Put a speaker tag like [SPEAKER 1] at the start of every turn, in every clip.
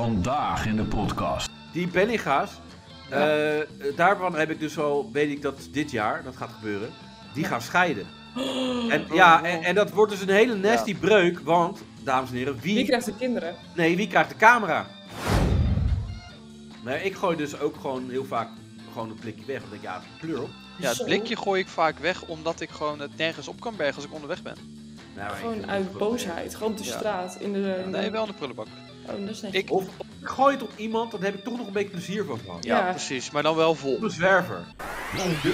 [SPEAKER 1] Vandaag in de podcast.
[SPEAKER 2] Die Bellinga's, eh, daarvan heb ik dus al, weet ik dat dit jaar, dat gaat gebeuren, die gaan scheiden.
[SPEAKER 3] Oh.
[SPEAKER 2] En ja, en, en dat wordt dus een hele nasty breuk, want, dames en heren,
[SPEAKER 3] Wie
[SPEAKER 2] wie,
[SPEAKER 3] krijgt de kinderen?
[SPEAKER 2] nee, wie krijgt de camera? Nee, ik gooi dus ook gewoon heel vaak gewoon een blikje weg, want ik denk, ja, het is pleur.
[SPEAKER 4] Ja,
[SPEAKER 3] Zo.
[SPEAKER 4] het blikje gooi ik vaak weg omdat ik gewoon het nergens op kan bergen als ik onderweg ben.
[SPEAKER 2] Nou, ik vind
[SPEAKER 3] Gewoon
[SPEAKER 2] het
[SPEAKER 3] uit
[SPEAKER 2] wel-
[SPEAKER 3] boosheid. Gewoon op de
[SPEAKER 4] Ja.
[SPEAKER 3] straat. In de, in de-
[SPEAKER 4] Nee, wel in de prullenbak.
[SPEAKER 3] Oh, dat is netjes.
[SPEAKER 4] Ik,
[SPEAKER 2] Of ik gooi het op iemand, dan heb ik toch nog een beetje plezier van gehad.
[SPEAKER 4] ja,
[SPEAKER 3] Ja.
[SPEAKER 4] precies, maar dan wel vol.
[SPEAKER 2] Op een zwerver.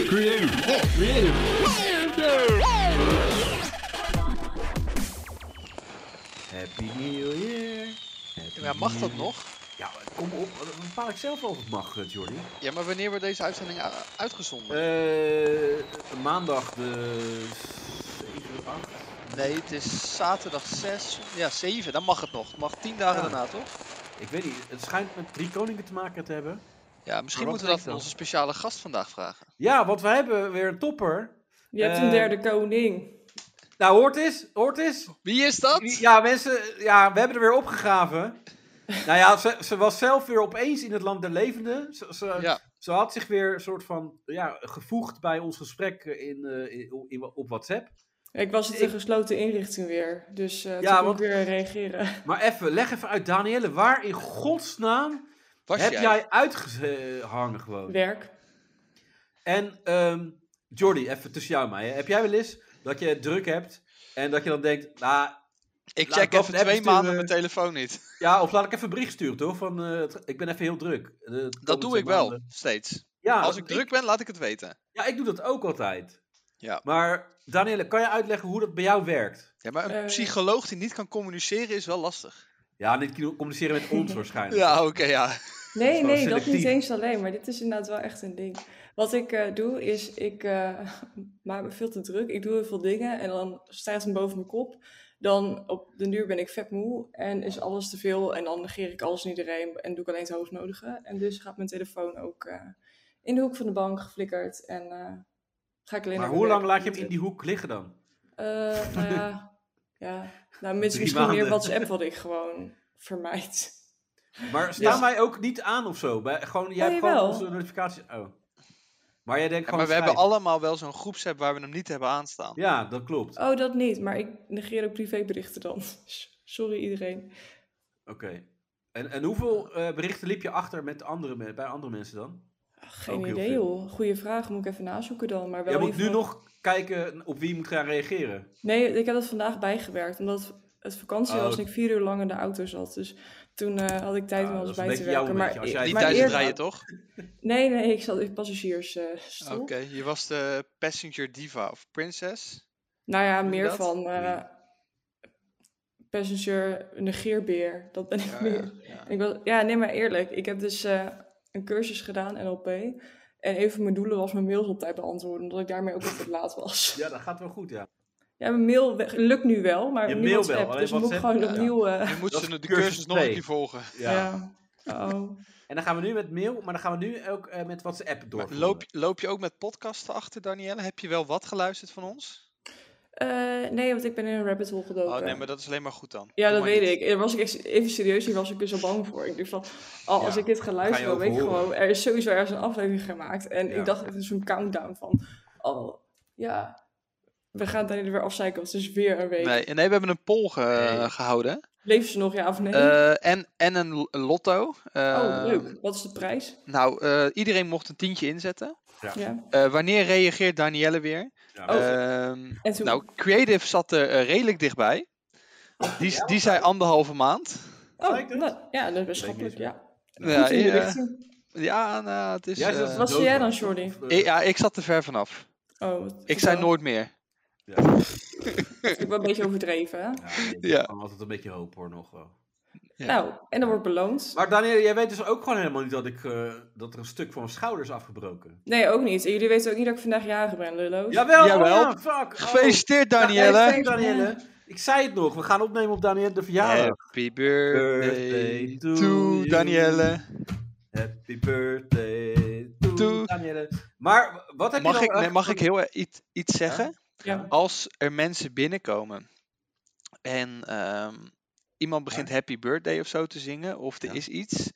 [SPEAKER 1] Creative.
[SPEAKER 2] Happy New Year. Happy
[SPEAKER 4] Ja, mag dat
[SPEAKER 2] New
[SPEAKER 4] nog?
[SPEAKER 2] Year. Ja, maar kom op. Dat bepaal ik zelf wel of het mag, eh, Jordi.
[SPEAKER 4] Ja, maar wanneer wordt deze uitzending u- uitgezonden?
[SPEAKER 2] Eh, maandag de 7, 8.
[SPEAKER 4] Eh, Nee, het is zaterdag 6, ja 7, dan mag het nog. Het mag 10 dagen
[SPEAKER 2] Ja.
[SPEAKER 4] daarna toch?
[SPEAKER 2] Ik weet niet, het schijnt met drie koningen te maken te hebben.
[SPEAKER 4] Ja, misschien
[SPEAKER 2] Maar wat
[SPEAKER 4] moeten we dat
[SPEAKER 2] betekent
[SPEAKER 4] aan
[SPEAKER 2] dat?
[SPEAKER 4] onze speciale gast vandaag vragen.
[SPEAKER 2] Ja, want we hebben weer een topper.
[SPEAKER 3] Je hebt een
[SPEAKER 2] eh,
[SPEAKER 3] derde koning.
[SPEAKER 2] Nou, hoort eens, hoort eens.
[SPEAKER 4] Wie is dat?
[SPEAKER 2] Ja, mensen, ja, we hebben er weer opgegraven. Nou ja, ze, ze was zelf weer opeens in het land der levenden. Ze, ze,
[SPEAKER 4] Ja,
[SPEAKER 2] ze had zich weer een soort van ja, gevoegd bij ons gesprek in, eh, in, in- op WhatsApp.
[SPEAKER 3] Ik was het in
[SPEAKER 2] ik-
[SPEAKER 3] gesloten inrichting weer. Dus eh
[SPEAKER 2] Ja,
[SPEAKER 3] toen kon
[SPEAKER 2] want-
[SPEAKER 3] ik weer reageren.
[SPEAKER 2] Maar even, leg even uit, Danielle, waar in godsnaam
[SPEAKER 4] was
[SPEAKER 2] heb
[SPEAKER 4] jij?
[SPEAKER 2] jij uitgehangen gewoon?
[SPEAKER 3] Werk.
[SPEAKER 2] En ehm Jordi, even tussen jou en mij. hè. Heb jij wel eens dat je het druk hebt en dat je dan denkt, nou,
[SPEAKER 4] Ik
[SPEAKER 2] Laat
[SPEAKER 4] check
[SPEAKER 2] ik
[SPEAKER 4] even
[SPEAKER 2] even een
[SPEAKER 4] twee
[SPEAKER 2] appje
[SPEAKER 4] maanden
[SPEAKER 2] sturen.
[SPEAKER 4] mijn telefoon niet.
[SPEAKER 2] ja, of laat ik even een bericht sturen, toch? Van, eh, het- ik ben even heel druk. Eh, de
[SPEAKER 4] Dat
[SPEAKER 2] komende
[SPEAKER 4] doe ik wel,
[SPEAKER 2] maanden. Nou,
[SPEAKER 4] steeds.
[SPEAKER 2] Ja,
[SPEAKER 4] Als ik druk ben, laat ik het weten.
[SPEAKER 2] Ja, ik doe dat ook altijd.
[SPEAKER 4] Ja.
[SPEAKER 2] Maar Danielle, kan je uitleggen hoe dat bij jou werkt?
[SPEAKER 4] Ja, maar een
[SPEAKER 3] Eh.
[SPEAKER 4] psycholoog die niet kan communiceren is wel lastig.
[SPEAKER 2] Ja, niet communiceren met ons waarschijnlijk.
[SPEAKER 4] Ja, oké, ja.
[SPEAKER 3] Nee,
[SPEAKER 2] Gewoon
[SPEAKER 3] nee, dat niet
[SPEAKER 2] selectief.
[SPEAKER 3] eens alleen, maar dit is inderdaad wel echt een ding. Wat ik eh, doe is, ik eh, maak me veel te druk. Ik doe heel veel dingen en dan stijgt het boven mijn kop. Dan op de duur ben ik vet moe en is alles te veel. En dan negeer ik alles en iedereen en doe ik alleen het hoognodige. En dus gaat mijn telefoon ook eh, in de hoek van de bank geflikkerd. En eh, ga ik alleen
[SPEAKER 2] Maar
[SPEAKER 3] naar
[SPEAKER 2] hoe
[SPEAKER 3] mijn
[SPEAKER 2] lang
[SPEAKER 3] werk
[SPEAKER 2] laat je hem in die hoek liggen dan?
[SPEAKER 3] Eh, nou ja, ja. Nou, mis-
[SPEAKER 2] Drie
[SPEAKER 3] misschien meer
[SPEAKER 2] maanden.
[SPEAKER 3] WhatsApp wat ik gewoon vermijd.
[SPEAKER 2] Maar staan
[SPEAKER 3] Ja.
[SPEAKER 2] wij ook niet aan of zo? Bij, gewoon, jij
[SPEAKER 3] Oh,
[SPEAKER 2] hebt gewoon
[SPEAKER 3] jawel.
[SPEAKER 2] onze notificaties... Oh. Maar jij denkt
[SPEAKER 4] Ja,
[SPEAKER 2] gewoon...
[SPEAKER 4] maar we hebben
[SPEAKER 2] schijt.
[SPEAKER 4] allemaal wel zo'n groepsapp waar we hem niet hebben aanstaan.
[SPEAKER 2] Ja, dat klopt.
[SPEAKER 3] Oh, dat niet. Maar ik negeer ook privéberichten dan. Sorry iedereen.
[SPEAKER 2] Oké. En, en hoeveel eh, berichten liep je achter met andere, me- bij andere mensen dan?
[SPEAKER 3] Ach, geen
[SPEAKER 2] Ook heel
[SPEAKER 3] idee
[SPEAKER 2] veel.
[SPEAKER 3] joh. Goeie vraag. Moet ik even nazoeken dan. Maar wel
[SPEAKER 2] Jij
[SPEAKER 3] in
[SPEAKER 2] moet
[SPEAKER 3] ieder
[SPEAKER 2] nu
[SPEAKER 3] geval-
[SPEAKER 2] nog kijken op wie je moet gaan reageren.
[SPEAKER 3] Nee, ik heb dat vandaag bijgewerkt. Omdat het vakantie
[SPEAKER 2] Oh.
[SPEAKER 3] was en ik vier uur lang in de auto zat. Dus toen eh, had ik tijd
[SPEAKER 2] Ah,
[SPEAKER 3] om
[SPEAKER 2] dat
[SPEAKER 3] alles
[SPEAKER 2] is een
[SPEAKER 3] bij te
[SPEAKER 2] beetje jouw
[SPEAKER 3] werken. Maar,
[SPEAKER 2] momentje. Als jij
[SPEAKER 4] Niet
[SPEAKER 3] maar
[SPEAKER 4] thuis
[SPEAKER 3] eerder-
[SPEAKER 4] draaien, toch?
[SPEAKER 3] Nee, nee. Ik zat in passagiersstoel.
[SPEAKER 4] Oké, je was de passenger diva of princess.
[SPEAKER 3] Nou ja,
[SPEAKER 4] Doe je
[SPEAKER 3] meer
[SPEAKER 4] dat?
[SPEAKER 3] van... eh passenger negeerbeer. Dat ben ik
[SPEAKER 4] Ja,
[SPEAKER 3] meer.
[SPEAKER 4] ja, ja.
[SPEAKER 3] Ik was, ja, nee, maar eerlijk. Ik heb dus eh, een cursus gedaan, NLP. En een van mijn doelen was mijn mails op tijd beantwoorden, omdat ik daarmee ook altijd laat was.
[SPEAKER 2] Ja, dat gaat wel goed, ja.
[SPEAKER 3] Ja, mijn mail we- lukt nu wel, maar
[SPEAKER 2] Je
[SPEAKER 3] nu
[SPEAKER 2] mail
[SPEAKER 3] WhatsApp,
[SPEAKER 2] wel, alleen
[SPEAKER 3] dus moet ik
[SPEAKER 2] WhatsApp,
[SPEAKER 3] gewoon
[SPEAKER 4] ja.
[SPEAKER 3] opnieuw... eh,
[SPEAKER 4] Je moet
[SPEAKER 2] Dat
[SPEAKER 4] ze
[SPEAKER 2] is
[SPEAKER 4] de
[SPEAKER 2] cursus
[SPEAKER 4] cursus nog een
[SPEAKER 2] twee.
[SPEAKER 4] keer volgen.
[SPEAKER 2] ja.
[SPEAKER 3] ja. Oh.
[SPEAKER 2] En dan gaan we nu met mail, maar dan gaan we nu ook eh, met WhatsApp door.
[SPEAKER 4] Loop, loop je ook met podcasten achter, Danielle? Heb je wel wat geluisterd van ons?
[SPEAKER 3] Eh, nee, want ik ben in een rabbit hole gedoken.
[SPEAKER 4] Oh nee, maar dat is alleen maar goed dan.
[SPEAKER 3] Ja,
[SPEAKER 4] Doe
[SPEAKER 3] dat
[SPEAKER 4] maar
[SPEAKER 3] weet
[SPEAKER 4] niet.
[SPEAKER 3] ik. Daar was ik echt even serieus, hier was ik dus al bang voor. Ik dacht van, oh, als
[SPEAKER 2] Ja,
[SPEAKER 3] ik dit ga luisteren,
[SPEAKER 2] je
[SPEAKER 3] dan weet ik
[SPEAKER 2] overhoren.
[SPEAKER 3] gewoon, er is sowieso ergens een aflevering gemaakt. En
[SPEAKER 2] Ja.
[SPEAKER 3] ik dacht, het is een countdown van, oh, ja, we gaan daar weer afzeiken, want het is weer een week.
[SPEAKER 4] Nee, nee, we hebben een poll ge-
[SPEAKER 2] Nee.
[SPEAKER 4] gehouden.
[SPEAKER 3] Leven ze nog, ja of nee?
[SPEAKER 4] Eh, en, en een l- lotto.
[SPEAKER 3] oh,
[SPEAKER 4] Eh,
[SPEAKER 3] leuk. Wat is de prijs?
[SPEAKER 4] Nou, eh, iedereen mocht een tientje inzetten.
[SPEAKER 3] Ja.
[SPEAKER 4] Eh, wanneer reageert Danielle weer?
[SPEAKER 2] Ja,
[SPEAKER 3] Oh.
[SPEAKER 4] Ehm,
[SPEAKER 3] En toen,
[SPEAKER 4] nou, Creative zat er eh, redelijk dichtbij. Die, s- die zei anderhalve maand.
[SPEAKER 3] oh,
[SPEAKER 2] Lijkt het?
[SPEAKER 3] nou, ja, dat is best
[SPEAKER 2] Weet ik
[SPEAKER 3] schappelijk,
[SPEAKER 2] niet.
[SPEAKER 3] ja.
[SPEAKER 4] Ja,
[SPEAKER 3] Goed in de
[SPEAKER 4] eh,
[SPEAKER 3] richting.
[SPEAKER 4] ja, nou, het is.
[SPEAKER 2] Jij zat
[SPEAKER 4] eh,
[SPEAKER 3] Wat
[SPEAKER 2] Dus, dood,
[SPEAKER 3] zie jij dan,
[SPEAKER 2] man.
[SPEAKER 3] Jordi?
[SPEAKER 2] Of, eh,
[SPEAKER 4] ik, ja, ik zat er ver vanaf.
[SPEAKER 3] Oh,
[SPEAKER 4] Ik zei nooit meer.
[SPEAKER 2] Oh.
[SPEAKER 3] Ik ben een beetje overdreven, hè?
[SPEAKER 2] ja, ik
[SPEAKER 4] Ja.
[SPEAKER 2] heb gewoon altijd een beetje hoop hoor, nog wel.
[SPEAKER 4] Ja.
[SPEAKER 3] Nou, en dat wordt beloond.
[SPEAKER 2] Maar Daniel, jij weet dus ook gewoon helemaal niet dat, ik, eh, dat er een stuk van mijn schouder is afgebroken.
[SPEAKER 3] Nee, ook niet. En jullie weten ook niet dat ik vandaag jarig ben, lulloos.
[SPEAKER 2] Jawel,
[SPEAKER 4] Jawel.
[SPEAKER 2] Oh, ja, fuck. Oh.
[SPEAKER 4] Gefeliciteerd, Danielle.
[SPEAKER 2] Ja, nee, Danielle. Ik zei het nog, we gaan opnemen op Danielle de verjaardag.
[SPEAKER 4] Happy birthday,
[SPEAKER 2] Birthday
[SPEAKER 4] to,
[SPEAKER 2] to you.
[SPEAKER 4] Danielle.
[SPEAKER 2] Happy birthday to
[SPEAKER 4] Doe.
[SPEAKER 2] Danielle. Maar wat heb je
[SPEAKER 4] Mag
[SPEAKER 2] dan
[SPEAKER 4] ik, nee,
[SPEAKER 2] echt
[SPEAKER 4] mag
[SPEAKER 2] van-
[SPEAKER 4] ik heel eh, iets, iets zeggen?
[SPEAKER 3] Ja.
[SPEAKER 4] Als er mensen binnenkomen en ehm, iemand begint Happy Birthday of zo te zingen, of er
[SPEAKER 2] Ja.
[SPEAKER 4] is iets,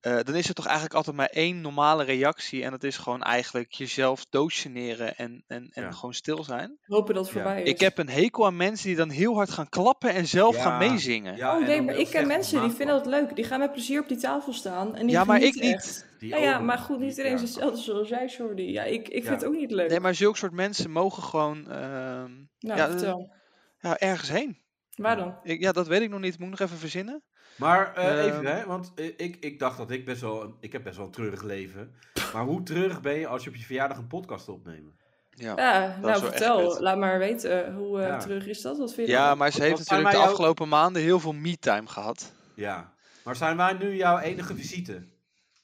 [SPEAKER 4] eh, dan is er toch eigenlijk altijd maar één normale reactie. En dat is gewoon eigenlijk jezelf doodgeneren en, en, en
[SPEAKER 2] Ja.
[SPEAKER 4] gewoon stil zijn.
[SPEAKER 3] Hopen dat het
[SPEAKER 2] Ja.
[SPEAKER 3] voorbij is.
[SPEAKER 4] Ik heb een hekel aan mensen die dan heel hard gaan klappen en zelf
[SPEAKER 2] Ja.
[SPEAKER 4] gaan meezingen. Ja,
[SPEAKER 2] Ja,
[SPEAKER 3] oh
[SPEAKER 2] en
[SPEAKER 3] nee,
[SPEAKER 2] dan
[SPEAKER 3] maar
[SPEAKER 2] heel
[SPEAKER 3] ik ken
[SPEAKER 2] slecht
[SPEAKER 3] mensen die
[SPEAKER 2] gemaakt
[SPEAKER 3] vinden dat leuk. Die gaan met plezier op die tafel staan. En die
[SPEAKER 4] maar ik
[SPEAKER 3] genieten
[SPEAKER 4] niet. Oh.
[SPEAKER 3] echt.
[SPEAKER 2] worden. Die
[SPEAKER 3] Nou ja,
[SPEAKER 2] ogen,
[SPEAKER 3] maar goed,
[SPEAKER 2] die-
[SPEAKER 3] niet iedereen is
[SPEAKER 2] ja.
[SPEAKER 3] hetzelfde zoals jij, Jordi. Ja, ik, ik
[SPEAKER 2] Ja.
[SPEAKER 3] vind het ook niet leuk.
[SPEAKER 4] Nee, maar zulke soort mensen mogen gewoon ehm,
[SPEAKER 3] Nou,
[SPEAKER 4] ja,
[SPEAKER 3] vertel.
[SPEAKER 4] ja, ergens heen.
[SPEAKER 3] Waar dan?
[SPEAKER 4] Ik, ja, dat weet ik nog niet. Moet ik nog even verzinnen.
[SPEAKER 2] Maar eh, even,
[SPEAKER 4] Ehm.
[SPEAKER 2] hè, want eh, ik, ik dacht dat ik best wel, een- ik heb best wel een treurig leven. Maar hoe treurig ben je als je op je verjaardag een podcast opneemt?
[SPEAKER 4] Ja.
[SPEAKER 2] Eh,
[SPEAKER 3] Ja,
[SPEAKER 4] wel
[SPEAKER 3] nou
[SPEAKER 4] echt kut.
[SPEAKER 3] vertel. Laat maar weten eh, hoe eh,
[SPEAKER 2] Ja.
[SPEAKER 3] terug is dat. Wat vind je
[SPEAKER 4] Ja,
[SPEAKER 3] daarvan?
[SPEAKER 4] maar ze
[SPEAKER 2] Wat-
[SPEAKER 4] heeft
[SPEAKER 2] wat zijn
[SPEAKER 4] natuurlijk de
[SPEAKER 2] wij jou-
[SPEAKER 4] afgelopen maanden heel veel me-time gehad.
[SPEAKER 2] Ja. Maar zijn wij nu jouw enige visite?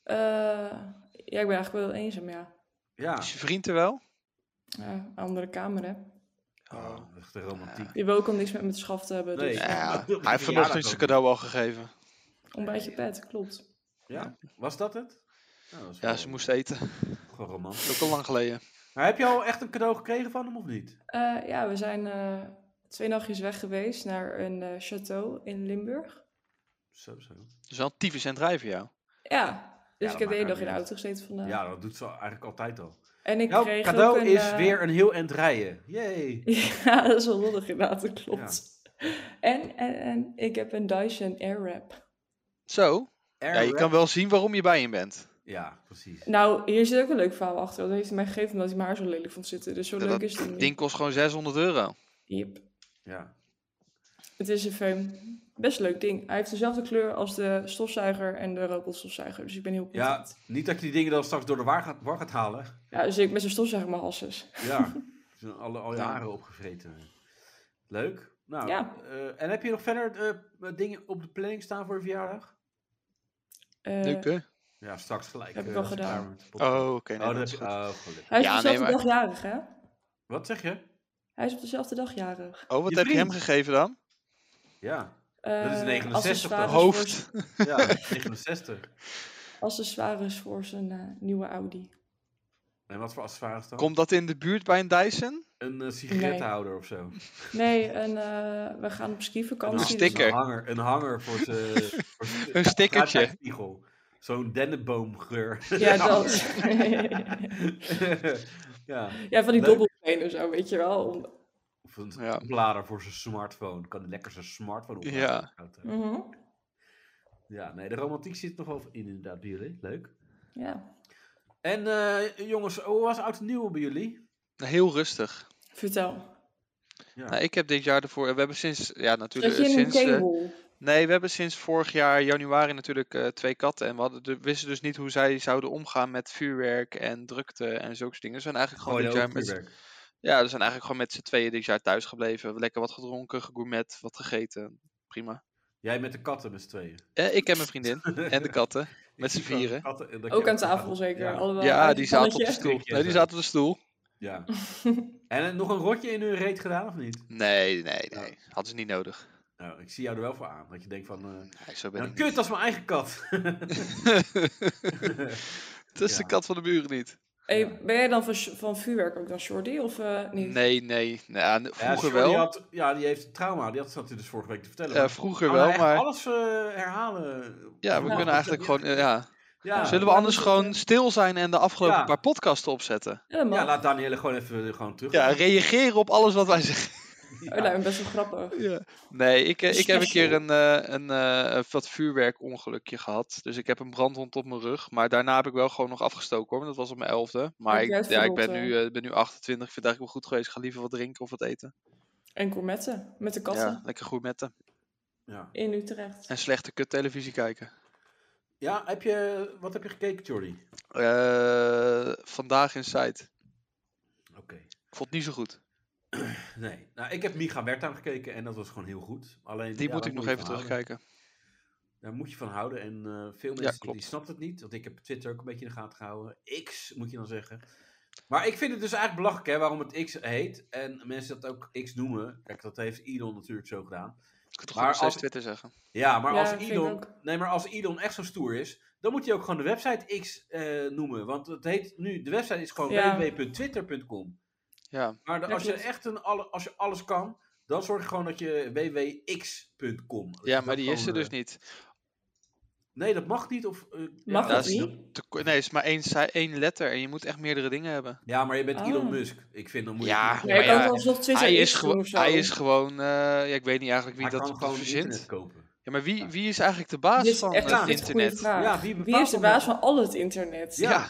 [SPEAKER 3] Eh, ja, ik ben eigenlijk wel eenzaam, ja.
[SPEAKER 2] Ja.
[SPEAKER 4] Is je vriend er wel?
[SPEAKER 3] ja andere kamer, hè.
[SPEAKER 2] Oh, echt de romantiek.
[SPEAKER 3] Die wil ook al niks met me te schaf te hebben.
[SPEAKER 2] Nee.
[SPEAKER 3] Dus
[SPEAKER 4] Ja,
[SPEAKER 3] eh,
[SPEAKER 4] hij heeft vanochtend zijn cadeau al gegeven.
[SPEAKER 3] ontbijtje pet, klopt.
[SPEAKER 2] Ja? Was dat het? Nou, dat is
[SPEAKER 4] Ja,
[SPEAKER 2] wel-
[SPEAKER 4] ze moest eten. Dat
[SPEAKER 2] Gewoon romantisch.
[SPEAKER 4] is ook al lang geleden.
[SPEAKER 2] Maar heb je al echt een cadeau gekregen van hem of niet?
[SPEAKER 3] Eh, ja, we zijn eh, twee nachtjes weg geweest naar een eh, château in Limburg.
[SPEAKER 2] Zo, zo.
[SPEAKER 4] Dat is wel een tyfus en drijven jou.
[SPEAKER 3] Ja,
[SPEAKER 2] dat
[SPEAKER 3] dus ik heb de hele
[SPEAKER 2] maakt
[SPEAKER 3] dag
[SPEAKER 2] ook
[SPEAKER 3] in de
[SPEAKER 2] niet
[SPEAKER 3] auto gezeten vandaag.
[SPEAKER 2] Ja, dat doet ze eigenlijk altijd al.
[SPEAKER 3] En ik
[SPEAKER 2] Jouw
[SPEAKER 3] kreeg
[SPEAKER 2] cadeau
[SPEAKER 3] ook een,
[SPEAKER 2] is
[SPEAKER 3] eh,
[SPEAKER 2] weer een heel eind rijden. Yay.
[SPEAKER 3] Ja, dat is wel lullig inderdaad, dat klopt. En, en, en ik heb een Dyson Airwrap.
[SPEAKER 4] Zo. Ja, je
[SPEAKER 2] Airwrap.
[SPEAKER 4] kan wel zien waarom je bij hem bent.
[SPEAKER 2] Ja, precies.
[SPEAKER 3] Nou, hier zit ook een leuk verhaal achter. want Dat heeft hij mij gegeven omdat hij mijn haar zo lelijk vond zitten. Dus zo
[SPEAKER 4] Ja,
[SPEAKER 3] leuk
[SPEAKER 4] dat
[SPEAKER 3] is het niet.
[SPEAKER 4] ding kost gewoon 600 euro.
[SPEAKER 3] Yep.
[SPEAKER 2] Ja.
[SPEAKER 3] Het is een fijn, best leuk ding. Hij heeft dezelfde kleur als de stofzuiger en de robotstofzuiger. Dus ik ben heel
[SPEAKER 2] ja,
[SPEAKER 3] content.
[SPEAKER 2] niet dat je die dingen dan straks door de war gaat, war gaat halen.
[SPEAKER 3] Ja, dus ik met zijn stofzuiger mijn dus. hasses.
[SPEAKER 2] Ja, er zijn alle, al je
[SPEAKER 4] Ja.
[SPEAKER 2] haren opgevreten. Leuk. Nou,
[SPEAKER 3] Ja.
[SPEAKER 2] eh, en heb je nog verder eh, dingen op de planning staan voor je verjaardag?
[SPEAKER 3] Eh,
[SPEAKER 4] Leuk hè?
[SPEAKER 2] Ja, straks gelijk.
[SPEAKER 3] Heb ik
[SPEAKER 2] eh,
[SPEAKER 3] al
[SPEAKER 2] als je
[SPEAKER 3] gedaan.
[SPEAKER 2] klaar bent met de podcast.
[SPEAKER 4] Oh, oké. nee,
[SPEAKER 2] oh,
[SPEAKER 4] dat
[SPEAKER 2] dat
[SPEAKER 4] is
[SPEAKER 2] heb
[SPEAKER 4] goed.
[SPEAKER 2] je- oh, gelukkig.
[SPEAKER 3] Hij is
[SPEAKER 4] Ja,
[SPEAKER 3] op
[SPEAKER 4] nee,
[SPEAKER 3] dezelfde
[SPEAKER 4] maar-
[SPEAKER 3] dag jarig, hè?
[SPEAKER 2] Wat zeg je?
[SPEAKER 3] Hij is op dezelfde dag jarig.
[SPEAKER 4] Oh, wat
[SPEAKER 2] Je
[SPEAKER 4] heb je hem
[SPEAKER 2] vriend.
[SPEAKER 4] gegeven dan?
[SPEAKER 2] Ja,
[SPEAKER 3] Eh,
[SPEAKER 2] Dat is 69 op de
[SPEAKER 3] accessoires voor
[SPEAKER 4] Hoofd.
[SPEAKER 2] ja 69.
[SPEAKER 3] z- Accessoires voor zijn eh, nieuwe Audi.
[SPEAKER 2] En wat voor accessoires dan?
[SPEAKER 4] Komt dat in de buurt bij een Dyson?
[SPEAKER 2] Een eh, sigarettenhouder of zo.
[SPEAKER 3] Nee, en eh, we gaan op skivakantie. dus-
[SPEAKER 4] Een sticker.
[SPEAKER 2] Een hanger, een hanger voor ze.
[SPEAKER 4] Een stickertje.
[SPEAKER 2] spiegel. Zo'n dennenboomgeur.
[SPEAKER 3] Dus, ja, dat.
[SPEAKER 2] ja.
[SPEAKER 3] ja, van die
[SPEAKER 2] Leuk.
[SPEAKER 3] dobbelstenen zo, weet je wel. Om...
[SPEAKER 2] Of een
[SPEAKER 4] Ja.
[SPEAKER 2] blader voor zijn smartphone. Kan hij lekker zijn smartphone op.
[SPEAKER 4] Ja.
[SPEAKER 3] Mhm.
[SPEAKER 2] eh, ja, nee, de romantiek zit nog wel in inderdaad bij jullie. Leuk.
[SPEAKER 3] Ja,
[SPEAKER 2] En eh, jongens, hoe was oud en nieuw bij jullie?
[SPEAKER 4] Heel rustig.
[SPEAKER 3] vertel.
[SPEAKER 2] Ja.
[SPEAKER 4] Nou, ik heb dit jaar ervoor... We hebben sinds... Ja, natuurlijk...
[SPEAKER 3] Dat je in een
[SPEAKER 4] sinds, eh,
[SPEAKER 3] cable.
[SPEAKER 4] Nee, we hebben sinds vorig jaar januari natuurlijk eh, twee katten. En we hadden, de- wisten dus niet hoe zij zouden omgaan met vuurwerk en drukte en zulke soort dingen. Ze zijn eigenlijk gewoon dit jaar met, z'n-
[SPEAKER 2] werk.
[SPEAKER 4] ja, we zijn eigenlijk gewoon met z'n tweeën dit jaar thuis gebleven. Lekker wat gedronken, gegourmet, wat gegeten. Prima.
[SPEAKER 2] Jij met de katten met z'n tweeën.
[SPEAKER 4] Eh, ik en mijn vriendin en de katten. Met z'n
[SPEAKER 2] Ik zie wel
[SPEAKER 4] vieren.
[SPEAKER 2] katten en dat
[SPEAKER 3] Ook
[SPEAKER 2] je-
[SPEAKER 3] aan tafel zeker. Oh,
[SPEAKER 2] Ja.
[SPEAKER 3] Allemaal
[SPEAKER 4] Ja,
[SPEAKER 3] uit
[SPEAKER 4] die
[SPEAKER 3] een
[SPEAKER 4] zaten op de
[SPEAKER 3] pannetje.
[SPEAKER 4] stoel.
[SPEAKER 2] Stukje
[SPEAKER 4] Nee, die
[SPEAKER 2] zo.
[SPEAKER 4] zaten op de stoel.
[SPEAKER 2] Ja. en eh, nog een rotje in hun reet gedaan of niet?
[SPEAKER 4] Nee, nee,
[SPEAKER 2] Ja.
[SPEAKER 4] nee. Hadden ze niet nodig.
[SPEAKER 2] Nou, ik zie jou er wel voor aan. Dat je denkt van, eh
[SPEAKER 4] Nee, zo ben
[SPEAKER 2] nou,
[SPEAKER 4] ik niet.
[SPEAKER 2] kut, dat is mijn eigen kat.
[SPEAKER 4] Het is de
[SPEAKER 2] Ja.
[SPEAKER 4] kat van de buren niet.
[SPEAKER 3] Hey, ben jij dan van, van vuurwerk ook dan, Jordi, of eh, niet?
[SPEAKER 4] Nee, nee. Nou, n-
[SPEAKER 2] Ja,
[SPEAKER 4] vroeger
[SPEAKER 2] Sjoerd, die
[SPEAKER 4] wel.
[SPEAKER 2] had- ja, die heeft een trauma. Die had, zat hij dus vorige week te vertellen.
[SPEAKER 4] Ja,
[SPEAKER 2] Maar
[SPEAKER 4] vroeger
[SPEAKER 2] kan
[SPEAKER 4] wel,
[SPEAKER 2] Oh, nou, echt
[SPEAKER 4] maar...
[SPEAKER 2] alles eh, herhalen.
[SPEAKER 4] Ja, we
[SPEAKER 3] Ja.
[SPEAKER 4] kunnen eigenlijk gewoon... eh, Ja,
[SPEAKER 2] Ja,
[SPEAKER 3] Ja.
[SPEAKER 4] Zullen we
[SPEAKER 3] laat
[SPEAKER 4] anders
[SPEAKER 3] het
[SPEAKER 4] gewoon
[SPEAKER 3] zitten.
[SPEAKER 4] stil zijn en de afgelopen
[SPEAKER 2] Ja.
[SPEAKER 4] paar podcasten opzetten?
[SPEAKER 3] Ja, dat mag.
[SPEAKER 2] ja, laat Danielle gewoon even eh, gewoon terug.
[SPEAKER 4] Ja, reageren op alles wat wij zeggen.
[SPEAKER 3] Oh, dat lijkt me best wel grappig.
[SPEAKER 4] Nee, ik, eh, ik heb een keer
[SPEAKER 3] Special.
[SPEAKER 4] een, eh, een eh, wat vuurwerkongelukje gehad. Dus ik heb een brandwond op mijn rug. Maar daarna heb ik wel gewoon nog afgestoken hoor. want Dat was op mijn elfde. Maar
[SPEAKER 3] Heb
[SPEAKER 4] ik,
[SPEAKER 3] jij
[SPEAKER 4] ja, ik ben,
[SPEAKER 3] verrot,
[SPEAKER 4] nu, eh, ik ben nu 28. Ik vind het eigenlijk wel goed geweest. Ik ga liever wat drinken of wat eten.
[SPEAKER 3] En gourmetten, met de katten
[SPEAKER 4] Ja, lekker gourmetten.
[SPEAKER 2] Ja.
[SPEAKER 3] in Utrecht.
[SPEAKER 4] En slechte kut televisie kijken.
[SPEAKER 2] Ja, heb je, wat heb je gekeken, Jordi?
[SPEAKER 4] Eh, vandaag in site.
[SPEAKER 2] Oké.
[SPEAKER 4] Ik vond het niet zo goed.
[SPEAKER 2] Nee. Nou, ik heb Micha Wertheim gekeken en dat was gewoon heel goed. Alleen,
[SPEAKER 4] Die
[SPEAKER 2] ja,
[SPEAKER 4] moet
[SPEAKER 2] daar
[SPEAKER 4] ik nog
[SPEAKER 2] je
[SPEAKER 4] even
[SPEAKER 2] van houden.
[SPEAKER 4] terugkijken.
[SPEAKER 2] Daar moet je van houden. En eh, veel
[SPEAKER 4] Ja,
[SPEAKER 2] mensen
[SPEAKER 4] klopt.
[SPEAKER 2] die snapt het niet. Want ik heb Twitter ook een beetje in de gaten gehouden. X moet je dan zeggen. Maar ik vind het dus eigenlijk belachelijk hè, waarom het X heet. En mensen dat ook X noemen. Kijk, dat heeft Elon natuurlijk zo gedaan.
[SPEAKER 4] Ik kan toch
[SPEAKER 2] Maar
[SPEAKER 4] nog steeds
[SPEAKER 2] als-
[SPEAKER 4] Twitter zeggen.
[SPEAKER 2] Ja, maar
[SPEAKER 3] Ja,
[SPEAKER 2] als,
[SPEAKER 3] vind ik
[SPEAKER 2] Elon,
[SPEAKER 3] ook.
[SPEAKER 2] nee, maar als Elon echt zo stoer is, dan moet hij ook gewoon de website X eh, noemen. Want het heet nu, de website is gewoon
[SPEAKER 3] Ja.
[SPEAKER 2] www.twitter.com.
[SPEAKER 4] Ja.
[SPEAKER 2] Maar de-
[SPEAKER 3] Ja,
[SPEAKER 2] als je
[SPEAKER 3] klopt.
[SPEAKER 2] echt een alle, als je alles kan, dan zorg je gewoon dat je www.x.com. dat
[SPEAKER 4] Ja,
[SPEAKER 2] je dat
[SPEAKER 4] maar die is er
[SPEAKER 2] gewoon,
[SPEAKER 4] dus
[SPEAKER 2] eh,
[SPEAKER 4] niet.
[SPEAKER 2] Nee, dat mag niet. Of, eh,
[SPEAKER 3] Mag
[SPEAKER 2] ja,
[SPEAKER 4] dat
[SPEAKER 3] dat
[SPEAKER 4] is
[SPEAKER 3] niet?
[SPEAKER 4] Te ko- Nee, het is maar één, si- één letter en je moet echt meerdere dingen hebben.
[SPEAKER 2] Ja, maar je bent Elon
[SPEAKER 3] Ah.
[SPEAKER 2] Musk. Ik vind dan moet
[SPEAKER 4] Ja,
[SPEAKER 2] je.
[SPEAKER 3] Ja,
[SPEAKER 4] maar
[SPEAKER 3] je kan
[SPEAKER 4] ja,
[SPEAKER 3] het alsnog Twitter
[SPEAKER 4] Hij is,
[SPEAKER 3] X doen
[SPEAKER 4] gewo-
[SPEAKER 3] of zo.
[SPEAKER 4] hij is gewoon, eh, ja, ik weet niet eigenlijk wie
[SPEAKER 2] Hij
[SPEAKER 4] dat
[SPEAKER 2] kan gewoon
[SPEAKER 4] verzint.
[SPEAKER 2] internet kopen.
[SPEAKER 4] Ja, maar wie, wie is eigenlijk de baas
[SPEAKER 3] Dit is
[SPEAKER 4] van
[SPEAKER 3] echt
[SPEAKER 4] het
[SPEAKER 2] een
[SPEAKER 3] goede
[SPEAKER 4] internet?
[SPEAKER 3] vraag. Ja.
[SPEAKER 2] wie,
[SPEAKER 3] Wie
[SPEAKER 2] bepaalt
[SPEAKER 3] is de
[SPEAKER 2] dan
[SPEAKER 3] baas
[SPEAKER 2] dat?
[SPEAKER 3] van al het internet?
[SPEAKER 2] Ja.
[SPEAKER 4] Ja,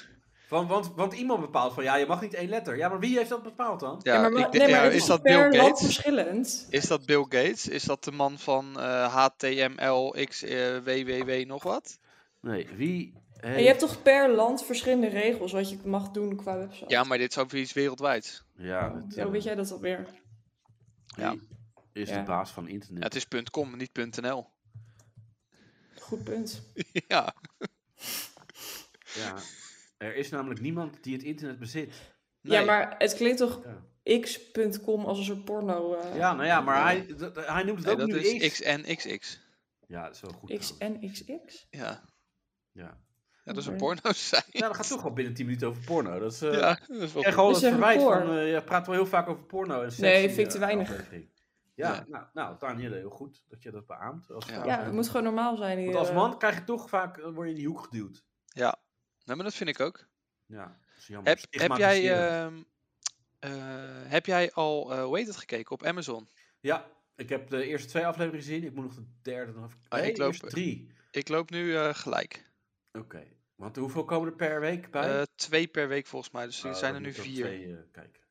[SPEAKER 2] Van, want, want iemand bepaalt van ja, je mag niet één letter. Ja, maar wie heeft dat bepaald dan?
[SPEAKER 4] ja,
[SPEAKER 3] maar,
[SPEAKER 4] ik denk-
[SPEAKER 3] nee, maar
[SPEAKER 4] ja,
[SPEAKER 3] het
[SPEAKER 4] is dat
[SPEAKER 3] per
[SPEAKER 4] Bill
[SPEAKER 3] land
[SPEAKER 4] Gates?
[SPEAKER 3] verschillend.
[SPEAKER 4] Is dat Bill Gates? Is dat de man van eh, HTML, X, eh, WWW, nog wat?
[SPEAKER 2] Nee, wie.
[SPEAKER 3] En je hebt toch per land verschillende regels wat je mag doen qua website?
[SPEAKER 4] Ja, maar dit is over iets wereldwijd.
[SPEAKER 2] Ja,
[SPEAKER 3] Oh,
[SPEAKER 2] dat,
[SPEAKER 3] Zo
[SPEAKER 2] eh,
[SPEAKER 3] weet jij dat alweer.
[SPEAKER 4] Ja.
[SPEAKER 2] wie Is
[SPEAKER 3] Ja.
[SPEAKER 2] de baas van internet.
[SPEAKER 4] Het is .com, niet .nl.
[SPEAKER 3] Goed punt.
[SPEAKER 4] ja,
[SPEAKER 2] Ja. Er is namelijk niemand die het internet bezit.
[SPEAKER 4] nee.
[SPEAKER 3] Ja, maar het klinkt toch x.com als een soort porno. eh,
[SPEAKER 2] Ja, nou ja, maar hij, dat- hij noemt het
[SPEAKER 4] Nee,
[SPEAKER 2] ook
[SPEAKER 4] dat
[SPEAKER 2] nu
[SPEAKER 4] is
[SPEAKER 2] X.
[SPEAKER 4] XNXX.
[SPEAKER 2] Ja, dat is wel goed.
[SPEAKER 3] X
[SPEAKER 2] trouwens.
[SPEAKER 3] en XX?
[SPEAKER 4] Ja.
[SPEAKER 2] Ja.
[SPEAKER 4] ja, dat is een
[SPEAKER 3] Oké.
[SPEAKER 4] porno site.
[SPEAKER 2] ja, dat gaat toch al binnen 10 minuten over porno. Dat is, eh,
[SPEAKER 4] Ja, dat is wel
[SPEAKER 2] En
[SPEAKER 4] goed.
[SPEAKER 2] gewoon
[SPEAKER 3] Dat
[SPEAKER 2] het
[SPEAKER 3] is een
[SPEAKER 2] verwijt
[SPEAKER 3] record.
[SPEAKER 2] van, eh, je praat wel heel vaak over porno en seks.
[SPEAKER 3] Nee,
[SPEAKER 2] in
[SPEAKER 3] vind ik
[SPEAKER 2] je
[SPEAKER 3] te weinig.
[SPEAKER 2] aflevering. Ja,
[SPEAKER 4] Ja.
[SPEAKER 2] nou, nou Danielle, heel goed dat je dat beaamt. Als
[SPEAKER 4] Ja.
[SPEAKER 2] vrouw.
[SPEAKER 3] Ja, het moet gewoon normaal zijn hier.
[SPEAKER 2] Want als
[SPEAKER 3] eh.
[SPEAKER 2] man krijg je toch vaak, eh, word je in die hoek geduwd.
[SPEAKER 4] Nee, maar dat vind ik ook.
[SPEAKER 2] Ja, dat is jammer. Dus
[SPEAKER 4] Heb, heb, jij,
[SPEAKER 2] Stigmatiseren.
[SPEAKER 4] ehm, eh, heb jij al, eh hoe heet het, gekeken op Amazon?
[SPEAKER 2] Ja, ik heb de eerste twee afleveringen gezien. Ik moet nog de derde nog even...
[SPEAKER 4] Ah, ik
[SPEAKER 2] Nee,
[SPEAKER 4] loop-
[SPEAKER 2] eerst drie.
[SPEAKER 4] Ik loop nu eh, gelijk.
[SPEAKER 2] Oké. Want hoeveel komen er per week bij?
[SPEAKER 4] Eh, twee per week volgens mij, dus
[SPEAKER 2] Oh,
[SPEAKER 4] er zijn
[SPEAKER 2] dan
[SPEAKER 4] er nu
[SPEAKER 2] moet ik ook
[SPEAKER 4] vier.
[SPEAKER 2] twee, eh, kijken.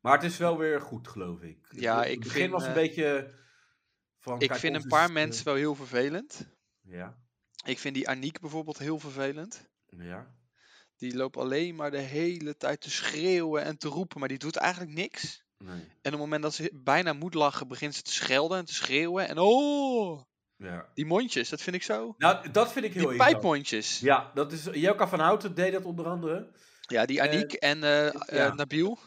[SPEAKER 2] Maar het is wel weer goed, geloof ik.
[SPEAKER 4] Ja,
[SPEAKER 2] Het
[SPEAKER 4] ik
[SPEAKER 2] begin
[SPEAKER 4] vind,
[SPEAKER 2] was een
[SPEAKER 4] eh,
[SPEAKER 2] beetje... Van,
[SPEAKER 4] Ik
[SPEAKER 2] kijk,
[SPEAKER 4] vind
[SPEAKER 2] ons
[SPEAKER 4] een
[SPEAKER 2] is,
[SPEAKER 4] paar
[SPEAKER 2] eh,
[SPEAKER 4] mensen wel heel vervelend.
[SPEAKER 2] Ja,
[SPEAKER 4] Ik vind die Aniek bijvoorbeeld heel vervelend.
[SPEAKER 2] ja.
[SPEAKER 4] Die loopt alleen maar de hele tijd te schreeuwen en te roepen, maar die doet eigenlijk niks.
[SPEAKER 2] Nee.
[SPEAKER 4] En op het moment dat ze bijna moet lachen, begint ze te schelden en te schreeuwen. En oh,
[SPEAKER 2] Ja.
[SPEAKER 4] die mondjes, dat vind ik zo.
[SPEAKER 2] Nou, dat vind ik heel
[SPEAKER 4] die
[SPEAKER 2] irritant.
[SPEAKER 4] pijpmondjes. Ja,
[SPEAKER 2] Ja, dat is. Jelka van Houten deed dat onder andere.
[SPEAKER 4] die Aniek en eh, eh,
[SPEAKER 2] ja.
[SPEAKER 4] Nabil.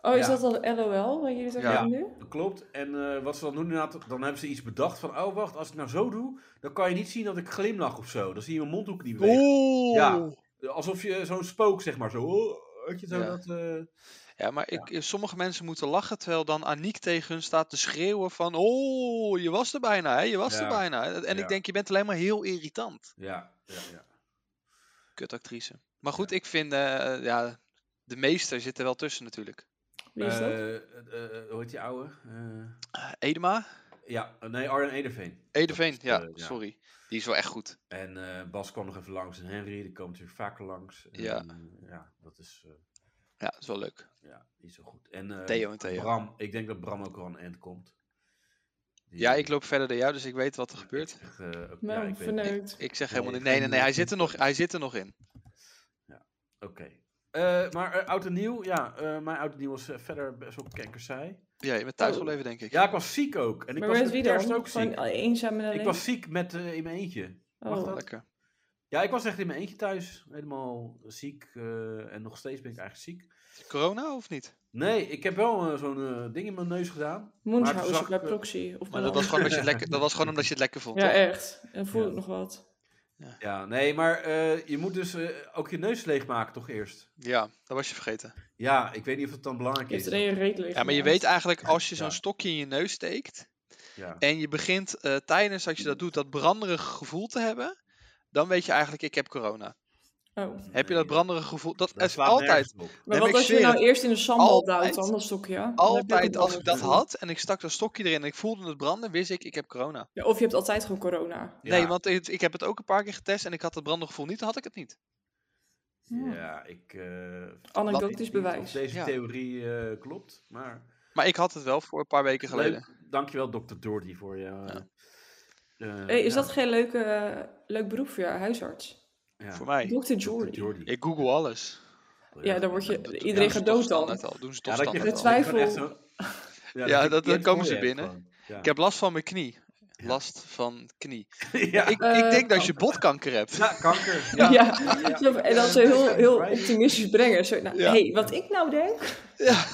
[SPEAKER 3] Oh, is
[SPEAKER 2] Ja.
[SPEAKER 3] dat dan LOL? Wat jullie het
[SPEAKER 4] Ja.
[SPEAKER 3] ja. nu?
[SPEAKER 2] Dat klopt. En eh, wat ze dan doen, inderdaad, dan hebben ze iets bedacht van: oh wacht, als ik nou zo doe, dan kan je niet zien dat ik glimlach of zo. Dan zie je mijn mondhoek niet bewegen.
[SPEAKER 4] Oh.
[SPEAKER 2] Ja. Alsof je zo'n spook, zeg maar, zo. Oh, weet je zo
[SPEAKER 4] Ja.
[SPEAKER 2] dat. eh,
[SPEAKER 4] Ja, maar ik, eh, sommige mensen moeten lachen terwijl dan Aniek tegen hun staat te schreeuwen van... Oh, je was er bijna, hè? Je was
[SPEAKER 2] Ja,
[SPEAKER 4] er bijna. En
[SPEAKER 2] ja.
[SPEAKER 4] ik denk, je bent alleen maar heel irritant.
[SPEAKER 2] Ja, ja, ja.
[SPEAKER 4] Kutactrice. Maar goed, ik vind... eh, ja, de meester zit er wel tussen natuurlijk.
[SPEAKER 3] Wie is dat?
[SPEAKER 2] Eh, eh, eh, hoe heet die ouwe? Eh,
[SPEAKER 4] Eh, Edema?
[SPEAKER 2] ja, nee, Arjen Ederveen.
[SPEAKER 4] Edeveen,
[SPEAKER 2] Dat is,
[SPEAKER 4] ja,
[SPEAKER 2] eh, ja.
[SPEAKER 4] sorry. Die is wel echt goed.
[SPEAKER 2] En eh, Bas kwam nog even langs. En Henry, die kwam natuurlijk vaker langs. En,
[SPEAKER 4] Ja.
[SPEAKER 2] eh, ja, dat is. eh,
[SPEAKER 4] Ja, dat is wel leuk.
[SPEAKER 2] ja, niet zo goed. En, eh,
[SPEAKER 4] Theo en Theo.
[SPEAKER 2] Bram, ik denk dat Bram ook wel aan het eind komt. Die-
[SPEAKER 4] Ja, ik loop verder dan jou, dus ik weet wat er gebeurt.
[SPEAKER 2] Echt, eh, ook- ja,
[SPEAKER 3] Nou,
[SPEAKER 2] ik weet het. Oké.
[SPEAKER 3] verneukt.
[SPEAKER 4] Ik zeg
[SPEAKER 2] Nee,
[SPEAKER 4] helemaal
[SPEAKER 2] ik
[SPEAKER 4] niet...
[SPEAKER 2] ga
[SPEAKER 4] Nee, nee,
[SPEAKER 2] nu
[SPEAKER 4] nee, hij
[SPEAKER 2] even
[SPEAKER 4] zit er nog, hij zit er nog in.
[SPEAKER 2] Eh, maar eh, oud en nieuw, ja, eh, mijn oud en nieuw was eh, verder best wel kankersaai.
[SPEAKER 4] Ja, je bent thuis
[SPEAKER 3] Oh.
[SPEAKER 4] wel even, denk ik.
[SPEAKER 2] Ja, ik was ziek ook. En ik
[SPEAKER 3] Maar
[SPEAKER 2] was
[SPEAKER 3] met
[SPEAKER 2] met
[SPEAKER 3] wie
[SPEAKER 2] kerst
[SPEAKER 3] dan? eh,
[SPEAKER 2] ook ziek.
[SPEAKER 3] Gewoon eenzaam en alleen?
[SPEAKER 2] Ik was ziek met, eh, in mijn eentje.
[SPEAKER 3] Oh.
[SPEAKER 2] Mag dat?
[SPEAKER 4] Lekker.
[SPEAKER 2] Ja, ik was echt in mijn eentje thuis. Helemaal ziek. eh, en nog steeds ben ik eigenlijk ziek.
[SPEAKER 4] Corona of niet?
[SPEAKER 2] Nee, ik heb wel eh, zo'n eh, ding in mijn neus gedaan.
[SPEAKER 3] Munchausen
[SPEAKER 2] Maar toen zag
[SPEAKER 3] bij
[SPEAKER 2] ik, eh,
[SPEAKER 3] proxy. Of
[SPEAKER 4] Maar dat was
[SPEAKER 3] Milan.
[SPEAKER 4] gewoon omdat je het lekker, dat was gewoon omdat je het lekker vond,
[SPEAKER 3] Ja,
[SPEAKER 4] toch?
[SPEAKER 3] echt. En voel
[SPEAKER 2] Ja.
[SPEAKER 3] ik nog wat.
[SPEAKER 2] Ja, nee, maar eh, je moet dus eh, ook je neus leegmaken toch eerst.
[SPEAKER 4] Ja, dat was je vergeten.
[SPEAKER 2] Ja, ik weet niet of het dan belangrijk
[SPEAKER 3] Je hebt
[SPEAKER 2] is.
[SPEAKER 3] er in je reet liggen.
[SPEAKER 4] Ja, maar je weet eigenlijk als je
[SPEAKER 2] Ja.
[SPEAKER 4] zo'n stokje in je neus steekt
[SPEAKER 2] Ja.
[SPEAKER 4] en je begint eh, tijdens dat je dat doet dat branderige gevoel te hebben, dan weet je eigenlijk ik heb corona.
[SPEAKER 3] Oh.
[SPEAKER 4] Heb je
[SPEAKER 2] Nee,
[SPEAKER 4] dat branderige gevoel? Dat,
[SPEAKER 2] dat
[SPEAKER 4] is
[SPEAKER 2] slaat
[SPEAKER 4] altijd,
[SPEAKER 2] nergens op.
[SPEAKER 3] Maar
[SPEAKER 4] maar ik
[SPEAKER 3] wat als je
[SPEAKER 4] zweer
[SPEAKER 3] nou
[SPEAKER 4] het.
[SPEAKER 3] eerst in de sambal duwt,
[SPEAKER 4] Altijd.
[SPEAKER 3] dan dat stokje? Dan heb je ook
[SPEAKER 4] altijd
[SPEAKER 3] een
[SPEAKER 4] als ik dat
[SPEAKER 3] ander
[SPEAKER 4] had en ik stak dat stokje erin en ik voelde het branden, wist ik ik heb corona.
[SPEAKER 3] gevoel. Ja, of je hebt altijd gewoon corona.
[SPEAKER 2] Ja.
[SPEAKER 4] Nee, want het- ik heb het ook een paar keer getest en ik had het branderige gevoel niet, dan had ik het niet.
[SPEAKER 2] Ja, ik... eh, weet
[SPEAKER 3] Anekdotisch
[SPEAKER 2] niet Of
[SPEAKER 3] bewijs.
[SPEAKER 2] deze
[SPEAKER 4] Ja.
[SPEAKER 2] theorie eh, klopt, maar...
[SPEAKER 4] Maar ik had het wel voor een paar weken geleden.
[SPEAKER 2] Leuk. Dankjewel, dokter Doordy, voor je... eh, eh,
[SPEAKER 3] Hey, is
[SPEAKER 2] ja,
[SPEAKER 3] dat geen leuke, eh, leuk beroep voor jou, huisarts?
[SPEAKER 2] ja,
[SPEAKER 4] Voor
[SPEAKER 2] Dr.
[SPEAKER 4] mij.
[SPEAKER 3] Dokter Jordi.
[SPEAKER 2] Jordi.
[SPEAKER 4] Ik google alles.
[SPEAKER 3] Ja, dan word je,
[SPEAKER 4] Dat- dat-
[SPEAKER 3] iedereen
[SPEAKER 4] ja,
[SPEAKER 3] gaat
[SPEAKER 4] dat
[SPEAKER 3] dood
[SPEAKER 4] is toch
[SPEAKER 3] dan.
[SPEAKER 4] standaard al, Doen ze
[SPEAKER 2] Ja,
[SPEAKER 4] toch
[SPEAKER 2] dat je
[SPEAKER 4] standaard
[SPEAKER 3] dat
[SPEAKER 4] al.
[SPEAKER 3] wij-
[SPEAKER 2] dat je gewoon echt
[SPEAKER 3] twijfel.
[SPEAKER 2] zo- Ja,
[SPEAKER 4] Ja,
[SPEAKER 2] je
[SPEAKER 4] dat-
[SPEAKER 2] die
[SPEAKER 4] dan komen
[SPEAKER 2] voor
[SPEAKER 4] ze
[SPEAKER 2] je hebt
[SPEAKER 4] binnen.
[SPEAKER 2] gewoon.
[SPEAKER 4] Ik heb last van mijn knie. Last van knie.
[SPEAKER 2] Ja,
[SPEAKER 4] Ik, ik
[SPEAKER 3] Eh,
[SPEAKER 4] denk dat je
[SPEAKER 3] kanker.
[SPEAKER 4] botkanker hebt.
[SPEAKER 2] Ja, kanker.
[SPEAKER 3] Ja.
[SPEAKER 2] Ja.
[SPEAKER 3] Zo, En dan zo heel, heel
[SPEAKER 2] Right.
[SPEAKER 3] optimistisch brengen. Zo, nou,
[SPEAKER 4] Ja.
[SPEAKER 3] hey, wat ik nou denk...
[SPEAKER 4] Ja,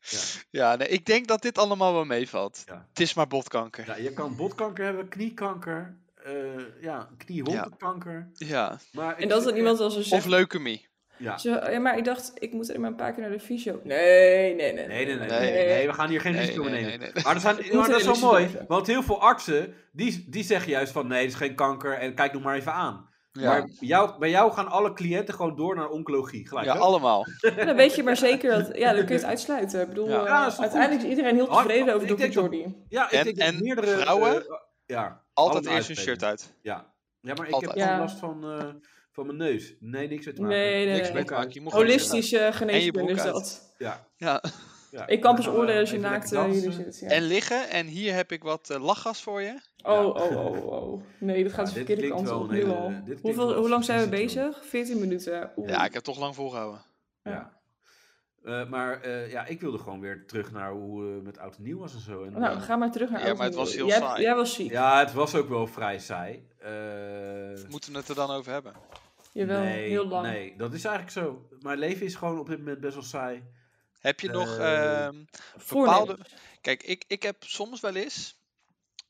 [SPEAKER 2] Ja.
[SPEAKER 4] ja nee, ik denk dat dit allemaal wel meevalt.
[SPEAKER 2] Ja.
[SPEAKER 4] Het is maar botkanker.
[SPEAKER 2] Ja, je kan botkanker hebben, kniekanker, eh ja, kniehondenkanker.
[SPEAKER 4] Ja.
[SPEAKER 2] Maar ik
[SPEAKER 3] En dat
[SPEAKER 2] vind-
[SPEAKER 3] dan iemand als een
[SPEAKER 4] Of
[SPEAKER 3] zegt...
[SPEAKER 4] leukemie.
[SPEAKER 2] Ja.
[SPEAKER 3] Dus, eh, maar ik dacht, ik moet er maar een paar keer naar de fysio. Nee, nee,
[SPEAKER 2] Nee,
[SPEAKER 3] nee.
[SPEAKER 2] nee, nee,
[SPEAKER 4] Nee.
[SPEAKER 2] nee, nee, nee, we gaan hier geen
[SPEAKER 4] Nee,
[SPEAKER 2] risico
[SPEAKER 4] nee,
[SPEAKER 2] mee nemen.
[SPEAKER 4] nee, nee.
[SPEAKER 2] Maar dat, zijn,
[SPEAKER 3] moeten
[SPEAKER 2] maar dat is
[SPEAKER 3] realistisch
[SPEAKER 2] wel mooi,
[SPEAKER 3] blijven.
[SPEAKER 2] want heel veel artsen, die, die zeggen juist van nee, dit is geen kanker en kijk nog maar even aan. Maar
[SPEAKER 4] Ja,
[SPEAKER 2] bij jou, bij jou gaan alle cliënten gewoon door naar oncologie gelijk.
[SPEAKER 4] ja
[SPEAKER 2] hè?
[SPEAKER 4] allemaal.
[SPEAKER 3] Ja, Nou, dan weet je maar zeker dat... Ja, dan kun je het uitsluiten. Ik bedoel,
[SPEAKER 4] Ja.
[SPEAKER 3] eh,
[SPEAKER 2] Ja, dat is toch
[SPEAKER 3] uiteindelijk is iedereen heel
[SPEAKER 2] Oh,
[SPEAKER 3] tevreden
[SPEAKER 2] ik
[SPEAKER 3] over Dr.
[SPEAKER 2] denk dat-
[SPEAKER 3] Jordi.
[SPEAKER 2] ja ik
[SPEAKER 4] En-
[SPEAKER 2] denk dat
[SPEAKER 4] en
[SPEAKER 2] meerdere
[SPEAKER 4] vrouwen?
[SPEAKER 2] eh, ja,
[SPEAKER 4] Altijd
[SPEAKER 2] allemaal
[SPEAKER 4] eerst een shirt uit.
[SPEAKER 2] ja. ja, maar ik
[SPEAKER 4] Altijd.
[SPEAKER 2] heb gewoon
[SPEAKER 3] Ja.
[SPEAKER 2] last van, eh, van mijn neus. Nee, niks uit te maken.
[SPEAKER 3] Nee, nee,
[SPEAKER 4] Niks mee
[SPEAKER 3] nee.
[SPEAKER 4] te maken. Je moet gewoon-
[SPEAKER 3] Holistische geneeskunde
[SPEAKER 4] broek
[SPEAKER 3] is
[SPEAKER 4] uit.
[SPEAKER 3] dat.
[SPEAKER 2] Ja,
[SPEAKER 4] Ja.
[SPEAKER 2] ja.
[SPEAKER 3] Ik
[SPEAKER 2] Dan
[SPEAKER 3] kan pas
[SPEAKER 2] gaan we
[SPEAKER 3] oordelen als je
[SPEAKER 2] even
[SPEAKER 3] naakt
[SPEAKER 2] lekker
[SPEAKER 3] eh, jullie
[SPEAKER 2] dansen.
[SPEAKER 3] zit. ja.
[SPEAKER 4] En liggen. En hier heb ik wat eh, lachgas voor je.
[SPEAKER 2] Ja.
[SPEAKER 3] Oh, oh, oh, oh. Nee, dat gaat
[SPEAKER 2] Ja,
[SPEAKER 3] de
[SPEAKER 2] dit
[SPEAKER 3] verkeerde
[SPEAKER 2] klinkt
[SPEAKER 3] kant
[SPEAKER 2] wel
[SPEAKER 3] op.
[SPEAKER 2] een
[SPEAKER 3] Nu
[SPEAKER 2] hele-
[SPEAKER 3] al.
[SPEAKER 2] dit klinkt
[SPEAKER 3] Hoeveel,
[SPEAKER 2] wel
[SPEAKER 3] hoe lang zijn we
[SPEAKER 2] expliciet, joh.
[SPEAKER 3] bezig? 14 minuten. Oeh.
[SPEAKER 4] Ja, ik heb het toch lang volgehouden.
[SPEAKER 2] Ja. Eh, maar eh, ja, ik wilde gewoon weer terug naar hoe eh, met oud en nieuw was en zo. En,
[SPEAKER 3] Nou,
[SPEAKER 2] eh,
[SPEAKER 3] ga maar terug naar
[SPEAKER 4] Ja, maar het
[SPEAKER 3] Oud-Nieuw.
[SPEAKER 4] was heel
[SPEAKER 3] jij,
[SPEAKER 4] saai.
[SPEAKER 3] Jij was ziek.
[SPEAKER 2] ja, het was ook wel vrij saai. Eh,
[SPEAKER 4] Moeten we het er dan over hebben?
[SPEAKER 3] Jawel,
[SPEAKER 2] nee,
[SPEAKER 3] heel lang.
[SPEAKER 2] Nee, dat is eigenlijk zo. Mijn leven is gewoon op dit moment best wel saai.
[SPEAKER 4] Heb je nog...
[SPEAKER 2] Eh,
[SPEAKER 4] ehm,
[SPEAKER 3] Voornemens.
[SPEAKER 4] Bepaalde- Kijk, ik, ik heb soms wel eens.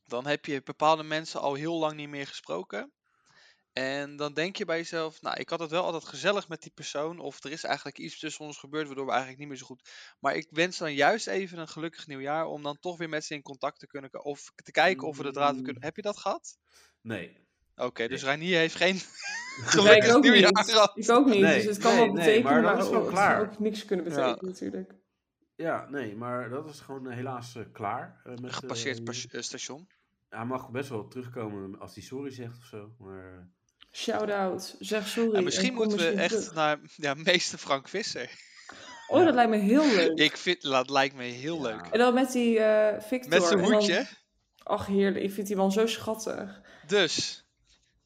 [SPEAKER 4] Dan heb je bepaalde mensen al heel lang niet meer gesproken. En dan denk je bij jezelf, nou, ik had het wel altijd gezellig met die persoon. Of er is eigenlijk iets tussen ons gebeurd, waardoor we eigenlijk niet meer zo goed. Maar ik wens dan juist even een gelukkig nieuwjaar. Om dan toch weer met ze in contact te kunnen. ko- Of te kijken of we de draad weer kunnen. Heb je dat gehad?
[SPEAKER 2] Nee.
[SPEAKER 4] Oké, dus
[SPEAKER 2] Nee.
[SPEAKER 4] Reinier heeft geen
[SPEAKER 3] Nee, ik
[SPEAKER 4] gelukkig
[SPEAKER 3] ook
[SPEAKER 4] nieuwjaar
[SPEAKER 3] niet.
[SPEAKER 4] gehad.
[SPEAKER 3] Ik ook niet,
[SPEAKER 2] Nee,
[SPEAKER 3] dus het kan
[SPEAKER 2] nee,
[SPEAKER 3] wel
[SPEAKER 2] nee,
[SPEAKER 3] betekenen,
[SPEAKER 2] maar dat
[SPEAKER 3] maar,
[SPEAKER 2] is wel
[SPEAKER 3] ook-
[SPEAKER 2] klaar.
[SPEAKER 3] het zou ook niks kunnen betekenen
[SPEAKER 4] Ja.
[SPEAKER 3] natuurlijk.
[SPEAKER 2] Ja, nee, maar dat is gewoon eh, helaas eh, klaar. eh, met,
[SPEAKER 4] Gepasseerd
[SPEAKER 2] eh,
[SPEAKER 4] pas- eh, station.
[SPEAKER 2] hij mag best wel terugkomen als hij sorry zegt of zo. Maar, eh,
[SPEAKER 3] Shout-out, zeg sorry.
[SPEAKER 4] En
[SPEAKER 3] en
[SPEAKER 4] misschien
[SPEAKER 3] kom
[SPEAKER 4] moeten we
[SPEAKER 3] misschien
[SPEAKER 4] echt
[SPEAKER 3] terug.
[SPEAKER 4] naar ja, meester Frank Visser.
[SPEAKER 3] Oh, dat lijkt me heel leuk.
[SPEAKER 4] Ik vind, dat lijkt me heel
[SPEAKER 2] Ja.
[SPEAKER 4] leuk.
[SPEAKER 3] En dan met die eh Victor.
[SPEAKER 4] Met zijn
[SPEAKER 3] en dan-
[SPEAKER 4] hoedje.
[SPEAKER 3] Ach heerlijk, ik vind die man zo schattig.
[SPEAKER 4] Dus,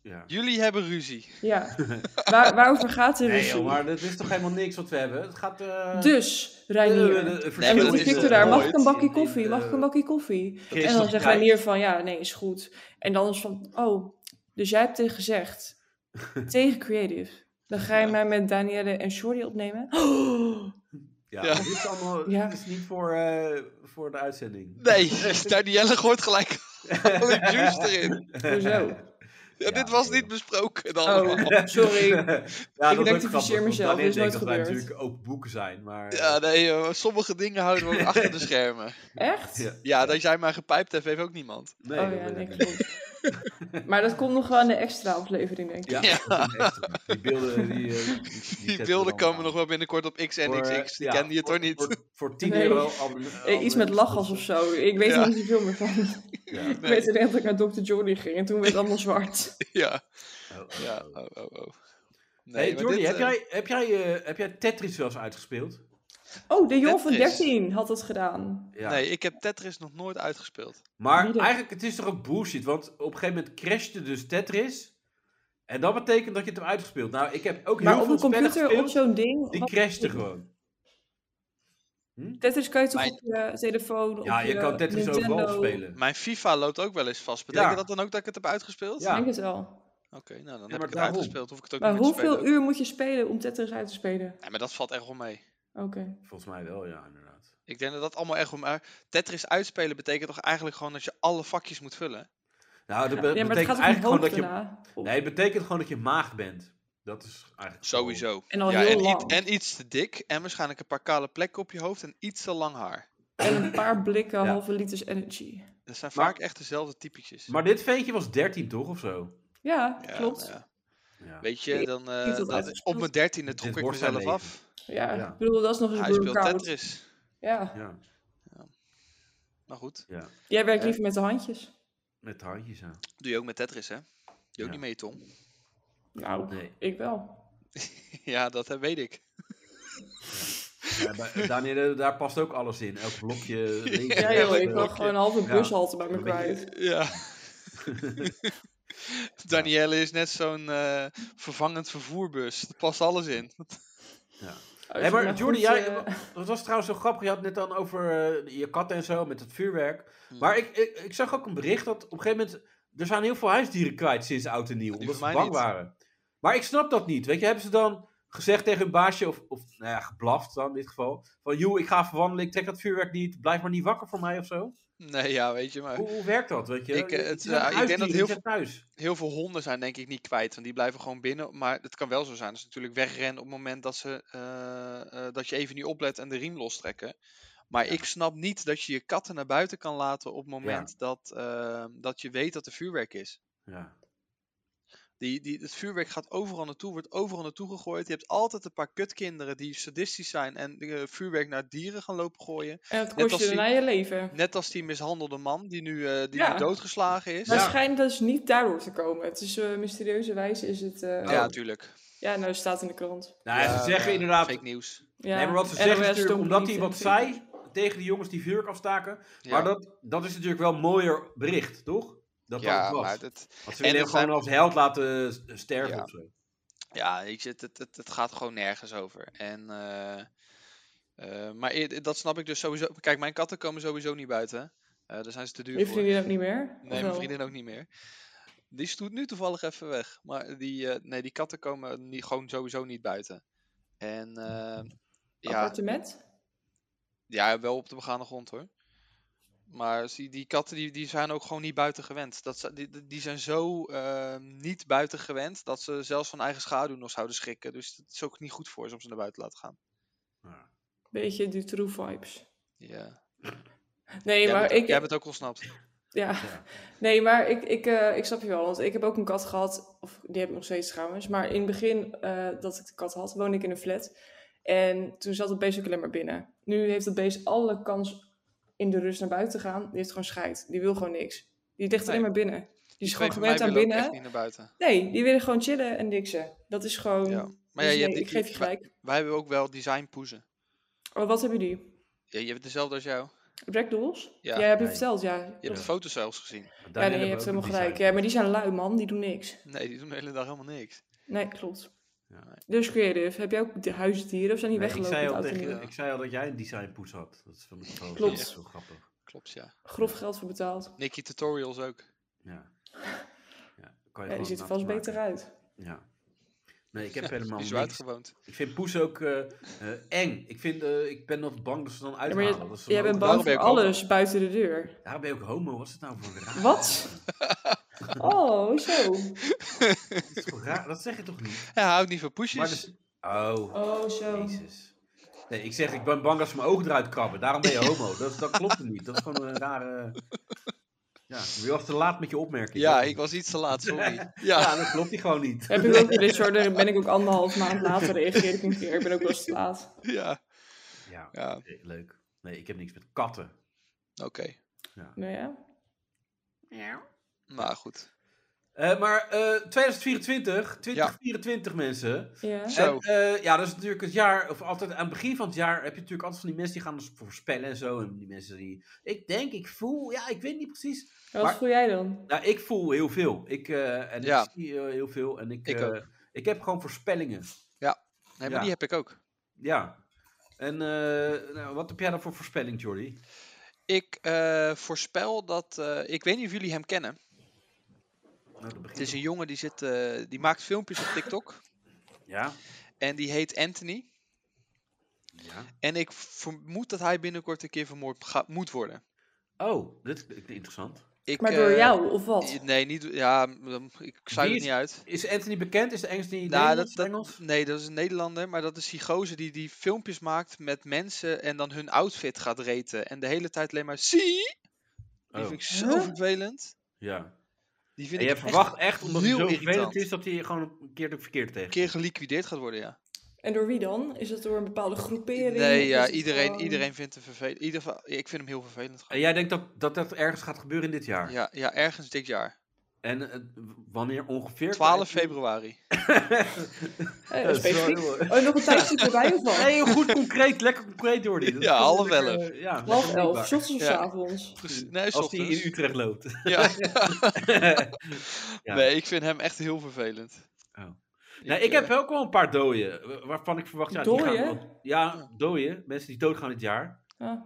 [SPEAKER 2] ja.
[SPEAKER 4] jullie hebben ruzie.
[SPEAKER 3] Ja, Waar, waarover gaat de
[SPEAKER 2] Nee,
[SPEAKER 3] ruzie?
[SPEAKER 2] joh, maar dat is toch helemaal niks wat we hebben? Het gaat... eh,
[SPEAKER 3] Dus,
[SPEAKER 2] Eh, de- de-
[SPEAKER 3] Reinier.
[SPEAKER 2] verschil
[SPEAKER 3] En dan
[SPEAKER 4] is, eh,
[SPEAKER 3] zit Victor daar, mag ik een
[SPEAKER 2] nooit
[SPEAKER 3] bakje
[SPEAKER 2] in- in,
[SPEAKER 3] koffie? Mag ik een
[SPEAKER 2] eh,
[SPEAKER 3] bakje koffie? En dan zegt
[SPEAKER 2] geestelijkheid.
[SPEAKER 3] Reinier van, ja, nee, is goed. En dan is van, oh, dus jij hebt tegen gezegd, tegen Creative, dan ga je
[SPEAKER 4] Ja.
[SPEAKER 3] mij met Danielle en Shorty opnemen?
[SPEAKER 2] Ja,
[SPEAKER 4] Ja.
[SPEAKER 2] dit is allemaal
[SPEAKER 3] Ja.
[SPEAKER 2] dit is niet voor, eh, voor de uitzending.
[SPEAKER 4] Nee, Danielle gooit gelijk alle juice erin.
[SPEAKER 3] Hoezo?
[SPEAKER 4] Ja, dit was niet besproken dan.
[SPEAKER 3] Oh, sorry.
[SPEAKER 2] ja,
[SPEAKER 3] Ik
[SPEAKER 2] dat is ook
[SPEAKER 3] rectificeer
[SPEAKER 2] grappig, want
[SPEAKER 3] mezelf,
[SPEAKER 2] Daniel denkt
[SPEAKER 3] dit is nooit
[SPEAKER 2] dat wij
[SPEAKER 3] gebeurd. Oh
[SPEAKER 2] natuurlijk ook boeken zijn, maar... eh,
[SPEAKER 4] Ja, nee, joh, sommige dingen houden we ook achter de schermen.
[SPEAKER 3] Echt?
[SPEAKER 2] Ja.
[SPEAKER 4] Ja, dat jij maar gepijpt hebt, heeft ook niemand.
[SPEAKER 2] nee,
[SPEAKER 3] oh
[SPEAKER 2] dat
[SPEAKER 3] ja,
[SPEAKER 2] weet
[SPEAKER 3] nee,
[SPEAKER 2] ik niet.
[SPEAKER 3] klopt. Maar dat komt nog wel in de extra aflevering, denk ik.
[SPEAKER 2] Ja,
[SPEAKER 4] Ja.
[SPEAKER 2] dat is een extra. die beelden... Die, eh, die,
[SPEAKER 4] Die beelden komen nog wel binnenkort op X en XX. Die kennen je toch niet?
[SPEAKER 2] eh, Voor, voor 10
[SPEAKER 3] Nee.
[SPEAKER 2] euro... abonne-
[SPEAKER 3] Eh, Iets met lachgas of zo. Ik weet
[SPEAKER 4] Ja.
[SPEAKER 3] er niet zoveel meer van.
[SPEAKER 2] Ja.
[SPEAKER 3] Ik
[SPEAKER 4] Nee.
[SPEAKER 3] weet alleen dat ik naar Dr. Jordi ging en toen werd het allemaal zwart.
[SPEAKER 4] Ja,
[SPEAKER 2] Oh, oh,
[SPEAKER 4] ja.
[SPEAKER 2] oh.
[SPEAKER 4] Oh, oh, oh.
[SPEAKER 2] Hey,
[SPEAKER 4] maar
[SPEAKER 2] Jordi,
[SPEAKER 4] dit,
[SPEAKER 2] heb,
[SPEAKER 4] eh,
[SPEAKER 2] jij, heb, jij, eh, heb jij Tetris wel eens uitgespeeld?
[SPEAKER 3] Oh, de jongen van
[SPEAKER 4] Tetris.
[SPEAKER 3] 13 had dat gedaan.
[SPEAKER 2] Ja.
[SPEAKER 4] Nee, ik heb Tetris nog nooit uitgespeeld.
[SPEAKER 2] Maar
[SPEAKER 3] Wie dan?
[SPEAKER 2] eigenlijk, het is toch ook bullshit, want op een gegeven moment crashte dus Tetris... En dat betekent dat je het hebt uitgespeeld. Nou, ik heb ook
[SPEAKER 3] Maar
[SPEAKER 2] heel
[SPEAKER 3] op
[SPEAKER 2] veel
[SPEAKER 3] een
[SPEAKER 2] spellen
[SPEAKER 3] computer, op
[SPEAKER 2] gespeeld.
[SPEAKER 3] zo'n ding.
[SPEAKER 2] Die
[SPEAKER 3] wat-
[SPEAKER 2] crashte gewoon.
[SPEAKER 3] Tetris kan je toch
[SPEAKER 4] Mijn-
[SPEAKER 3] op je telefoon.
[SPEAKER 2] Ja,
[SPEAKER 3] op
[SPEAKER 2] je kan Tetris
[SPEAKER 3] Nintendo.
[SPEAKER 2] overal spelen.
[SPEAKER 4] Mijn FIFA loopt ook wel eens vast. Betekent
[SPEAKER 2] Ja.
[SPEAKER 4] dat dan ook dat ik het heb uitgespeeld?
[SPEAKER 2] Ja.
[SPEAKER 3] Ik denk het wel.
[SPEAKER 4] Oké, nou dan
[SPEAKER 2] Ja,
[SPEAKER 4] heb
[SPEAKER 2] maar
[SPEAKER 4] ik het
[SPEAKER 2] daarom.
[SPEAKER 4] uitgespeeld. Hoef ik het ook
[SPEAKER 3] Maar
[SPEAKER 4] niet meer te
[SPEAKER 3] hoeveel
[SPEAKER 4] spelen.
[SPEAKER 3] uur moet je spelen om Tetris uit te spelen?
[SPEAKER 4] Nee, maar dat valt echt wel mee.
[SPEAKER 3] Oké.
[SPEAKER 2] Volgens mij wel, ja, inderdaad.
[SPEAKER 4] Ik denk dat dat allemaal echt om. maar Tetris uitspelen betekent toch eigenlijk gewoon dat je alle vakjes moet vullen?
[SPEAKER 2] Nou, dat be-
[SPEAKER 3] Ja, maar het
[SPEAKER 2] betekent
[SPEAKER 3] gaat nou.
[SPEAKER 2] eigenlijk
[SPEAKER 3] eigenlijk
[SPEAKER 2] gewoon
[SPEAKER 3] omhoog
[SPEAKER 2] dat je...
[SPEAKER 3] daarna.
[SPEAKER 2] Nee, het betekent gewoon dat je maag bent. Dat is eigenlijk... Oh.
[SPEAKER 4] Sowieso.
[SPEAKER 3] En al
[SPEAKER 4] ja,
[SPEAKER 3] heel
[SPEAKER 4] en,
[SPEAKER 3] lang.
[SPEAKER 4] Iets, en iets te dik en waarschijnlijk een paar kale plekken op je hoofd en iets te lang haar.
[SPEAKER 3] En een paar blikken,
[SPEAKER 2] Ja.
[SPEAKER 3] halve liters energy.
[SPEAKER 4] Dat zijn
[SPEAKER 2] Maar-
[SPEAKER 4] vaak echt dezelfde typetjes.
[SPEAKER 2] Maar dit ventje was 13 toch, of zo?
[SPEAKER 3] Ja,
[SPEAKER 4] Ja,
[SPEAKER 3] klopt.
[SPEAKER 4] nou ja.
[SPEAKER 2] Ja.
[SPEAKER 4] Weet je, dan, eh,
[SPEAKER 3] Niet tot
[SPEAKER 4] dat-
[SPEAKER 3] uitgespeeld.
[SPEAKER 4] op mijn dertiende trok ik
[SPEAKER 2] wordt zijn
[SPEAKER 4] mezelf
[SPEAKER 2] leven.
[SPEAKER 4] af.
[SPEAKER 3] Ja,
[SPEAKER 2] Ja.
[SPEAKER 3] ik bedoel, dat is nog eens
[SPEAKER 4] Hij
[SPEAKER 3] een
[SPEAKER 4] speelt
[SPEAKER 3] koud.
[SPEAKER 4] Tetris.
[SPEAKER 3] Ja.
[SPEAKER 2] Ja,
[SPEAKER 4] Maar goed,
[SPEAKER 2] ja.
[SPEAKER 3] Jij werkt
[SPEAKER 4] Ja.
[SPEAKER 3] liever met de handjes.
[SPEAKER 2] Met de handjes aan.
[SPEAKER 4] doe je ook met Tetris, hè? Doe je ook
[SPEAKER 2] Ja.
[SPEAKER 4] niet mee, Tom?
[SPEAKER 3] Nou,
[SPEAKER 2] Nee.
[SPEAKER 3] ik wel.
[SPEAKER 4] ja, dat eh, weet ik.
[SPEAKER 2] Ja, bij- Daniel, eh, daar past ook alles in. Elk blokje. links,
[SPEAKER 3] Ja,
[SPEAKER 4] Ja,
[SPEAKER 3] joh,
[SPEAKER 4] leuk
[SPEAKER 3] ik
[SPEAKER 2] rechts,
[SPEAKER 3] wil
[SPEAKER 4] blokje.
[SPEAKER 3] gewoon een halve
[SPEAKER 2] Ja.
[SPEAKER 3] bushalte bij me
[SPEAKER 2] Een beetje-
[SPEAKER 3] kwijt.
[SPEAKER 4] Ja. Danielle is net zo'n eh, vervangend vervoerbus. Er past alles in.
[SPEAKER 3] Als
[SPEAKER 2] Hé,
[SPEAKER 3] je
[SPEAKER 2] maar Jordi,
[SPEAKER 3] goed,
[SPEAKER 2] jij,
[SPEAKER 3] eh,
[SPEAKER 2] dat was trouwens zo grappig. Je had net dan over eh, je katten en zo met het vuurwerk.
[SPEAKER 4] Hmm.
[SPEAKER 2] Maar ik, ik, ik zag ook een bericht dat op een gegeven moment. Er zijn heel veel huisdieren kwijt sinds oud en nieuw.
[SPEAKER 4] Die
[SPEAKER 2] Omdat ze
[SPEAKER 4] van mij
[SPEAKER 2] bang
[SPEAKER 4] niet.
[SPEAKER 2] waren. Maar ik snap dat niet. Weet je, hebben ze dan gezegd tegen hun baasje, of, of nou ja, geblaft dan in dit geval. Van joh, ik ga even wandelen, ik trek dat vuurwerk niet, blijf maar niet wakker voor mij of zo.
[SPEAKER 4] Nee, ja, weet je, maar
[SPEAKER 2] Hoe, hoe werkt dat? Weet je?
[SPEAKER 4] Ik, eh,
[SPEAKER 2] Het
[SPEAKER 4] het,
[SPEAKER 2] is net
[SPEAKER 4] eh,
[SPEAKER 2] een
[SPEAKER 4] ik denk dat
[SPEAKER 2] huisdier,
[SPEAKER 4] heel
[SPEAKER 2] die zit thuis.
[SPEAKER 4] heel veel honden zijn denk ik niet kwijt. Want die blijven gewoon binnen. Maar het kan wel zo zijn dat ze natuurlijk wegrennen op het moment dat, ze, eh, eh, dat je even niet oplet en de riem lostrekken. Maar ik snap niet dat je je katten naar buiten kan laten op het moment dat, eh, dat je weet dat er vuurwerk is.
[SPEAKER 2] Ja.
[SPEAKER 4] Die, die, het vuurwerk gaat overal naartoe, wordt overal naartoe gegooid. Je hebt altijd een paar kutkinderen die sadistisch zijn en eh, vuurwerk naar dieren gaan lopen gooien.
[SPEAKER 3] En dat
[SPEAKER 4] Net
[SPEAKER 3] kost
[SPEAKER 4] als
[SPEAKER 3] je daarna je leven.
[SPEAKER 4] Net als die mishandelde man die nu, eh, die
[SPEAKER 3] Ja.
[SPEAKER 4] nu doodgeslagen is.
[SPEAKER 3] Maar
[SPEAKER 2] Ja.
[SPEAKER 3] het schijnt dus niet daardoor te komen. Het is eh, mysterieuze wijze is het... eh,
[SPEAKER 4] Ja, natuurlijk.
[SPEAKER 3] Ja, nou, dat staat in de krant.
[SPEAKER 2] Nou, ja,
[SPEAKER 4] Ja,
[SPEAKER 2] ze zeggen
[SPEAKER 4] ja,
[SPEAKER 2] inderdaad.
[SPEAKER 4] Fake nieuws.
[SPEAKER 3] Ja.
[SPEAKER 2] nee, maar wat ze
[SPEAKER 3] NOS
[SPEAKER 2] zeggen is natuurlijk
[SPEAKER 3] toont
[SPEAKER 2] omdat
[SPEAKER 3] niet
[SPEAKER 2] hij
[SPEAKER 3] en
[SPEAKER 2] wat
[SPEAKER 3] zo.
[SPEAKER 2] zei tegen die jongens die vuurwerk afstaken.
[SPEAKER 4] Ja.
[SPEAKER 2] Maar dat, dat is natuurlijk wel een mooier bericht, toch? Dat dat
[SPEAKER 4] ja,
[SPEAKER 2] het was.
[SPEAKER 4] maar dat,
[SPEAKER 2] Want ze willen
[SPEAKER 4] En
[SPEAKER 2] hem
[SPEAKER 4] dat
[SPEAKER 2] gewoon
[SPEAKER 4] zijn-
[SPEAKER 2] als held laten eh, sterven
[SPEAKER 4] Ja.
[SPEAKER 2] of zo.
[SPEAKER 4] Ja, weet je, het, het, het, het gaat gewoon nergens over. En, eh, eh, maar eer- dat snap ik dus sowieso. Kijk, mijn katten komen sowieso niet buiten. Eh, daar zijn ze te duur
[SPEAKER 3] Je
[SPEAKER 4] voor.
[SPEAKER 3] vriendin ook niet meer? Of
[SPEAKER 4] Nee, mijn
[SPEAKER 3] wel?
[SPEAKER 4] vriendin ook niet meer. Die stoet nu toevallig even weg. Maar die, eh, nee, die katten komen niet, gewoon sowieso niet buiten. En eh, ja,
[SPEAKER 3] Appartement?
[SPEAKER 4] ja, wel op de begane grond hoor. Maar zie, die katten die, die zijn ook gewoon niet buiten gewend. Dat, ze- die, die- die zijn zo eh, niet buiten gewend dat ze zelfs van eigen schaduw nog zouden schrikken. Dus het is ook niet goed voor ze om ze naar buiten te laten gaan.
[SPEAKER 3] Beetje die true vibes.
[SPEAKER 4] Ja.
[SPEAKER 3] Nee,
[SPEAKER 4] jij,
[SPEAKER 3] maar
[SPEAKER 4] bent,
[SPEAKER 3] ik...
[SPEAKER 4] jij bent ook ontsnapt.
[SPEAKER 3] Ja. Nee, maar ik, ik, eh, ik snap je wel. Want ik heb ook een kat gehad. Of die heb ik nog steeds trouwens. Maar in het begin eh, dat ik de kat had, woonde ik in een flat. En toen zat het beest ook alleen maar binnen. Nu heeft het beest alle kans in de rust naar buiten te gaan. Die heeft gewoon scheid. Die wil gewoon niks. Die ligt alleen
[SPEAKER 4] Nee.
[SPEAKER 3] maar binnen. Die is gewoon
[SPEAKER 4] Twee van mij
[SPEAKER 3] gewend aan
[SPEAKER 4] willen ook echt
[SPEAKER 3] binnen.
[SPEAKER 4] niet naar buiten.
[SPEAKER 3] Nee, die willen gewoon chillen en niksen. Dat is gewoon...
[SPEAKER 4] Ja. Maar ja,
[SPEAKER 3] dus
[SPEAKER 4] je hebt
[SPEAKER 3] nee,
[SPEAKER 4] die-
[SPEAKER 3] ik geef je
[SPEAKER 4] je-
[SPEAKER 3] gelijk.
[SPEAKER 4] Wij hebben ook wel design poezen.
[SPEAKER 3] Oh, wat hebben jullie?
[SPEAKER 4] Ja, je hebt dezelfde als jou.
[SPEAKER 3] Ragdolls?
[SPEAKER 4] Ja.
[SPEAKER 3] Ja, heb je
[SPEAKER 2] Nee.
[SPEAKER 3] verteld, ja.
[SPEAKER 4] Je hebt de foto's zelfs gezien.
[SPEAKER 3] ja, nee, je hebt helemaal gelijk. Ja, maar die zijn lui, man. Die doen niks.
[SPEAKER 4] Nee, die doen de hele dag helemaal niks.
[SPEAKER 3] Nee, klopt.
[SPEAKER 2] Ja, nee.
[SPEAKER 3] Dus creative, heb jij ook de huisdieren of zijn die
[SPEAKER 2] ik,
[SPEAKER 3] weggelopen?
[SPEAKER 2] zei al
[SPEAKER 3] uit de
[SPEAKER 2] tegen-
[SPEAKER 3] muur?
[SPEAKER 2] ik zei al dat jij een designpoes had. Dat is van de foto.
[SPEAKER 3] Klopt.
[SPEAKER 2] Dat is zo grappig.
[SPEAKER 4] Klopt, ja.
[SPEAKER 3] Grof geld voor betaald.
[SPEAKER 4] Nicky tutorials ook.
[SPEAKER 2] Ja. ja. Kan je
[SPEAKER 3] Ja, die
[SPEAKER 2] gewoon
[SPEAKER 3] ziet er
[SPEAKER 2] laten
[SPEAKER 3] vast
[SPEAKER 2] maken.
[SPEAKER 3] beter uit.
[SPEAKER 2] Ja. Nee, ik heb
[SPEAKER 4] Die
[SPEAKER 2] helemaal
[SPEAKER 3] Oh,
[SPEAKER 4] is zo
[SPEAKER 2] niks.
[SPEAKER 4] uitgewoond.
[SPEAKER 2] Ik vind poes ook eh, eh, eng. Ik, vind, eh, ik ben nog bang dat ze dan
[SPEAKER 3] Ja, maar
[SPEAKER 2] uithalen.
[SPEAKER 3] je,
[SPEAKER 2] dat ze
[SPEAKER 3] jij
[SPEAKER 2] dan
[SPEAKER 3] bent
[SPEAKER 2] ook-
[SPEAKER 3] bang
[SPEAKER 4] ben
[SPEAKER 3] voor
[SPEAKER 4] ik ook.
[SPEAKER 3] alles buiten de deur.
[SPEAKER 2] Daarom ben je ook homo. Wat is het nou voor raar?
[SPEAKER 3] Wat? Oh, zo.
[SPEAKER 2] Dat, is toch raar? dat zeg je toch niet?
[SPEAKER 4] Hij houdt niet van poesjes.
[SPEAKER 2] Maar dus... Oh,
[SPEAKER 3] Oh, zo.
[SPEAKER 2] jezus. Nee, ik zeg, ik ben bang dat ze mijn ogen eruit krabben. Daarom ben je homo. Dat, dat klopt niet. Dat is gewoon een rare... Ja, je was te laat met je opmerking.
[SPEAKER 4] Ja,
[SPEAKER 2] Dat-
[SPEAKER 4] ik was iets te laat, sorry. Ja,
[SPEAKER 2] Ja, dat klopt die gewoon niet.
[SPEAKER 3] Heb ik ook een disorder, ben ik ook anderhalf maand later reageer ik een keer. Ik ben ook wel eens te laat.
[SPEAKER 4] ja.
[SPEAKER 2] Ja,
[SPEAKER 4] ja.
[SPEAKER 2] oké, leuk. Nee, ik heb niks met katten.
[SPEAKER 4] oké.
[SPEAKER 3] Nou ja.
[SPEAKER 4] Nou, goed.
[SPEAKER 2] Eh, maar eh, 2024, 2024 mensen.
[SPEAKER 3] ja.
[SPEAKER 4] Zo.
[SPEAKER 2] En, eh, ja, dat is natuurlijk het jaar, of altijd aan het begin van het jaar heb je natuurlijk altijd van die mensen die gaan dus voorspellen en zo. En die mensen die, ik denk, ik voel, ja, ik weet niet precies.
[SPEAKER 3] Wat
[SPEAKER 2] Maar-
[SPEAKER 3] voel jij dan?
[SPEAKER 2] Nou, ik voel heel veel. Ik, eh, en
[SPEAKER 4] Ja.
[SPEAKER 2] ik zie eh, heel veel. En ik,
[SPEAKER 4] Ik
[SPEAKER 2] eh,
[SPEAKER 4] ook.
[SPEAKER 2] ik heb gewoon voorspellingen.
[SPEAKER 4] Nee, maar
[SPEAKER 2] Ja.
[SPEAKER 4] die heb ik ook.
[SPEAKER 2] Ja. En eh, nou, wat heb jij dan voor voorspelling, Jordi?
[SPEAKER 4] Ik eh, voorspel dat... eh, ik weet niet of jullie hem kennen.
[SPEAKER 2] Nou, dat
[SPEAKER 4] Het
[SPEAKER 2] begint
[SPEAKER 4] is een jongen die, zit, eh, die maakt filmpjes op TikTok.
[SPEAKER 2] Ja.
[SPEAKER 4] En die heet Anthony.
[SPEAKER 2] ja.
[SPEAKER 4] En ik vermoed dat hij binnenkort een keer vermoord ga- moet worden.
[SPEAKER 2] Oh, dit is interessant.
[SPEAKER 4] Ik,
[SPEAKER 3] Maar door
[SPEAKER 4] eh,
[SPEAKER 3] jou, of wat?
[SPEAKER 4] Nee, niet... do- Ja, dan- ik sluit
[SPEAKER 2] Wie
[SPEAKER 4] het
[SPEAKER 2] is-
[SPEAKER 4] niet uit.
[SPEAKER 2] Is Anthony bekend? Is de Anthony niet
[SPEAKER 4] Nou,
[SPEAKER 2] Nederlands?
[SPEAKER 4] dat, dat,
[SPEAKER 2] Engels?
[SPEAKER 4] nee, dat is een Nederlander, maar dat is die gozer die, die filmpjes maakt met mensen en dan hun outfit gaat reten. En de hele tijd alleen maar zie. Die
[SPEAKER 2] Oh,
[SPEAKER 4] vind ik zo
[SPEAKER 3] Huh?
[SPEAKER 4] vervelend.
[SPEAKER 2] ja.
[SPEAKER 4] Die vind
[SPEAKER 2] En
[SPEAKER 4] ik
[SPEAKER 2] je
[SPEAKER 4] echt
[SPEAKER 2] verwacht echt, omdat hij
[SPEAKER 4] heel
[SPEAKER 2] zo
[SPEAKER 4] irritant.
[SPEAKER 2] vervelend is, dat hij gewoon een keer de verkeerde
[SPEAKER 4] een
[SPEAKER 2] tegen.
[SPEAKER 4] keer geliquideerd gaat worden, ja.
[SPEAKER 3] En door wie dan? Is dat door een bepaalde groepering? Of
[SPEAKER 4] Nee,
[SPEAKER 3] is
[SPEAKER 4] ja,
[SPEAKER 3] het
[SPEAKER 4] iedereen,
[SPEAKER 3] gewoon-
[SPEAKER 4] iedereen vindt hem vervelend. Ieder, geval- ik vind hem heel vervelend.
[SPEAKER 2] En
[SPEAKER 4] gewoon.
[SPEAKER 2] jij denkt dat, dat dat ergens gaat gebeuren in dit jaar?
[SPEAKER 4] Ja, ja, ergens dit jaar.
[SPEAKER 2] En eh, wanneer ongeveer?
[SPEAKER 4] 12 februari. Dus,
[SPEAKER 3] Eh,
[SPEAKER 2] Ja,
[SPEAKER 3] specifiek.
[SPEAKER 2] sorry, hoor.
[SPEAKER 3] Oh, nog een tijdstip erbij of wat?
[SPEAKER 2] Nee, heel goed concreet, lekker concreet door die.
[SPEAKER 4] Ja, half
[SPEAKER 2] eh, ja,
[SPEAKER 3] Half
[SPEAKER 2] lekker
[SPEAKER 3] elf,
[SPEAKER 2] meetbaar.
[SPEAKER 3] s ochtends of s
[SPEAKER 4] Ja.
[SPEAKER 3] avonds.
[SPEAKER 4] Precies. Nee,
[SPEAKER 2] Eh, Als hij
[SPEAKER 4] ochtends.
[SPEAKER 2] in Utrecht loopt.
[SPEAKER 4] Ja.
[SPEAKER 2] Ja.
[SPEAKER 4] Nee, ik vind hem echt heel vervelend.
[SPEAKER 2] Oh. Nou, ik heb
[SPEAKER 4] eh,
[SPEAKER 2] ook wel een paar doden, wa- waarvan ik verwacht... Ja, Die
[SPEAKER 3] Dooien?
[SPEAKER 2] gaan wel- ja, doden. Mensen die doodgaan dit jaar.
[SPEAKER 3] Ah.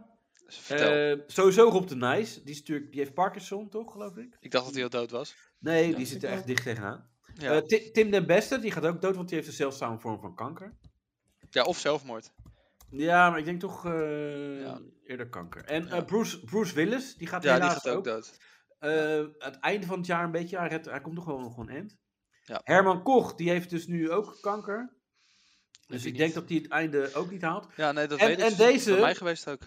[SPEAKER 4] vertel.
[SPEAKER 2] Eh, sowieso Rob de Nijs. Die, is natuurlijk, die heeft Parkinson, toch, geloof ik?
[SPEAKER 4] ik dacht dat hij al dood was.
[SPEAKER 2] Nee,
[SPEAKER 3] Ja,
[SPEAKER 2] die
[SPEAKER 3] ik
[SPEAKER 2] zit er
[SPEAKER 3] ook.
[SPEAKER 2] echt dicht tegenaan.
[SPEAKER 4] Ja,
[SPEAKER 2] Eh, Ti- Tim den Beste, die gaat ook dood, want die heeft een zeldzame vorm van kanker.
[SPEAKER 4] ja of zelfmoord.
[SPEAKER 2] Ja, maar ik denk toch eh,
[SPEAKER 4] Ja.
[SPEAKER 2] eerder kanker. En eh,
[SPEAKER 4] Ja.
[SPEAKER 2] Bruce, Bruce Willis, die gaat
[SPEAKER 4] Ja, die
[SPEAKER 2] helaas
[SPEAKER 4] gaat ook
[SPEAKER 2] ook.
[SPEAKER 4] dood.
[SPEAKER 2] eh, het einde van het jaar een beetje. Hij, redt- hij komt toch wel nog een end.
[SPEAKER 4] Ja.
[SPEAKER 2] Herman Koch, die heeft dus nu ook kanker. Dus
[SPEAKER 4] die
[SPEAKER 2] ik denk
[SPEAKER 4] niet.
[SPEAKER 2] dat hij het einde ook niet haalt.
[SPEAKER 4] Ja, nee, dat
[SPEAKER 2] En-
[SPEAKER 4] weet ik.
[SPEAKER 2] en
[SPEAKER 4] Ze is
[SPEAKER 2] deze-
[SPEAKER 4] Bij mij geweest ook.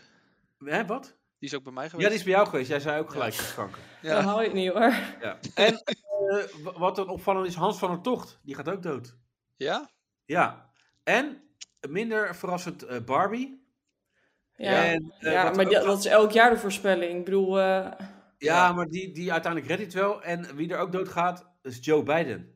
[SPEAKER 2] Hè, wat?
[SPEAKER 4] Die is ook bij mij geweest.
[SPEAKER 2] Ja, die is bij jou geweest. Jij zei ook gelijk kanker.
[SPEAKER 4] Ja.
[SPEAKER 3] Dan haal je het niet hoor.
[SPEAKER 2] Ja. En eh, w- wat dan opvallend is, Hans van der Tocht, die gaat ook dood.
[SPEAKER 4] Ja?
[SPEAKER 2] Ja. En minder verrassend eh, Barbie.
[SPEAKER 3] Ja, ja,
[SPEAKER 2] en, eh, wat er
[SPEAKER 3] maar
[SPEAKER 2] ook
[SPEAKER 3] die- dat is elk jaar de voorspelling. Ik bedoel, eh,
[SPEAKER 2] Ja,
[SPEAKER 4] Ja.
[SPEAKER 2] maar die, die uiteindelijk redt het wel. En wie er ook doodgaat, is Joe Biden.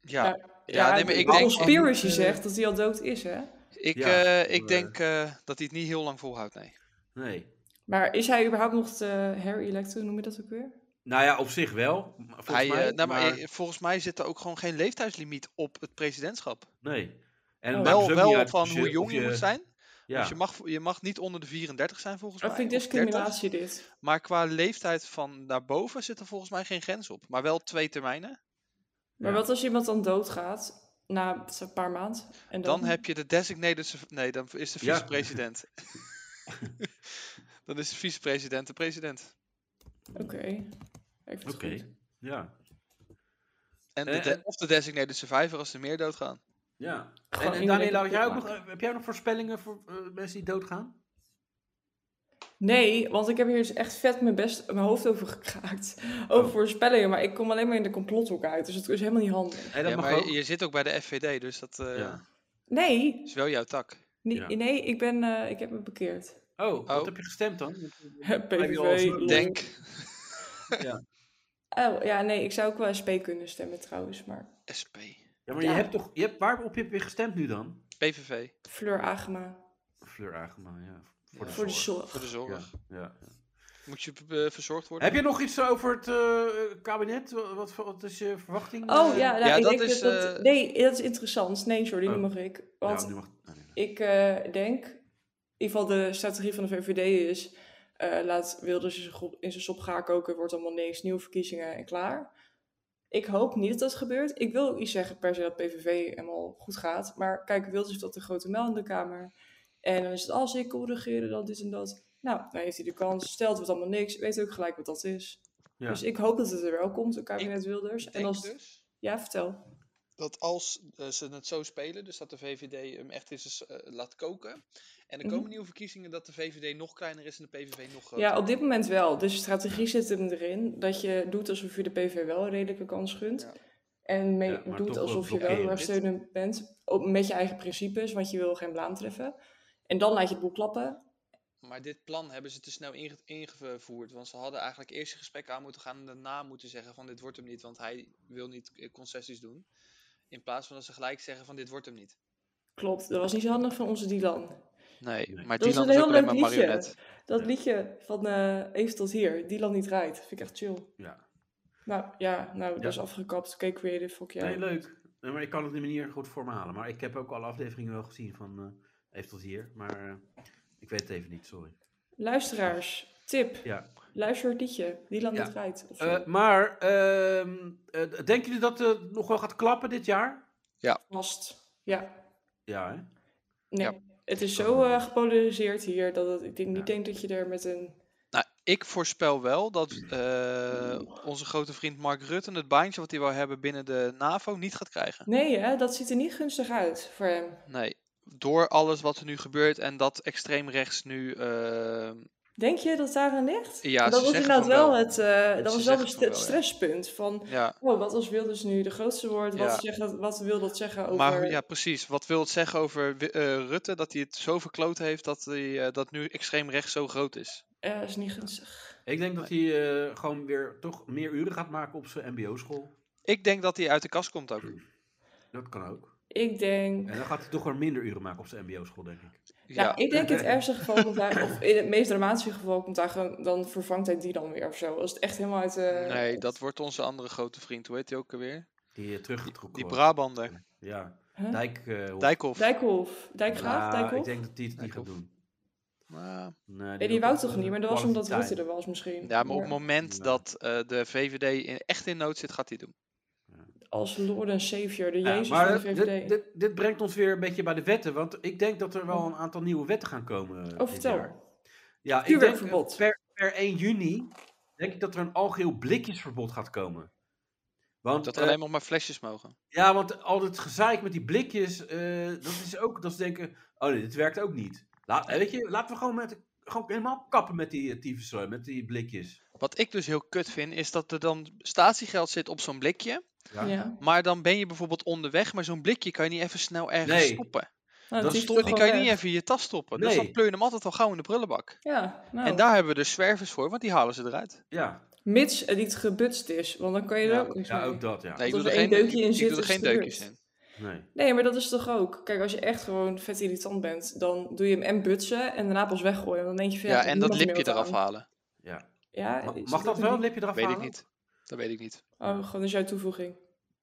[SPEAKER 4] Ja.
[SPEAKER 3] Ja.
[SPEAKER 4] Ja, nee, maar ik denk-
[SPEAKER 3] conspiracy zegt dat hij al dood is, hè?
[SPEAKER 4] Ik,
[SPEAKER 2] Ja,
[SPEAKER 4] eh, ik
[SPEAKER 2] eh,
[SPEAKER 4] denk eh, dat hij het niet heel lang volhoudt, nee.
[SPEAKER 2] Nee.
[SPEAKER 3] Maar is hij überhaupt nog te her-elect, hoe noem je dat ook weer?
[SPEAKER 2] Nou ja, op zich wel. maar Volgens
[SPEAKER 4] Hij,
[SPEAKER 2] mij,
[SPEAKER 4] eh, nou, maar,
[SPEAKER 2] maar
[SPEAKER 4] eh, volgens mij zit er ook gewoon geen leeftijdslimiet op het presidentschap.
[SPEAKER 2] nee. En
[SPEAKER 3] Oh.
[SPEAKER 2] het maakt
[SPEAKER 4] wel
[SPEAKER 2] dus ook
[SPEAKER 4] wel
[SPEAKER 2] niet uit
[SPEAKER 4] van
[SPEAKER 2] of
[SPEAKER 4] hoe jong
[SPEAKER 2] of
[SPEAKER 4] je, moet zijn.
[SPEAKER 2] Ja.
[SPEAKER 4] Dus je mag, je mag niet onder de 34 zijn volgens
[SPEAKER 3] Dat
[SPEAKER 4] mij.
[SPEAKER 3] vind ik
[SPEAKER 4] of 30.
[SPEAKER 3] discriminatie dit.
[SPEAKER 4] Maar qua leeftijd van daarboven zit er volgens mij geen grens op. Maar wel twee termijnen.
[SPEAKER 3] Maar
[SPEAKER 2] Ja.
[SPEAKER 3] wat als iemand dan doodgaat na een paar maanden? En
[SPEAKER 4] Dan heb je de designated... surv- Nee, dan is de
[SPEAKER 2] Ja.
[SPEAKER 4] vicepresident. dan is de vicepresident de president.
[SPEAKER 3] Oké. Ik vind het
[SPEAKER 2] Oké.
[SPEAKER 3] goed.
[SPEAKER 2] Ja.
[SPEAKER 4] En de
[SPEAKER 2] Eh,
[SPEAKER 4] de-
[SPEAKER 2] en-
[SPEAKER 4] of de designated survivor als er meer doodgaan.
[SPEAKER 2] ja.
[SPEAKER 3] Gewoon
[SPEAKER 2] En, en
[SPEAKER 3] iedereen
[SPEAKER 2] Daniela, had jij ook
[SPEAKER 3] kapot
[SPEAKER 2] nog, heb jij nog voorspellingen voor eh, mensen die doodgaan?
[SPEAKER 3] Nee, want ik heb hier dus echt vet mijn, best, mijn hoofd over gekraakt. Over
[SPEAKER 2] Oh.
[SPEAKER 3] voorspellingen, maar ik kom alleen maar in de complothoek uit. Dus dat is helemaal niet handig.
[SPEAKER 2] En dat
[SPEAKER 4] ja,
[SPEAKER 2] mag
[SPEAKER 4] maar
[SPEAKER 2] ook.
[SPEAKER 4] je- je zit ook bij de FVD, dus dat eh,
[SPEAKER 2] Ja.
[SPEAKER 3] Nee,
[SPEAKER 4] is wel jouw tak.
[SPEAKER 3] ni-
[SPEAKER 2] Ja.
[SPEAKER 3] nee ik, ben, eh, ik heb me bekeerd.
[SPEAKER 2] Oh, wat
[SPEAKER 4] Oh.
[SPEAKER 2] heb je gestemd dan? je al
[SPEAKER 3] PVV.
[SPEAKER 2] zo
[SPEAKER 3] lol.
[SPEAKER 4] Denk.
[SPEAKER 3] Oh, ja, nee, ik zou ook wel SP kunnen stemmen trouwens. Maar
[SPEAKER 4] SP.
[SPEAKER 2] Ja, maar je
[SPEAKER 3] Ja.
[SPEAKER 2] hebt toch, je hebt, waarop heb je gestemd nu dan?
[SPEAKER 4] PVV.
[SPEAKER 3] Fleur Agema.
[SPEAKER 2] Fleur Agema, ja. Voor
[SPEAKER 4] Ja.
[SPEAKER 2] de
[SPEAKER 3] Voor de
[SPEAKER 2] zorg.
[SPEAKER 4] Voor
[SPEAKER 3] zorg.
[SPEAKER 4] de zorg.
[SPEAKER 2] Ja, ja.
[SPEAKER 4] Moet je eh, verzorgd worden?
[SPEAKER 2] Heb je nog iets over het eh, kabinet? Wat, wat, wat is je verwachting? Eh,
[SPEAKER 3] Oh ja, nou,
[SPEAKER 4] Ja,
[SPEAKER 3] ik
[SPEAKER 4] dat
[SPEAKER 3] denk
[SPEAKER 4] is,
[SPEAKER 3] dat, dat-
[SPEAKER 4] eh,
[SPEAKER 3] Nee, dat is interessant. Nee, sorry, nu
[SPEAKER 2] Oh.
[SPEAKER 3] mag ik.
[SPEAKER 2] Ja,
[SPEAKER 3] Want
[SPEAKER 2] nu mag- nee, nee, nee.
[SPEAKER 3] ik eh, denk, in ieder geval de strategie van de VVD is, eh, laat Wilders in zijn gro- in zijn sop gaan koken, wordt allemaal niks, nieuwe verkiezingen en klaar. Ik hoop niet dat dat gebeurt. Ik wil ook niet zeggen per se dat PVV helemaal goed gaat, maar kijk, Wilders heeft dat de grote mel in de Kamer. En dan is het, als ik kon regeren, dan dit en dat. Nou, dan heeft hij de kans, stelt wordt allemaal niks, weet ook gelijk wat dat is.
[SPEAKER 2] Ja.
[SPEAKER 3] Dus ik hoop dat het er wel komt, een kabinet Wilders. En
[SPEAKER 4] Denk
[SPEAKER 3] als,
[SPEAKER 4] dus?
[SPEAKER 3] Ja, vertel.
[SPEAKER 4] dat als eh, ze het zo spelen, dus dat de VVD hem echt eens eh, laat koken. En er
[SPEAKER 3] Mhm.
[SPEAKER 4] komen nieuwe verkiezingen dat de VVD nog kleiner is en de PVV nog groter.
[SPEAKER 3] Ja, op dit moment wel. Dus de strategie zit hem erin. Dat je doet alsof je de PV wel een redelijke kans gunt.
[SPEAKER 4] Ja.
[SPEAKER 3] En mee-
[SPEAKER 2] Ja, maar toch
[SPEAKER 3] doet
[SPEAKER 2] wel
[SPEAKER 3] alsof je wel
[SPEAKER 2] blokkeren.
[SPEAKER 3] heel erg steunend bent. Op, met je eigen principes, want je wil geen blaam treffen. En dan laat je het boel klappen.
[SPEAKER 4] Maar dit plan hebben ze te snel inge- ingevoerd. Want ze hadden eigenlijk eerst een gesprek aan moeten gaan en daarna moeten zeggen van dit wordt hem niet, want hij wil niet eh, concessies doen. In plaats van dat ze gelijk zeggen van dit wordt hem niet.
[SPEAKER 3] Klopt, dat was niet zo handig van onze Dylan.
[SPEAKER 4] Nee,
[SPEAKER 2] Nee.
[SPEAKER 4] maar
[SPEAKER 3] Dat is
[SPEAKER 4] Dylan
[SPEAKER 3] een
[SPEAKER 4] is
[SPEAKER 3] heel
[SPEAKER 4] ook alleen
[SPEAKER 3] leuk
[SPEAKER 4] maar een
[SPEAKER 3] liedje.
[SPEAKER 4] marionet.
[SPEAKER 3] Dat
[SPEAKER 2] Ja.
[SPEAKER 3] liedje van eh, Even tot hier, Dylan niet rijdt, vind ik echt chill.
[SPEAKER 2] Ja.
[SPEAKER 3] Nou ja, nou, dat
[SPEAKER 2] Ja.
[SPEAKER 3] is afgekapt. Oké, creative, fuck jou.
[SPEAKER 2] Nee, leuk. Nee, maar ik kan het niet meer goed voor me halen. Maar ik heb ook alle afleveringen wel gezien van eh even tot hier. Maar eh, ik weet het even niet, sorry.
[SPEAKER 3] Luisteraars, tip,
[SPEAKER 2] Ja.
[SPEAKER 3] luister het liedje, Dylan
[SPEAKER 2] Ja.
[SPEAKER 3] niet rijdt. Of
[SPEAKER 2] Eh, maar ehm, eh, denken jullie dat het nog wel gaat klappen dit jaar?
[SPEAKER 3] vast. Ja,
[SPEAKER 2] Ja, hè?
[SPEAKER 3] Nee,
[SPEAKER 4] Ja.
[SPEAKER 3] het is zo eh, gepolariseerd hier dat het- ik denk, niet
[SPEAKER 2] Ja.
[SPEAKER 3] denk dat je er met een...
[SPEAKER 4] Nou, ik voorspel wel dat eh, onze grote vriend Mark Rutte het baantje wat hij wil hebben binnen de NAVO niet gaat krijgen.
[SPEAKER 3] Nee, hè, dat ziet er niet gunstig uit voor hem.
[SPEAKER 4] Nee, door alles wat er nu gebeurt en dat extreem rechts nu. eh,
[SPEAKER 3] Denk je dat daar aan ligt?
[SPEAKER 4] Ja,
[SPEAKER 3] Want
[SPEAKER 4] ze
[SPEAKER 3] dat was
[SPEAKER 4] zeggen
[SPEAKER 3] inderdaad
[SPEAKER 4] van wel.
[SPEAKER 3] wel het, eh, dat
[SPEAKER 4] Ze
[SPEAKER 3] was wel
[SPEAKER 4] zeggen
[SPEAKER 3] het
[SPEAKER 4] van wel, ja.
[SPEAKER 3] stresspunt van,
[SPEAKER 4] ja,
[SPEAKER 3] oh, wat als Wilders nu de grootste wordt? Wat,
[SPEAKER 4] Ja.
[SPEAKER 3] zegt dat, wat wil dat zeggen over...
[SPEAKER 4] maar ja, precies. Wat wil het zeggen over Wi- eh, Rutte? Dat hij het zo verkloot heeft dat, hij, eh, dat nu extreem rechts zo groot is.
[SPEAKER 3] Eh, is niet gunstig.
[SPEAKER 2] Ik denk dat hij eh, gewoon weer toch meer uren gaat maken op zijn mbo-school.
[SPEAKER 4] Ik denk dat hij uit de kast komt ook.
[SPEAKER 2] Dat kan ook.
[SPEAKER 3] Ik denk...
[SPEAKER 2] En dan gaat hij toch weer minder uren maken op zijn mbo-school, denk ik.
[SPEAKER 4] Ja,
[SPEAKER 3] Nou, ik denk in het ergste geval komt hij, of in het meest dramatische geval komt hij gewoon, dan vervangt hij die dan weer of zo. Als het echt helemaal uit eh, de...
[SPEAKER 4] nee, dat wordt onze andere grote vriend. Hoe heet hij ook alweer?
[SPEAKER 2] Die eh, teruggetrokken
[SPEAKER 4] Die
[SPEAKER 2] wordt.
[SPEAKER 4] Brabander.
[SPEAKER 2] Ja.
[SPEAKER 3] Huh?
[SPEAKER 2] Dijk. eh,
[SPEAKER 4] Dijkhoff.
[SPEAKER 3] Dijkhoff, Dijkgraaf,
[SPEAKER 2] Ja,
[SPEAKER 3] Dijkhoff?
[SPEAKER 2] Ik denk dat hij het niet gaat
[SPEAKER 4] Dijkhoff.
[SPEAKER 2] doen.
[SPEAKER 4] Maar-
[SPEAKER 2] Nee,
[SPEAKER 3] Nee, die
[SPEAKER 2] doet
[SPEAKER 3] wou
[SPEAKER 2] dat
[SPEAKER 3] toch
[SPEAKER 4] eh,
[SPEAKER 2] voor
[SPEAKER 3] niet,
[SPEAKER 2] de
[SPEAKER 3] maar dat was omdat
[SPEAKER 2] eh, kwaliteit.
[SPEAKER 3] Rutte er was misschien.
[SPEAKER 4] Ja, maar op het moment
[SPEAKER 2] Nee.
[SPEAKER 4] dat eh, de VVD in, echt in nood zit, gaat hij het doen.
[SPEAKER 3] als Lord en Savior, de
[SPEAKER 2] Ja,
[SPEAKER 3] Jezus
[SPEAKER 2] maar
[SPEAKER 3] van de
[SPEAKER 2] dit-
[SPEAKER 3] VVD.
[SPEAKER 2] Dit, dit, dit brengt ons weer een beetje bij de wetten. Want ik denk dat er wel een aantal nieuwe wetten gaan komen. eh,
[SPEAKER 3] oh,
[SPEAKER 2] dit jaar.
[SPEAKER 3] vertel.
[SPEAKER 2] Ja, ik denk eh,
[SPEAKER 3] Vuurwerkverbod.
[SPEAKER 2] per, per 1 juni denk ik dat er een algeheel blikjesverbod gaat komen. Want,
[SPEAKER 4] Dat
[SPEAKER 2] eh,
[SPEAKER 4] alleen nog maar flesjes mogen.
[SPEAKER 2] ja, want al het gezeik met die blikjes, eh, dat is ook dat ze denken, oh nee, dit werkt ook niet. Laat, eh, weet je, laten we gewoon, met, gewoon helemaal kappen met die eh, tyfus, eh, met die blikjes.
[SPEAKER 4] Wat ik dus heel kut vind, is dat er dan statiegeld zit op zo'n blikje.
[SPEAKER 2] Ja.
[SPEAKER 3] Ja.
[SPEAKER 4] Maar dan ben je bijvoorbeeld onderweg, maar zo'n blikje kan je niet even snel ergens
[SPEAKER 2] Nee.
[SPEAKER 4] stoppen.
[SPEAKER 3] Nou,
[SPEAKER 2] Dat
[SPEAKER 3] die
[SPEAKER 2] is
[SPEAKER 3] toch
[SPEAKER 2] toch-
[SPEAKER 4] Die
[SPEAKER 3] gewoon
[SPEAKER 4] kan je niet
[SPEAKER 3] weg.
[SPEAKER 4] even in je tas stoppen. Dus
[SPEAKER 2] Nee.
[SPEAKER 4] dan pleur je hem altijd al gauw in de prullenbak.
[SPEAKER 3] Ja, nou,
[SPEAKER 4] En daar hebben we dus zwervers voor, want die halen ze eruit.
[SPEAKER 2] Ja,
[SPEAKER 3] mits het niet gebutst is, want dan kan je
[SPEAKER 4] Ja,
[SPEAKER 3] er ook niks
[SPEAKER 2] ja
[SPEAKER 3] mee.
[SPEAKER 2] ook dat, ja.
[SPEAKER 4] Nee, ik
[SPEAKER 3] Als
[SPEAKER 4] doe er
[SPEAKER 3] er één
[SPEAKER 4] geen,
[SPEAKER 3] deukje in
[SPEAKER 4] ik
[SPEAKER 3] zit,
[SPEAKER 4] doe er
[SPEAKER 3] is
[SPEAKER 4] geen
[SPEAKER 3] het
[SPEAKER 4] deukjes
[SPEAKER 3] gebeurd.
[SPEAKER 4] in.
[SPEAKER 2] Nee.
[SPEAKER 3] Nee, maar dat is toch ook. Kijk, als je echt gewoon vet irritant bent, dan doe je hem en butsen en daarna pas weggooien. Want dan denk je van,
[SPEAKER 4] Ja, en dat lipje eraf
[SPEAKER 3] halen.
[SPEAKER 4] halen.
[SPEAKER 2] Ja.
[SPEAKER 3] Ja,
[SPEAKER 2] Ma-
[SPEAKER 3] is
[SPEAKER 2] Mag dat
[SPEAKER 3] een
[SPEAKER 2] wel, een
[SPEAKER 3] ding?
[SPEAKER 2] lipje eraf
[SPEAKER 4] Weet ik
[SPEAKER 2] halen?
[SPEAKER 4] niet. Dat weet ik niet.
[SPEAKER 3] Oh, gewoon is jouw toevoeging.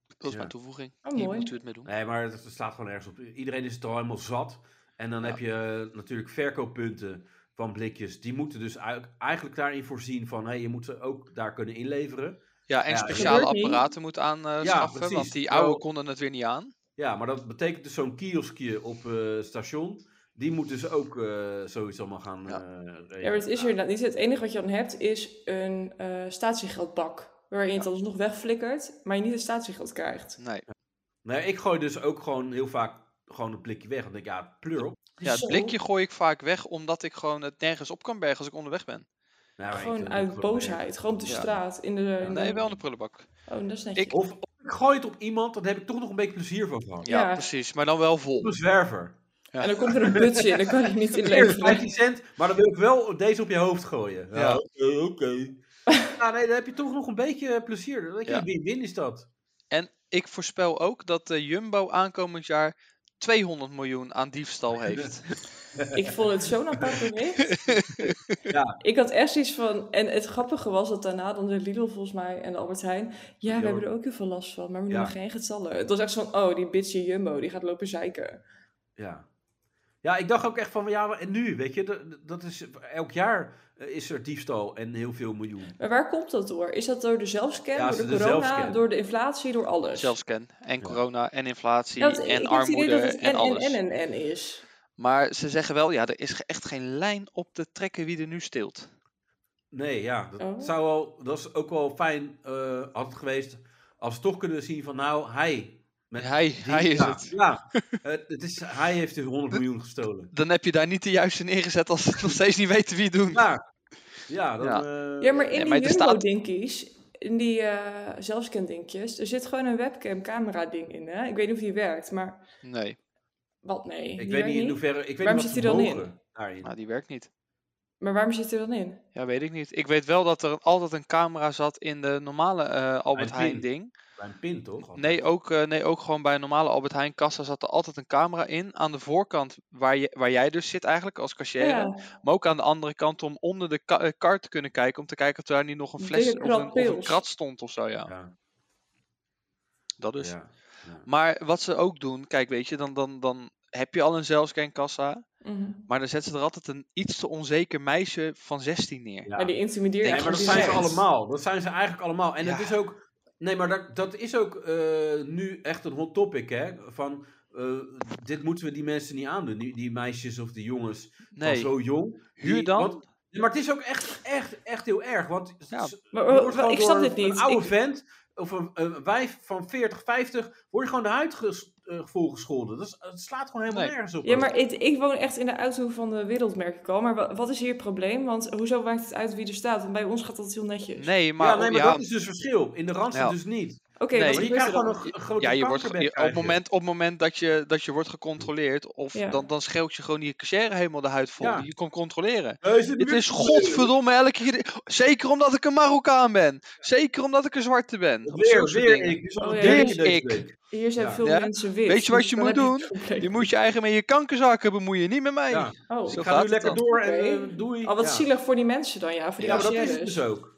[SPEAKER 4] Dat is
[SPEAKER 2] Ja.
[SPEAKER 4] mijn toevoeging.
[SPEAKER 3] Oh,
[SPEAKER 4] Hier
[SPEAKER 3] mooi.
[SPEAKER 4] moet u het mee doen.
[SPEAKER 2] Nee, maar het slaat gewoon ergens op. Iedereen is het al helemaal zat. En dan
[SPEAKER 4] Ja.
[SPEAKER 2] heb je eh, natuurlijk verkooppunten van blikjes. Die moeten dus ui- eigenlijk daarin voorzien van... Hey, je moet ze ook daar kunnen inleveren.
[SPEAKER 4] Ja, en
[SPEAKER 2] Ja,
[SPEAKER 4] speciale
[SPEAKER 3] gebeurt niet. Oh.
[SPEAKER 4] apparaten moet aanschaffen,
[SPEAKER 2] precies.
[SPEAKER 4] want die oude
[SPEAKER 2] Wel-
[SPEAKER 4] konden het weer niet aan.
[SPEAKER 2] Ja, maar dat betekent dus zo'n kioskje op eh, station... Die moet dus ook eh, zoiets allemaal gaan eh,
[SPEAKER 4] Ja.
[SPEAKER 2] regelen.
[SPEAKER 3] Ja, maar het is er inderdaad niet. Het enige wat je dan hebt is een eh, statiegeldbak. Waarin je het alsnog wegflikkert, maar je niet het statiegeld krijgt.
[SPEAKER 4] Nee.
[SPEAKER 2] Nee, ik gooi dus ook gewoon heel vaak gewoon een blikje weg. Want ik denk, ja, pleur op.
[SPEAKER 4] Ja, het
[SPEAKER 3] Zo.
[SPEAKER 4] blikje gooi ik vaak weg, omdat ik gewoon het nergens op kan bergen als ik onderweg ben.
[SPEAKER 2] Nou, ik doe
[SPEAKER 3] Gewoon
[SPEAKER 2] het
[SPEAKER 3] uit
[SPEAKER 2] gewoon
[SPEAKER 3] boosheid. Gewoon op de
[SPEAKER 4] Ja.
[SPEAKER 3] straat. In de, in de-
[SPEAKER 4] Nee, wel in de prullenbak.
[SPEAKER 3] Oh, dat is netjes.
[SPEAKER 4] Ik-
[SPEAKER 2] weer. Of, of ik gooi het op iemand, dan heb ik toch nog een beetje plezier van gehad.
[SPEAKER 4] Ja,
[SPEAKER 3] Ja.
[SPEAKER 4] precies. Maar dan wel
[SPEAKER 2] Op
[SPEAKER 4] vol.
[SPEAKER 2] een zwerver.
[SPEAKER 3] En dan komt er een butje in, dan kan je het niet
[SPEAKER 2] Hier,
[SPEAKER 3] inleveren.
[SPEAKER 2] 15 cent, maar dan wil ik wel deze op je hoofd gooien.
[SPEAKER 4] Ja.
[SPEAKER 2] oké, oké. Ja, nee, dan heb je toch nog een beetje eh, plezier. Weet je,
[SPEAKER 4] Ja.
[SPEAKER 2] win-win is dat.
[SPEAKER 4] En ik voorspel ook dat de Jumbo aankomend jaar 200 miljoen aan diefstal heeft.
[SPEAKER 3] Ik vond het zo'n apart bericht.
[SPEAKER 2] Ja.
[SPEAKER 3] Ik had echt iets van... En het grappige was dat daarna dan de Lidl volgens mij en de Albert Heijn... Ja,
[SPEAKER 2] Ja,
[SPEAKER 3] we
[SPEAKER 2] hoor.
[SPEAKER 3] hebben er ook heel veel last van, maar we
[SPEAKER 2] Ja.
[SPEAKER 3] noemen geen getallen. Het was echt zo'n, oh, die bitchy Jumbo, die gaat lopen zeiken.
[SPEAKER 2] Ja. ja, ik dacht ook echt van, ja, en nu? Weet je, dat, dat is, elk jaar eh, is er diefstal en heel veel miljoen.
[SPEAKER 3] Maar waar komt dat door? Is dat door de zelfscan,
[SPEAKER 2] Ja,
[SPEAKER 3] door
[SPEAKER 2] de
[SPEAKER 3] de corona,
[SPEAKER 2] zelfscan.
[SPEAKER 3] door de inflatie, door alles?
[SPEAKER 4] Zelfscan. En
[SPEAKER 2] Ja.
[SPEAKER 4] corona en inflatie
[SPEAKER 3] Dat-
[SPEAKER 4] en
[SPEAKER 3] ik heb het idee
[SPEAKER 4] armoede
[SPEAKER 3] dat het
[SPEAKER 4] en,
[SPEAKER 3] en, en,
[SPEAKER 4] alles.
[SPEAKER 3] en, en, en is.
[SPEAKER 4] Maar ze zeggen wel, ja, er is ge- echt geen lijn op te trekken wie er nu steelt.
[SPEAKER 2] Nee, ja, dat,
[SPEAKER 3] Oh.
[SPEAKER 2] zou wel, dat is ook wel fijn eh, had het geweest als we toch kunnen zien van, nou, hij. Met
[SPEAKER 4] Hij,
[SPEAKER 2] die-
[SPEAKER 4] hij is
[SPEAKER 2] ja,
[SPEAKER 4] het.
[SPEAKER 2] Ja, Eh, het is, hij heeft de 100 miljoen gestolen.
[SPEAKER 4] Dan heb je daar niet de juiste neergezet als ze het nog steeds niet weten wie het doen.
[SPEAKER 2] Ja, ja, dan,
[SPEAKER 4] Ja.
[SPEAKER 2] eh,
[SPEAKER 3] Ja, maar in
[SPEAKER 4] Nee,
[SPEAKER 3] die
[SPEAKER 4] maar er staat-
[SPEAKER 3] Jumbo-dinkies, in die eh zelfscan-dinkjes, er zit gewoon een webcam-camera-ding in, hè? Ik weet niet of die werkt, maar
[SPEAKER 4] Nee,
[SPEAKER 3] wat, nee. die
[SPEAKER 2] Ik weet
[SPEAKER 3] werkt
[SPEAKER 2] niet in hoeverre. Ik weet
[SPEAKER 3] Waarom
[SPEAKER 2] niet wat
[SPEAKER 3] zit hij dan in?
[SPEAKER 2] vermogen daarin.
[SPEAKER 4] nou, die werkt niet.
[SPEAKER 3] Maar waarom zit er dan in?
[SPEAKER 4] Ja, weet ik niet. Ik weet wel dat er altijd een camera zat in de normale eh, Albert
[SPEAKER 2] Bij
[SPEAKER 4] Heijn
[SPEAKER 2] Pin.
[SPEAKER 4] ding.
[SPEAKER 2] Bij een pin toch?
[SPEAKER 4] Nee ook, eh, nee, ook gewoon bij een normale Albert Heijn kassa zat er altijd een camera in. Aan de voorkant waar, je, waar jij dus zit eigenlijk als cashier.
[SPEAKER 3] Ja,
[SPEAKER 4] Maar ook aan de andere kant om onder de ka- eh, kar te kunnen kijken. Om te kijken of daar niet nog een
[SPEAKER 3] Dikke
[SPEAKER 4] fles of
[SPEAKER 3] krat
[SPEAKER 4] een, of een
[SPEAKER 3] pils.
[SPEAKER 4] krat stond of zo. Ja,
[SPEAKER 2] Ja,
[SPEAKER 4] dat oh, dus.
[SPEAKER 2] ja.
[SPEAKER 4] Maar wat ze ook doen, kijk, weet je, dan, dan, dan heb je al een zelfscankassa.
[SPEAKER 3] mhm.
[SPEAKER 4] Maar dan zetten ze er altijd een iets te onzeker meisje van 16 neer.
[SPEAKER 2] Ja.
[SPEAKER 3] maar die dus intimideert
[SPEAKER 4] Nee,
[SPEAKER 2] Nee,
[SPEAKER 3] echt
[SPEAKER 2] maar dat
[SPEAKER 3] gewoon
[SPEAKER 2] zijn ze
[SPEAKER 3] direct.
[SPEAKER 2] allemaal. Dat zijn ze eigenlijk allemaal. En het
[SPEAKER 4] Ja.
[SPEAKER 2] is ook. Nee, maar dat, dat is ook eh, nu echt een hot topic, hè? Van eh, dit moeten we die mensen niet aandoen. Die, die meisjes of die jongens
[SPEAKER 4] Nee,
[SPEAKER 2] van zo jong. die-
[SPEAKER 4] huur dan.
[SPEAKER 2] want- Nee, maar het is ook echt, echt, echt heel erg. Want
[SPEAKER 4] Ja.
[SPEAKER 2] s-
[SPEAKER 3] Maar,
[SPEAKER 2] je
[SPEAKER 3] maar-
[SPEAKER 2] wordt
[SPEAKER 3] maar
[SPEAKER 2] gewoon
[SPEAKER 3] Oh, ik snap
[SPEAKER 2] door
[SPEAKER 3] dit niet.
[SPEAKER 2] Een oude
[SPEAKER 3] Ik-
[SPEAKER 2] vent of een, een wijf van 40, 50, word je gewoon de huid ges, eh, volgescholden. Dat, is- dat slaat gewoon helemaal
[SPEAKER 4] Nee.
[SPEAKER 2] nergens op.
[SPEAKER 3] Ja, maar ik, ik woon echt in de uithoek van de wereld, merk ik al. Maar wa- wat is hier het probleem? Want hoezo maakt het uit wie er staat? Want bij ons gaat dat heel netjes.
[SPEAKER 4] Nee, maar,
[SPEAKER 2] ja, nee, maar
[SPEAKER 4] ja,
[SPEAKER 2] dat is dus verschil. In de Randstad
[SPEAKER 4] Ja.
[SPEAKER 2] dus niet.
[SPEAKER 3] Oké,
[SPEAKER 4] Nee.
[SPEAKER 3] wat
[SPEAKER 2] Maar je
[SPEAKER 3] gebeurt
[SPEAKER 2] krijgt
[SPEAKER 3] er dan?
[SPEAKER 2] gewoon een gro- grote
[SPEAKER 4] ja, je wordt,
[SPEAKER 2] kankerbek
[SPEAKER 4] ge- je- op het
[SPEAKER 2] krijg je.
[SPEAKER 4] moment, op het moment dat, je, dat je wordt gecontroleerd, of
[SPEAKER 3] Ja.
[SPEAKER 4] dan, dan schreeuwt je gewoon die cashier helemaal de huid vol.
[SPEAKER 2] Ja.
[SPEAKER 4] die Je komt controleren.
[SPEAKER 2] Hey, zit
[SPEAKER 4] Het
[SPEAKER 2] weer-
[SPEAKER 4] is godverdomme elke keer. Zeker omdat ik een Marokkaan ben. Zeker omdat ik een zwarte ben. Of zulke
[SPEAKER 2] Weer,
[SPEAKER 4] soort
[SPEAKER 2] weer
[SPEAKER 4] dingen.
[SPEAKER 2] ik. Dus al
[SPEAKER 3] Oh, ja.
[SPEAKER 2] derde
[SPEAKER 4] Weer
[SPEAKER 2] deze
[SPEAKER 4] ik.
[SPEAKER 2] week.
[SPEAKER 3] Hier zijn
[SPEAKER 2] Ja.
[SPEAKER 3] veel
[SPEAKER 4] Ja?
[SPEAKER 3] mensen wit.
[SPEAKER 4] Weet je wat je
[SPEAKER 3] dan
[SPEAKER 4] moet
[SPEAKER 3] heb
[SPEAKER 4] doen?
[SPEAKER 3] het probleem.
[SPEAKER 4] Je moet je eigen met je kankerzaken bemoeien, niet met mij.
[SPEAKER 2] Ja.
[SPEAKER 3] Oh,
[SPEAKER 4] Zo
[SPEAKER 2] Ik
[SPEAKER 4] gaat
[SPEAKER 2] ga nu
[SPEAKER 4] het
[SPEAKER 2] lekker
[SPEAKER 4] dan.
[SPEAKER 2] door en
[SPEAKER 3] Oké.
[SPEAKER 2] eh, doei.
[SPEAKER 3] al wat
[SPEAKER 2] Ja.
[SPEAKER 3] zielig voor die mensen dan, ja. Voor die
[SPEAKER 2] Ja, maar dat is het
[SPEAKER 3] cashières.
[SPEAKER 2] dus ook.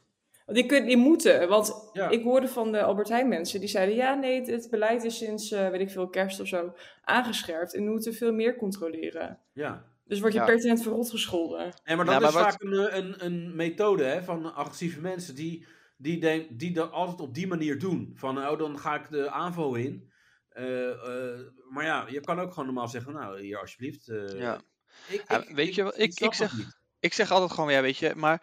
[SPEAKER 3] Want die, kun, die moeten, want
[SPEAKER 2] Ja.
[SPEAKER 3] ik hoorde van de Albert Heijn mensen, die zeiden, ja nee, het, het beleid is sinds, eh, weet ik veel, kerst of zo, aangescherpt en we moeten veel meer controleren.
[SPEAKER 2] Ja.
[SPEAKER 3] Dus word je
[SPEAKER 4] Ja.
[SPEAKER 3] pertinent verrot gescholden.
[SPEAKER 2] Nee, maar
[SPEAKER 4] Ja,
[SPEAKER 2] dat
[SPEAKER 4] maar
[SPEAKER 2] is
[SPEAKER 4] wat-
[SPEAKER 2] vaak een, eh, een, een methode hè, van agressieve mensen die die, denk, die dat altijd op die manier doen. Van, oh, dan ga ik de AVO in. Eh, eh, maar ja, je kan ook gewoon normaal zeggen, nou, hier alsjeblieft. eh,
[SPEAKER 4] Ja.
[SPEAKER 2] ik-
[SPEAKER 4] Ja,
[SPEAKER 2] ik-
[SPEAKER 4] weet je wat, ik-
[SPEAKER 2] snap
[SPEAKER 4] ik
[SPEAKER 2] het
[SPEAKER 4] zeg-
[SPEAKER 2] niet.
[SPEAKER 4] Ik zeg altijd gewoon, ja, weet je, maar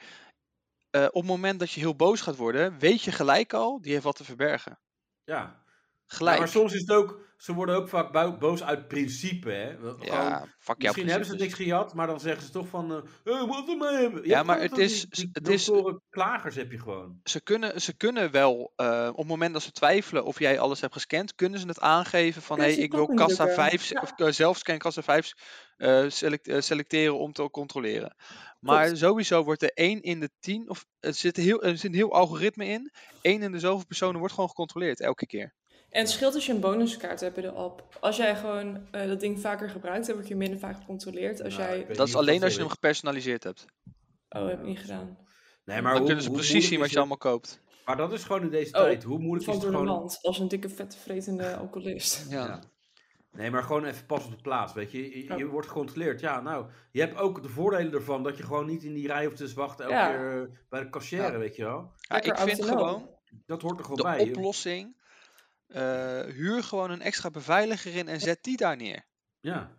[SPEAKER 4] eh, op het moment dat je heel boos gaat worden, weet je gelijk al, die heeft wat te verbergen.
[SPEAKER 2] Ja.
[SPEAKER 4] Gelijk.
[SPEAKER 2] Ja, maar soms is het ook, ze worden ook vaak bou- boos uit principe, hè. We- gewoon-
[SPEAKER 4] Ja, fuck jouw
[SPEAKER 2] Misschien hebben ze
[SPEAKER 4] principes.
[SPEAKER 2] niks gejat, maar dan zeggen ze toch van... eh hey, wat we mee hebben. Je
[SPEAKER 4] Ja,
[SPEAKER 2] hebt
[SPEAKER 4] maar
[SPEAKER 2] gewoon
[SPEAKER 4] het
[SPEAKER 2] van
[SPEAKER 4] is-
[SPEAKER 2] Die, die
[SPEAKER 4] het is-
[SPEAKER 2] doktoren klagers heb je gewoon.
[SPEAKER 4] ze kunnen, ze kunnen wel, eh, op het moment dat ze twijfelen of jij alles hebt gescand, kunnen ze het aangeven van hé,
[SPEAKER 3] Kunnen
[SPEAKER 4] hey,
[SPEAKER 3] ze
[SPEAKER 4] ik wil
[SPEAKER 3] knoppen
[SPEAKER 4] kassa
[SPEAKER 3] drukken.
[SPEAKER 4] 5, of eh, zelfscan kassa 5 eh, select- eh, selecteren om te controleren. Maar
[SPEAKER 3] Klopt.
[SPEAKER 4] sowieso wordt er 1 in de 10, of er zit, heel, er zit een heel algoritme in, 1 in de zoveel personen wordt gewoon gecontroleerd elke keer.
[SPEAKER 3] En het scheelt als je een bonuskaart hebt in de app. Als jij gewoon eh, dat ding vaker gebruikt, dan word je minder vaak gecontroleerd. Als
[SPEAKER 2] Nou, ik weet
[SPEAKER 3] jij...
[SPEAKER 4] Dat
[SPEAKER 2] niet
[SPEAKER 4] is
[SPEAKER 2] of
[SPEAKER 4] alleen
[SPEAKER 2] zo
[SPEAKER 4] als je hem gepersonaliseerd hebt.
[SPEAKER 3] Oh, heb ik niet gedaan.
[SPEAKER 2] Nee, maar
[SPEAKER 4] dan
[SPEAKER 2] hoe-
[SPEAKER 4] kunnen ze
[SPEAKER 2] hoe
[SPEAKER 4] precies
[SPEAKER 2] moeilijk
[SPEAKER 4] zien
[SPEAKER 2] is
[SPEAKER 4] wat je
[SPEAKER 2] het-
[SPEAKER 4] allemaal koopt.
[SPEAKER 2] Maar dat is gewoon in deze
[SPEAKER 3] Oh,
[SPEAKER 2] tijd. Hoe moeilijk
[SPEAKER 3] Van
[SPEAKER 2] is het
[SPEAKER 3] door de
[SPEAKER 2] gewoon...
[SPEAKER 3] mand, als een dikke, vette, vretende alcoholist.
[SPEAKER 4] Ja.
[SPEAKER 2] Ja. Nee, maar gewoon even pas op de plaats, weet je. Je, je
[SPEAKER 3] Oh.
[SPEAKER 2] wordt gecontroleerd. Ja, nou, je hebt ook de voordelen ervan dat je gewoon niet in die rij hoeft te wachten elke
[SPEAKER 3] Ja.
[SPEAKER 2] keer eh, bij de cashier,
[SPEAKER 4] Ja.
[SPEAKER 2] weet je wel.
[SPEAKER 4] Ja, ik vind gewoon,
[SPEAKER 2] Dat hoort er gewoon
[SPEAKER 4] de
[SPEAKER 2] bij. Je-
[SPEAKER 4] oplossing. eh, huur gewoon een extra beveiliger in en zet die daar neer.
[SPEAKER 2] Ja.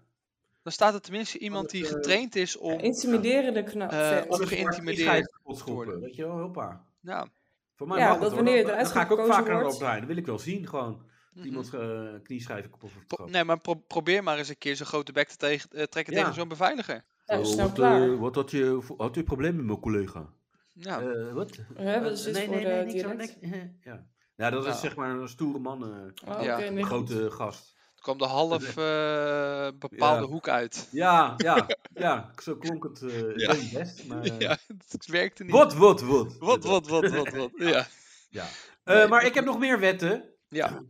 [SPEAKER 4] Dan staat er tenminste iemand
[SPEAKER 2] Anders,
[SPEAKER 4] die
[SPEAKER 2] eh,
[SPEAKER 4] getraind is om.
[SPEAKER 3] Intimiderende knap
[SPEAKER 4] Eh,
[SPEAKER 3] vent.
[SPEAKER 4] om-
[SPEAKER 2] Anders wordt
[SPEAKER 4] geïntimideerd
[SPEAKER 2] kiesheid
[SPEAKER 4] worden.
[SPEAKER 2] opgeroepen, weet je wel, hoppa.
[SPEAKER 4] Nou,
[SPEAKER 2] Voor mij
[SPEAKER 3] Ja,
[SPEAKER 2] mag het,
[SPEAKER 3] dat
[SPEAKER 2] hoor.
[SPEAKER 3] wanneer je
[SPEAKER 2] Dan-
[SPEAKER 3] eruit
[SPEAKER 2] Dan ga ik ook
[SPEAKER 3] gekozen
[SPEAKER 2] vaker naar de
[SPEAKER 3] wordt.
[SPEAKER 2] opleiding. Dat wil ik wel zien, gewoon. Dat
[SPEAKER 4] mhm.
[SPEAKER 2] Iemand eh knieschijven kapot of
[SPEAKER 4] Pro- nee, maar pro- probeer maar eens een keer zo'n grote bek te tegen, eh, trekken
[SPEAKER 2] Ja.
[SPEAKER 4] tegen zo'n beveiliger.
[SPEAKER 3] Nou,
[SPEAKER 2] oh,
[SPEAKER 3] snel klaar.
[SPEAKER 2] Eh, wat had je, had u problemen met mijn collega? Eh,
[SPEAKER 4] Nou,
[SPEAKER 2] wat? Eh,
[SPEAKER 3] We hebben dus iets voor de dialect.
[SPEAKER 2] Ja. ja, dat is
[SPEAKER 4] Nou.
[SPEAKER 2] zeg maar een stoere man, eh,
[SPEAKER 3] Oh,
[SPEAKER 4] Ja.
[SPEAKER 3] oké, nee,
[SPEAKER 2] een
[SPEAKER 3] goed.
[SPEAKER 2] grote gast.
[SPEAKER 4] er kwam de half eh, bepaalde
[SPEAKER 2] Ja.
[SPEAKER 4] hoek uit.
[SPEAKER 2] Ja, ja, ja, zo klonk het eh
[SPEAKER 4] Ja.
[SPEAKER 2] heel best. Maar, eh,
[SPEAKER 4] Ja, het werkte niet.
[SPEAKER 2] Wat, wat, wat?
[SPEAKER 4] Wat, wat, wat, wat, wat. Ja.
[SPEAKER 2] Ja. Eh,
[SPEAKER 4] Nee,
[SPEAKER 2] maar ik heb nog meer wetten.
[SPEAKER 4] ja.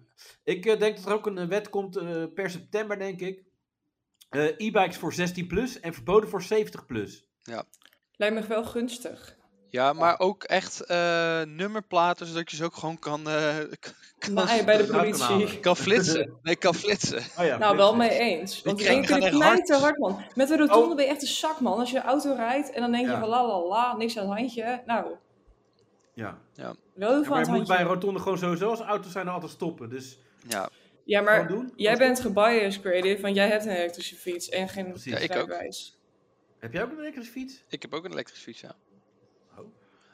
[SPEAKER 2] Ik eh, denk dat er ook een eh, wet komt eh, per september, denk ik. Eh, E-bikes voor 16 plus en verboden voor 70 plus.
[SPEAKER 3] Lijkt me wel gunstig.
[SPEAKER 4] ja, maar
[SPEAKER 2] Oh.
[SPEAKER 4] ook echt eh, nummerplaten, zodat je ze ook gewoon kan, eh, kan,
[SPEAKER 3] Maar bij de
[SPEAKER 2] eruit kan
[SPEAKER 3] politie.
[SPEAKER 2] halen.
[SPEAKER 4] kan flitsen. Nee, kan flitsen.
[SPEAKER 2] Oh ja,
[SPEAKER 3] Nou, wel mee eens. Want die
[SPEAKER 4] krijg-
[SPEAKER 3] dingen kunnen
[SPEAKER 4] gaan echt hard.
[SPEAKER 3] knijten hard, man. Met een rotonde
[SPEAKER 2] Oh.
[SPEAKER 3] ben je echt een zak, man. Als je auto rijdt en dan denk je
[SPEAKER 2] Ja.
[SPEAKER 3] van la la la, niks aan het handje. Nou,
[SPEAKER 2] Ja.
[SPEAKER 3] wel
[SPEAKER 2] Ja,
[SPEAKER 3] van
[SPEAKER 2] maar
[SPEAKER 3] het
[SPEAKER 2] je moet
[SPEAKER 3] handje.
[SPEAKER 2] bij een rotonde gewoon sowieso als auto's zijn er altijd stoppen. Dus
[SPEAKER 4] Ja,
[SPEAKER 3] Ja,
[SPEAKER 2] gewoon
[SPEAKER 3] maar
[SPEAKER 2] doen.
[SPEAKER 3] jij
[SPEAKER 2] Als-
[SPEAKER 3] bent gebiased, creative, want jij hebt een elektrische fiets en geen
[SPEAKER 2] Precies. Ja,
[SPEAKER 4] ik ook.
[SPEAKER 3] rijbewijs.
[SPEAKER 2] Heb jij ook een elektrische fiets?
[SPEAKER 4] ik heb ook een elektrische fiets, ja.
[SPEAKER 2] Oh.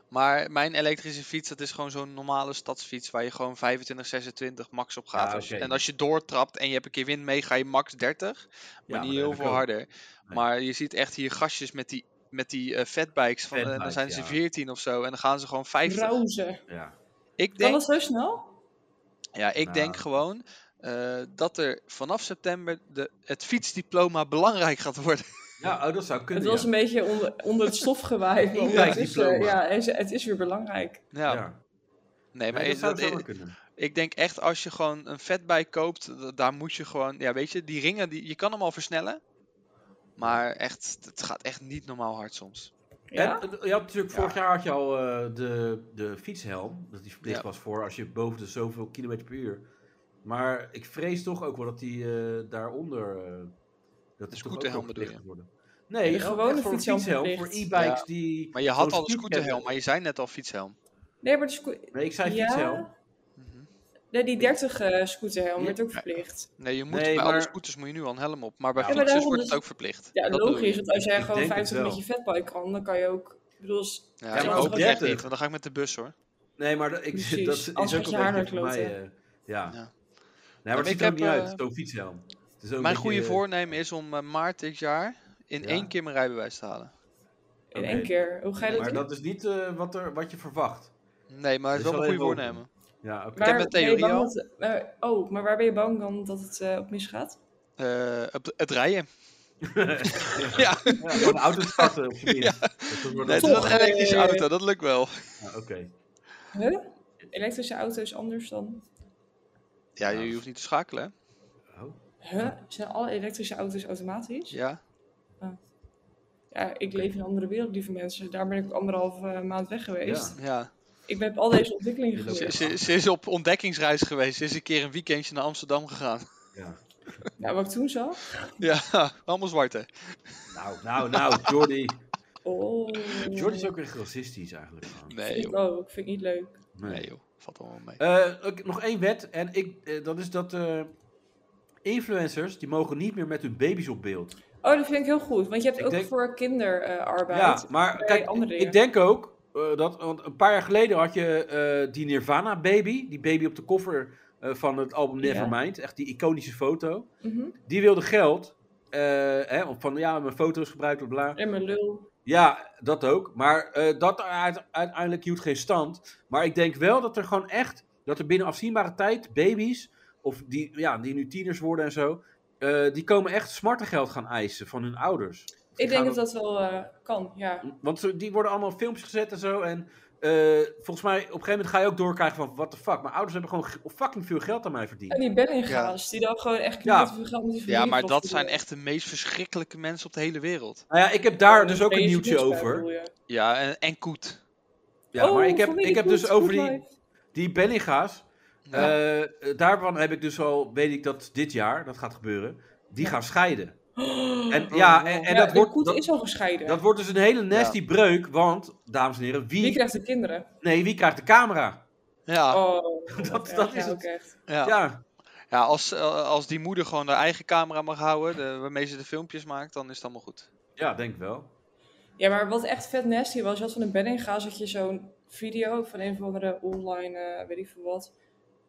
[SPEAKER 4] Maar mijn elektrische fiets, dat is gewoon zo'n normale stadsfiets waar je gewoon 25, 26 max op gaat.
[SPEAKER 2] Ja,
[SPEAKER 4] Als je-
[SPEAKER 2] oké.
[SPEAKER 4] En als je doortrapt en je hebt een keer wind mee, ga je max 30. Maar
[SPEAKER 2] dat
[SPEAKER 4] niet
[SPEAKER 2] heb
[SPEAKER 4] heel
[SPEAKER 2] ik
[SPEAKER 4] veel
[SPEAKER 2] ook.
[SPEAKER 4] harder. Maar je ziet echt hier gastjes met die, met die eh, fatbikes. Van, eh, dan
[SPEAKER 2] Fatbikes,
[SPEAKER 4] zijn ze
[SPEAKER 2] ja.
[SPEAKER 4] 14 of zo en dan gaan ze gewoon 50.
[SPEAKER 3] Rozen.
[SPEAKER 2] Ja.
[SPEAKER 4] Ik
[SPEAKER 3] Kan
[SPEAKER 4] denk,
[SPEAKER 3] dat zo snel?
[SPEAKER 4] ja, ik
[SPEAKER 2] Nou.
[SPEAKER 4] denk gewoon eh, dat er vanaf september de, het fietsdiploma belangrijk gaat worden.
[SPEAKER 2] ja, oh, dat zou
[SPEAKER 3] Het
[SPEAKER 2] kunnen.
[SPEAKER 3] was
[SPEAKER 2] ja.
[SPEAKER 3] een beetje onder, onder het stof gewaaid. maar
[SPEAKER 2] Ja,
[SPEAKER 3] ondertussen,
[SPEAKER 2] diploma.
[SPEAKER 3] ja, het is- het is weer belangrijk.
[SPEAKER 4] Ja,
[SPEAKER 2] Ja.
[SPEAKER 4] nee,
[SPEAKER 2] Nee,
[SPEAKER 4] maar
[SPEAKER 2] dat eh,
[SPEAKER 4] is
[SPEAKER 2] zou
[SPEAKER 4] dat,
[SPEAKER 2] zomaar
[SPEAKER 4] i-
[SPEAKER 2] kunnen.
[SPEAKER 4] Ik denk echt als je gewoon een fatbike koopt, d- daar moet je gewoon, ja weet je, die ringen, die, je kan hem al versnellen. Maar echt, het gaat echt niet normaal hard soms.
[SPEAKER 3] Ja?
[SPEAKER 2] En, eh, je had natuurlijk, vorig jaar had je al eh, de, de fietshelm. Dat die verplicht
[SPEAKER 4] Ja.
[SPEAKER 2] was voor als je boven de zoveel kilometer per uur. Maar ik vrees toch ook wel dat die eh, daaronder. eh dat is toch ook
[SPEAKER 4] scooterhelm
[SPEAKER 2] wel
[SPEAKER 4] bedoel je?
[SPEAKER 2] verplicht gaat worden. Nee,
[SPEAKER 3] De
[SPEAKER 2] gewoon
[SPEAKER 3] gewone
[SPEAKER 2] echt voor een
[SPEAKER 3] fietshelm
[SPEAKER 2] fietshelm. Voor
[SPEAKER 3] verplicht.
[SPEAKER 2] e-bikes
[SPEAKER 4] Ja.
[SPEAKER 2] die.
[SPEAKER 4] Maar je
[SPEAKER 2] zo'n
[SPEAKER 4] had al een
[SPEAKER 2] scoot
[SPEAKER 4] scooterhelm,
[SPEAKER 2] hebben.
[SPEAKER 4] maar je zei net al fietshelm.
[SPEAKER 3] Nee, maar de sco-
[SPEAKER 2] Nee, ik zei
[SPEAKER 3] Ja?
[SPEAKER 2] fietshelm.
[SPEAKER 4] Mhm.
[SPEAKER 3] Nee, die 30 eh scooterhelm werd ook
[SPEAKER 4] Ja.
[SPEAKER 3] verplicht.
[SPEAKER 4] Nee, je moet
[SPEAKER 2] Nee,
[SPEAKER 4] bij alle
[SPEAKER 2] maar-
[SPEAKER 4] scooters moet je nu al een helm op. Maar bij
[SPEAKER 2] Ja, maar
[SPEAKER 4] fietsers
[SPEAKER 3] daarom
[SPEAKER 4] wordt
[SPEAKER 3] dus-
[SPEAKER 4] het ook verplicht.
[SPEAKER 3] Ja,
[SPEAKER 4] Dat bedoel
[SPEAKER 3] logisch.
[SPEAKER 4] ik.
[SPEAKER 3] Want als jij
[SPEAKER 2] Ik
[SPEAKER 3] gewoon
[SPEAKER 2] denk het
[SPEAKER 3] 50 met
[SPEAKER 2] wel.
[SPEAKER 3] je fatbike kan, dan kan je ook... Ik bedoel, als-
[SPEAKER 4] Ja,
[SPEAKER 2] maar
[SPEAKER 4] ik
[SPEAKER 2] als
[SPEAKER 4] hoop het echt
[SPEAKER 2] 30.
[SPEAKER 4] niet, want dan ga ik met de bus hoor.
[SPEAKER 2] Nee, maar dat, ik,
[SPEAKER 3] Precies,
[SPEAKER 2] dat is
[SPEAKER 3] anders
[SPEAKER 2] ook
[SPEAKER 3] gaat je
[SPEAKER 2] een
[SPEAKER 3] haar
[SPEAKER 2] beetje voor
[SPEAKER 3] naar
[SPEAKER 2] mij.
[SPEAKER 3] kloten.
[SPEAKER 2] eh, ja.
[SPEAKER 4] Ja.
[SPEAKER 2] Nee,
[SPEAKER 4] maar
[SPEAKER 2] maar het
[SPEAKER 4] ik
[SPEAKER 2] ziet er ook
[SPEAKER 4] heb,
[SPEAKER 2] niet
[SPEAKER 4] eh,
[SPEAKER 2] uit, zo'n fietshelm. Het is ook een
[SPEAKER 4] Mijn goede
[SPEAKER 2] beetje-
[SPEAKER 4] voornemen is om eh, maart dit jaar in
[SPEAKER 2] Ja.
[SPEAKER 4] één keer mijn rijbewijs te halen.
[SPEAKER 3] in
[SPEAKER 2] Oké.
[SPEAKER 3] één keer. Hoe ga je dat
[SPEAKER 2] Maar
[SPEAKER 3] doen?
[SPEAKER 2] dat is niet eh, wat, er, wat je verwacht.
[SPEAKER 4] Nee, maar het is
[SPEAKER 2] Dus
[SPEAKER 4] wel een
[SPEAKER 2] alleen
[SPEAKER 4] goede
[SPEAKER 2] mogen.
[SPEAKER 4] voornemen.
[SPEAKER 2] Ja, oké.
[SPEAKER 4] heb
[SPEAKER 3] Waar
[SPEAKER 4] met
[SPEAKER 3] ben je
[SPEAKER 4] theorie
[SPEAKER 3] bang
[SPEAKER 4] al.
[SPEAKER 3] dat- eh, oh, maar waar ben je bang dan dat het eh, op misgaat?
[SPEAKER 4] Eh, het- het rijden. ja.
[SPEAKER 2] Ja, gewoon auto's schatten op zijn minst. Dus Dat wordt
[SPEAKER 4] Nee, het is
[SPEAKER 2] ook-
[SPEAKER 4] wel een elektrische
[SPEAKER 3] eh,
[SPEAKER 4] auto, dat lukt wel.
[SPEAKER 2] Ja, Oké.
[SPEAKER 3] Huh? Elektrische auto is anders dan...
[SPEAKER 4] Ja, je,
[SPEAKER 2] Ja.
[SPEAKER 4] je hoeft niet te schakelen. hè?
[SPEAKER 2] Oh.
[SPEAKER 3] Huh? Zijn alle elektrische auto's automatisch? Ja,
[SPEAKER 4] Ja.
[SPEAKER 3] ik leef in een andere wereld, lieve mensen. Daar ben ik anderhalf eh, maand weg geweest.
[SPEAKER 2] Ja.
[SPEAKER 4] ja.
[SPEAKER 3] Ik ben op al deze ontwikkelingen
[SPEAKER 2] Je loopt
[SPEAKER 4] Ze,
[SPEAKER 3] geleerd.
[SPEAKER 4] ze- ze is op ontdekkingsreis geweest. Ze is een keer een weekendje naar Amsterdam gegaan.
[SPEAKER 2] Ja.
[SPEAKER 3] Nou, wat ik toen zag...
[SPEAKER 4] Ja, allemaal zwarte.
[SPEAKER 2] Nou, nou, nou, Jordi.
[SPEAKER 3] Oh,
[SPEAKER 2] Jordi is ook echt racistisch eigenlijk. gewoon.
[SPEAKER 4] Nee,
[SPEAKER 3] vind ik
[SPEAKER 4] joh.
[SPEAKER 3] ook. Vind ik niet leuk.
[SPEAKER 4] Nee joh, valt allemaal mee.
[SPEAKER 2] Eh, ook nog één wet, en ik, eh, dat is dat eh, influencers die mogen niet meer met hun baby's op beeld.
[SPEAKER 3] Oh, dat vind ik heel goed. Want je hebt
[SPEAKER 2] Ik
[SPEAKER 3] ook
[SPEAKER 2] denk-
[SPEAKER 3] voor kinderarbeid.
[SPEAKER 2] Ja, maar
[SPEAKER 3] bij
[SPEAKER 2] kijk,
[SPEAKER 3] andere
[SPEAKER 2] ik
[SPEAKER 3] dingen.
[SPEAKER 2] denk ook eh, dat, want een paar jaar geleden had je eh, die Nirvana baby, die baby op de koffer eh, van het album
[SPEAKER 3] Ja.
[SPEAKER 2] Nevermind, echt die iconische foto.
[SPEAKER 3] Mhm.
[SPEAKER 2] Die wilde geld, eh, hè, of van ja, mijn foto's gebruikt, bla. bla.
[SPEAKER 3] En mijn lul.
[SPEAKER 2] Ja, dat ook. Maar eh, dat uite- uiteindelijk hield geen stand. Maar ik denk wel dat er gewoon echt, dat er binnen afzienbare tijd baby's, of die, ja, die nu tieners worden en zo, eh, die komen echt smartengeld gaan eisen van hun ouders.
[SPEAKER 3] Ik denk
[SPEAKER 2] gaan-
[SPEAKER 3] dat dat wel eh, kan, ja.
[SPEAKER 2] Want ze- die worden allemaal filmpjes gezet en zo. En eh, volgens mij, op een gegeven moment ga je ook doorkrijgen van, what the fuck, mijn ouders hebben gewoon g- fucking veel geld aan mij verdiend.
[SPEAKER 3] En die Bellinga's, die dan gewoon echt
[SPEAKER 2] Ja.
[SPEAKER 3] niet veel geld met
[SPEAKER 4] Ja,
[SPEAKER 3] die familie
[SPEAKER 4] maar dat
[SPEAKER 3] profiteren.
[SPEAKER 4] zijn echt de meest verschrikkelijke mensen op de hele wereld.
[SPEAKER 2] Nou ja, ik heb daar dus
[SPEAKER 3] Dan
[SPEAKER 2] ook
[SPEAKER 3] ben
[SPEAKER 2] een
[SPEAKER 3] je
[SPEAKER 2] nieuwtje
[SPEAKER 3] verliefd bij,
[SPEAKER 2] over.
[SPEAKER 3] bedoel je.
[SPEAKER 4] Ja, en, en Koet.
[SPEAKER 2] Ja,
[SPEAKER 3] Oh,
[SPEAKER 2] maar ik heb,
[SPEAKER 3] familie,
[SPEAKER 2] ik heb
[SPEAKER 3] goed,
[SPEAKER 2] dus over
[SPEAKER 3] goed
[SPEAKER 2] die,
[SPEAKER 3] life.
[SPEAKER 2] die Bellinga's.
[SPEAKER 4] Ja.
[SPEAKER 2] Eh, daarvan heb ik dus al, weet ik dat dit jaar, dat gaat gebeuren, die
[SPEAKER 3] Ja. Mm.
[SPEAKER 2] gaan scheiden. En
[SPEAKER 4] Oh,
[SPEAKER 2] ja,
[SPEAKER 4] no.
[SPEAKER 2] en, en
[SPEAKER 3] Ja,
[SPEAKER 2] dat,
[SPEAKER 3] de koet
[SPEAKER 2] wordt, dat,
[SPEAKER 3] is al gescheiden.
[SPEAKER 2] dat wordt dus een hele nasty breuk, want, dames en heren, wie,
[SPEAKER 3] Wie krijgt de kinderen?
[SPEAKER 2] nee, wie krijgt de camera?
[SPEAKER 4] ja,
[SPEAKER 3] Oh,
[SPEAKER 2] Ah, dat
[SPEAKER 3] ja,
[SPEAKER 2] dat
[SPEAKER 3] ja,
[SPEAKER 2] is
[SPEAKER 3] ook
[SPEAKER 2] het.
[SPEAKER 3] echt.
[SPEAKER 4] ja.
[SPEAKER 2] Ja,
[SPEAKER 4] Ja, als, eh, als die moeder gewoon haar eigen camera mag houden, de- waarmee ze de filmpjes maakt, dan is het allemaal goed.
[SPEAKER 2] ja, denk ik wel.
[SPEAKER 3] Ja, maar wat echt vet nasty was, je had van een Bellinga's dat je zo'n video van een of andere online, eh, weet ik veel wat,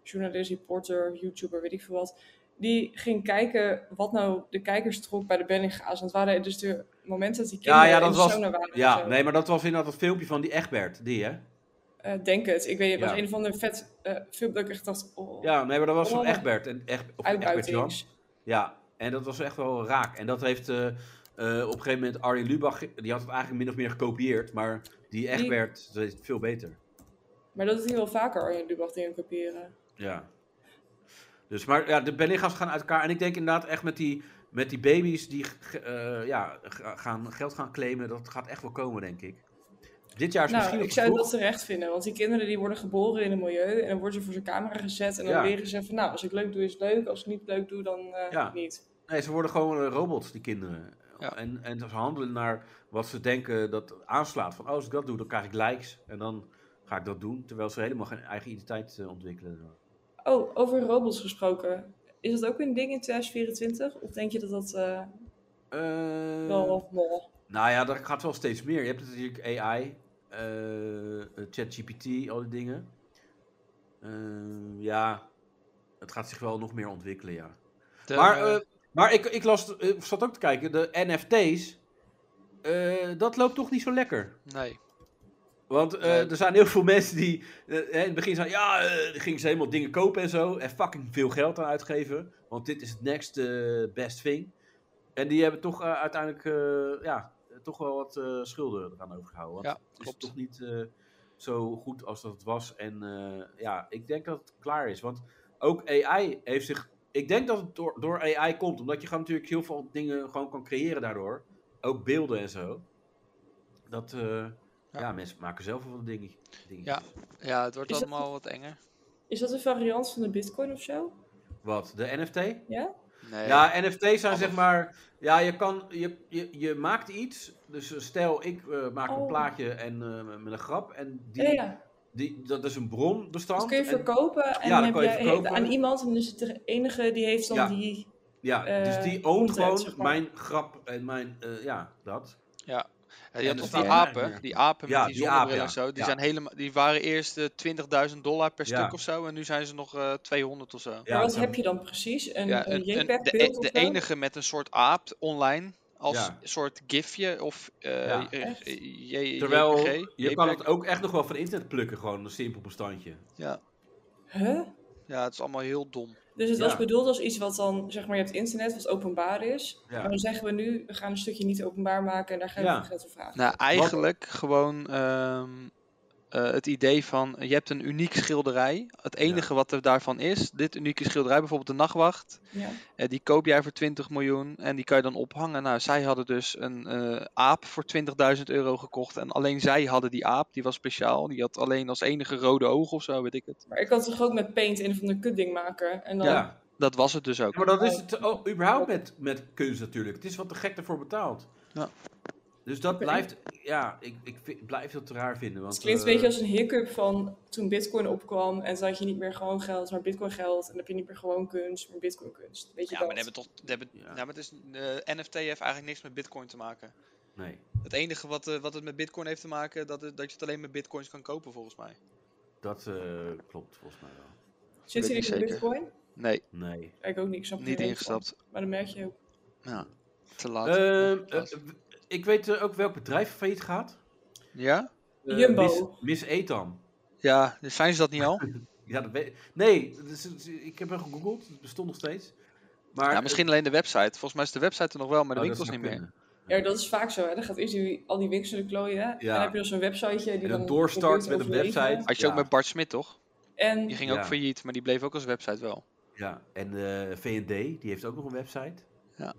[SPEAKER 3] journalist, reporter, YouTuber, weet ik veel wat, die ging kijken wat nou de kijkers trok bij de Bellinga's. Want het waren dus de momenten dat die
[SPEAKER 2] Ja,
[SPEAKER 3] kinderen
[SPEAKER 2] ja, dat
[SPEAKER 3] in
[SPEAKER 2] was,
[SPEAKER 3] sauna waren. en
[SPEAKER 2] ja,
[SPEAKER 3] zo.
[SPEAKER 2] nee, maar dat was inderdaad dat filmpje van die Egbert, die hè?
[SPEAKER 3] Eh, denk het. Ik weet het was
[SPEAKER 2] Ja.
[SPEAKER 3] een van de vet eh film dat ik echt dacht, oh,
[SPEAKER 2] Ja, nee, maar dat was van
[SPEAKER 3] Oh.
[SPEAKER 2] Egbert en Eg, of Egbert Jan.
[SPEAKER 3] uitbuitings.
[SPEAKER 2] Ja, en dat was echt wel raak. En dat heeft eh, eh, op een gegeven moment Arjen Lubach, die had het eigenlijk min of meer gekopieerd, maar die Egbert dat is veel beter.
[SPEAKER 3] Maar dat is hier wel vaker, Arjen Lubach dingen kopiëren.
[SPEAKER 2] Ja. Dus, maar ja, de Bellinga's gaan uit elkaar. En ik denk inderdaad echt met die, met die baby's die ge- eh, ja, ga- gaan, geld gaan claimen, dat gaat echt wel komen, denk ik. Dit jaar is misschien
[SPEAKER 3] Nou,
[SPEAKER 2] nog
[SPEAKER 3] ik
[SPEAKER 2] te
[SPEAKER 3] zou dat
[SPEAKER 2] vroeg.
[SPEAKER 3] terecht vinden. Want die kinderen die worden geboren in een milieu en dan worden ze voor zijn camera gezet. En dan
[SPEAKER 2] Ja.
[SPEAKER 3] leren ze van, nou, als ik leuk doe is het leuk, als ik niet leuk doe dan eh,
[SPEAKER 2] Ja.
[SPEAKER 3] niet.
[SPEAKER 2] Nee, ze worden gewoon eh, robots, die kinderen.
[SPEAKER 4] Ja.
[SPEAKER 2] En, en ze handelen naar wat ze denken dat aanslaat. Van, oh, als ik dat doe, dan krijg ik likes. En dan ga ik dat doen. Terwijl ze helemaal geen eigen identiteit eh, ontwikkelen.
[SPEAKER 3] Oh, over robots gesproken. Is dat ook een ding in 2024? Of denk je dat dat eh,
[SPEAKER 2] Eh,
[SPEAKER 3] wel of mol?
[SPEAKER 2] Nou ja, dat gaat wel steeds meer. Je hebt natuurlijk AI, eh, ChatGPT, al die dingen. Eh, ja, het gaat zich wel nog meer ontwikkelen, ja.
[SPEAKER 4] De-
[SPEAKER 2] maar eh, maar ik, ik las, eh, zat ook te kijken, de NFT's, eh, dat loopt toch niet zo lekker.
[SPEAKER 4] nee.
[SPEAKER 2] Want eh,
[SPEAKER 4] Nee.
[SPEAKER 2] er zijn heel veel mensen die eh, hè, in het begin zeiden, ja, eh, dan gingen ze helemaal dingen kopen en zo. En fucking veel geld aan uitgeven. Want dit is het next eh, best thing. En die hebben toch eh, uiteindelijk eh, ja, eh, toch wel wat eh, schulden eraan overgehouden. Want
[SPEAKER 4] Ja,
[SPEAKER 2] het is
[SPEAKER 4] klopt.
[SPEAKER 2] toch niet eh, zo goed als dat het was. En eh, ja, ik denk dat het klaar is. Want ook AI heeft zich... Ik denk dat het door, door AI komt. Omdat je gewoon natuurlijk heel veel dingen gewoon kan creëren daardoor. Ook beelden en zo. Dat... eh, ja,
[SPEAKER 4] Ja.
[SPEAKER 2] mensen maken zelf wel dingen. dingen.
[SPEAKER 4] Ja. Ja, het wordt
[SPEAKER 3] Is dat-
[SPEAKER 4] allemaal wat enger.
[SPEAKER 3] Is dat een variant van de bitcoin of zo?
[SPEAKER 2] Wat? De NFT?
[SPEAKER 3] Ja?
[SPEAKER 4] Nee.
[SPEAKER 2] Ja, NFT's zijn
[SPEAKER 4] Alles.
[SPEAKER 2] zeg maar. Ja, je kan. Je, je, je maakt iets. Dus eh, stel, ik eh, maak een
[SPEAKER 3] Oh.
[SPEAKER 2] plaatje en eh, met een grap. En die,
[SPEAKER 3] Ja, Eh, ja.
[SPEAKER 2] die, dat is een bronbestand.
[SPEAKER 3] Dat kun je
[SPEAKER 2] en-
[SPEAKER 3] verkopen en
[SPEAKER 2] dat
[SPEAKER 3] dan heb
[SPEAKER 2] kan je
[SPEAKER 3] jij
[SPEAKER 2] verkopen.
[SPEAKER 3] aan iemand en dus de enige die heeft dan
[SPEAKER 2] Ja.
[SPEAKER 3] die...
[SPEAKER 2] ja, dus
[SPEAKER 3] eh,
[SPEAKER 2] die oont
[SPEAKER 3] content,
[SPEAKER 2] gewoon
[SPEAKER 3] zeg maar.
[SPEAKER 2] mijn grap en mijn. eh, ja, dat.
[SPEAKER 4] Ja, je had
[SPEAKER 2] en
[SPEAKER 4] toch
[SPEAKER 2] dus
[SPEAKER 4] die
[SPEAKER 2] die-
[SPEAKER 4] apen, die apen
[SPEAKER 2] Ja,
[SPEAKER 4] met die
[SPEAKER 2] die
[SPEAKER 4] zonnebril
[SPEAKER 2] apen, ja.
[SPEAKER 4] en zo, die,
[SPEAKER 2] Ja.
[SPEAKER 4] zijn helemaal, die waren eerst eh 20.000 dollar per
[SPEAKER 2] Ja.
[SPEAKER 4] stuk of zo en nu zijn ze nog eh 200 of zo.
[SPEAKER 2] Ja,
[SPEAKER 3] maar wat
[SPEAKER 2] dat-
[SPEAKER 3] heb je dan precies? Een,
[SPEAKER 4] Ja,
[SPEAKER 3] een
[SPEAKER 4] een- een- de,
[SPEAKER 3] JPEG-beeld
[SPEAKER 4] e-
[SPEAKER 3] of
[SPEAKER 4] de
[SPEAKER 3] zo?
[SPEAKER 4] enige met een soort aap online als
[SPEAKER 2] Ja.
[SPEAKER 4] soort gifje of eh
[SPEAKER 2] Ja.
[SPEAKER 4] eh,
[SPEAKER 3] Echt?
[SPEAKER 4] J-
[SPEAKER 2] Terwijl
[SPEAKER 4] JPG,
[SPEAKER 2] je kan
[SPEAKER 4] JPEG.
[SPEAKER 2] het ook echt nog wel van internet plukken, gewoon een simpel bestandje.
[SPEAKER 4] ja.
[SPEAKER 3] Huh?
[SPEAKER 4] ja, het is allemaal heel dom.
[SPEAKER 3] Dus het
[SPEAKER 2] Ja.
[SPEAKER 3] was bedoeld als iets wat dan, zeg maar, je hebt internet wat openbaar is.
[SPEAKER 2] Ja.
[SPEAKER 3] Maar dan zeggen we nu, we gaan een stukje niet openbaar maken en daar gaan we
[SPEAKER 2] Ja.
[SPEAKER 3] veel geld voor vragen.
[SPEAKER 4] Nou, eigenlijk gewoon ehm, eh, het idee van eh, je hebt een uniek schilderij. Het enige wat er daarvan is, dit unieke schilderij, bijvoorbeeld de nachtwacht,
[SPEAKER 3] Ja.
[SPEAKER 4] eh, die koop jij voor 20 miljoen en die kan je dan ophangen. Nou, zij hadden dus een eh, aap voor 20.000 euro gekocht en alleen zij hadden die aap, die was speciaal. Die had alleen als enige rode ogen of zo, weet ik het.
[SPEAKER 3] Maar ik kan toch ook met paint een of ander kutding maken. En dan,
[SPEAKER 4] Ja. Dat was het dus ook.
[SPEAKER 2] Ja, maar dat is het oh, überhaupt met, met kunst natuurlijk. Het is wat de gek ervoor betaalt.
[SPEAKER 4] Ja.
[SPEAKER 2] Dus dat
[SPEAKER 3] Oké.
[SPEAKER 2] blijft, ja, ik, ik vind- blijf dat raar vinden. Want,
[SPEAKER 3] Het klinkt een
[SPEAKER 2] eh,
[SPEAKER 3] beetje als een hiccup van toen bitcoin opkwam en toen had je niet meer gewoon geld, maar bitcoin geld. En dan heb je niet meer gewoon kunst, maar bitcoin kunst. Weet je
[SPEAKER 4] Ja,
[SPEAKER 3] dat?
[SPEAKER 4] maar dan hebben toch. dan hebben,
[SPEAKER 2] Ja.
[SPEAKER 4] ja. maar het is, eh, NFT heeft eigenlijk niks met Bitcoin te maken.
[SPEAKER 2] Nee.
[SPEAKER 4] Het enige wat, eh, wat het met Bitcoin heeft te maken, dat, is dat je het alleen met Bitcoins kan kopen, volgens mij.
[SPEAKER 2] Dat eh, klopt volgens mij wel.
[SPEAKER 3] Zitten
[SPEAKER 4] weet ik
[SPEAKER 3] jullie in
[SPEAKER 4] zeker.
[SPEAKER 3] bitcoin?
[SPEAKER 4] Nee,
[SPEAKER 2] Nee.
[SPEAKER 3] Ik ook niet, ik snap er
[SPEAKER 4] niet
[SPEAKER 3] niks van.
[SPEAKER 4] ingestapt.
[SPEAKER 3] Maar dan merk je ook.
[SPEAKER 4] Ja, te laat.
[SPEAKER 2] Ehm,
[SPEAKER 4] Te laat.
[SPEAKER 2] eh, w- ik weet eh, ook welk bedrijf failliet gaat.
[SPEAKER 4] ja?
[SPEAKER 2] Eh,
[SPEAKER 3] Jumbo.
[SPEAKER 2] Miss, Miss Etam.
[SPEAKER 4] Ja, dus zijn ze dat niet al?
[SPEAKER 2] Ja, dat weet Nee, dat is- is- ik heb hem gegoogeld. Het bestond nog steeds. Maar,
[SPEAKER 4] ja, misschien alleen de website. Volgens mij is de website er nog wel, maar de
[SPEAKER 2] Oh, dat
[SPEAKER 4] winkels
[SPEAKER 2] zou
[SPEAKER 4] niet meer.
[SPEAKER 2] kunnen.
[SPEAKER 3] Ja, dat is vaak zo. Hè? Dan gaat eerst die, al die winkels door de klooien. hè? En dan heb je dan zo'n websiteje. Die
[SPEAKER 2] En
[SPEAKER 3] dan
[SPEAKER 2] dan doorstart
[SPEAKER 3] probeert
[SPEAKER 2] met
[SPEAKER 3] te
[SPEAKER 2] een
[SPEAKER 3] overleven.
[SPEAKER 2] website.
[SPEAKER 4] Had je ook
[SPEAKER 2] Ja.
[SPEAKER 4] met Bart Smit, toch?
[SPEAKER 3] En
[SPEAKER 4] Die ging
[SPEAKER 2] Ja.
[SPEAKER 4] ook failliet, maar die bleef ook als website wel.
[SPEAKER 2] Ja, en eh, V&D, die heeft ook nog een website.
[SPEAKER 4] Ja.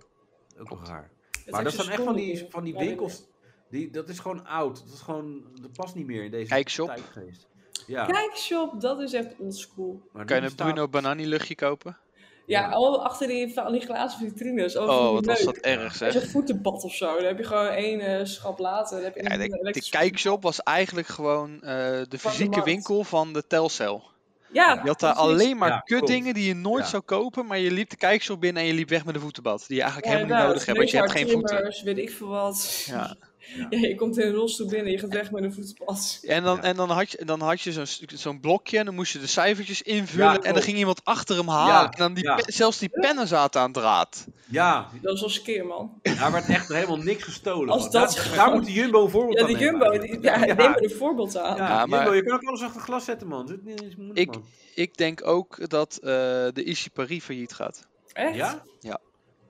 [SPEAKER 2] Ook nog haar.
[SPEAKER 3] het
[SPEAKER 2] maar dat
[SPEAKER 3] extra
[SPEAKER 2] zijn echt van
[SPEAKER 3] school
[SPEAKER 2] die,
[SPEAKER 3] dingen.
[SPEAKER 2] van die
[SPEAKER 3] Ja, dat-
[SPEAKER 2] winkels. Die, dat is gewoon oud. Dat is gewoon, dat past niet meer in deze
[SPEAKER 4] Kijkshop.
[SPEAKER 2] tijdgeest. Ja,
[SPEAKER 3] Kijkshop, dat is echt oldschool.
[SPEAKER 2] maar
[SPEAKER 4] Kan je
[SPEAKER 2] die
[SPEAKER 4] een
[SPEAKER 2] bestaat-
[SPEAKER 4] Bruno Banani luchtje kopen?
[SPEAKER 3] Ja,
[SPEAKER 2] Ja.
[SPEAKER 3] al achter die, van die glazen vitrines. Oh,
[SPEAKER 4] Oh,
[SPEAKER 3] oh
[SPEAKER 4] wat
[SPEAKER 3] leuk.
[SPEAKER 4] was dat erg,
[SPEAKER 3] Als
[SPEAKER 4] zeg.
[SPEAKER 3] je een voetenbad of zo, dan heb je gewoon één eh, schap later. Dan heb je eh,
[SPEAKER 4] Ja,
[SPEAKER 3] een
[SPEAKER 4] de, de
[SPEAKER 3] elektrisch-
[SPEAKER 4] kijkshop was eigenlijk gewoon eh, de fysieke
[SPEAKER 3] markt.
[SPEAKER 4] winkel van de telcel.
[SPEAKER 3] Ja,
[SPEAKER 4] Je had
[SPEAKER 3] dat
[SPEAKER 4] daar
[SPEAKER 3] is niks.
[SPEAKER 4] alleen maar
[SPEAKER 2] Ja,
[SPEAKER 4] kutdingen die je nooit
[SPEAKER 2] Ja.
[SPEAKER 4] zou kopen, maar je liep de kijkshop binnen en je liep weg met een voetenbad. Die je eigenlijk
[SPEAKER 3] Ja,
[SPEAKER 4] helemaal niet
[SPEAKER 3] inderdaad.
[SPEAKER 4] nodig hebt, want je hebt geen voeten.
[SPEAKER 3] Neushaartrimmers, weet ik veel wat.
[SPEAKER 4] Ja.
[SPEAKER 3] Ja. je komt in een rolstoel binnen, je gaat weg met een voetpas.
[SPEAKER 4] En dan,
[SPEAKER 2] Ja.
[SPEAKER 4] en dan had je, dan had je zo'n stuk- zo'n blokje en dan moest je de cijfertjes invullen en dan
[SPEAKER 2] klopt.
[SPEAKER 4] ging iemand achter hem halen.
[SPEAKER 2] Ja,
[SPEAKER 4] En dan die
[SPEAKER 2] ja.
[SPEAKER 4] pe- zelfs die pennen zaten aan draad.
[SPEAKER 2] Ja,
[SPEAKER 3] Dat was als keer, man.
[SPEAKER 2] daar werd echt helemaal niks gestolen.
[SPEAKER 3] Als
[SPEAKER 2] man.
[SPEAKER 3] dat-
[SPEAKER 2] daar, daar moet de Jumbo een voorbeeld
[SPEAKER 3] Ja,
[SPEAKER 2] aan
[SPEAKER 3] die
[SPEAKER 2] nemen
[SPEAKER 3] Jumbo,
[SPEAKER 2] eigenlijk.
[SPEAKER 3] die, ja,
[SPEAKER 2] Ja.
[SPEAKER 3] neem er een voorbeeld aan.
[SPEAKER 2] Ja,
[SPEAKER 3] Ja,
[SPEAKER 4] Ja,
[SPEAKER 2] Jumbo,
[SPEAKER 4] maar-
[SPEAKER 2] je kan ook alles achter glas zetten, man. Doe het niet- is moeilijk,
[SPEAKER 4] Ik-
[SPEAKER 2] man.
[SPEAKER 4] Ik denk ook dat eh, de Easy Paris failliet gaat.
[SPEAKER 3] Echt?
[SPEAKER 2] Ja?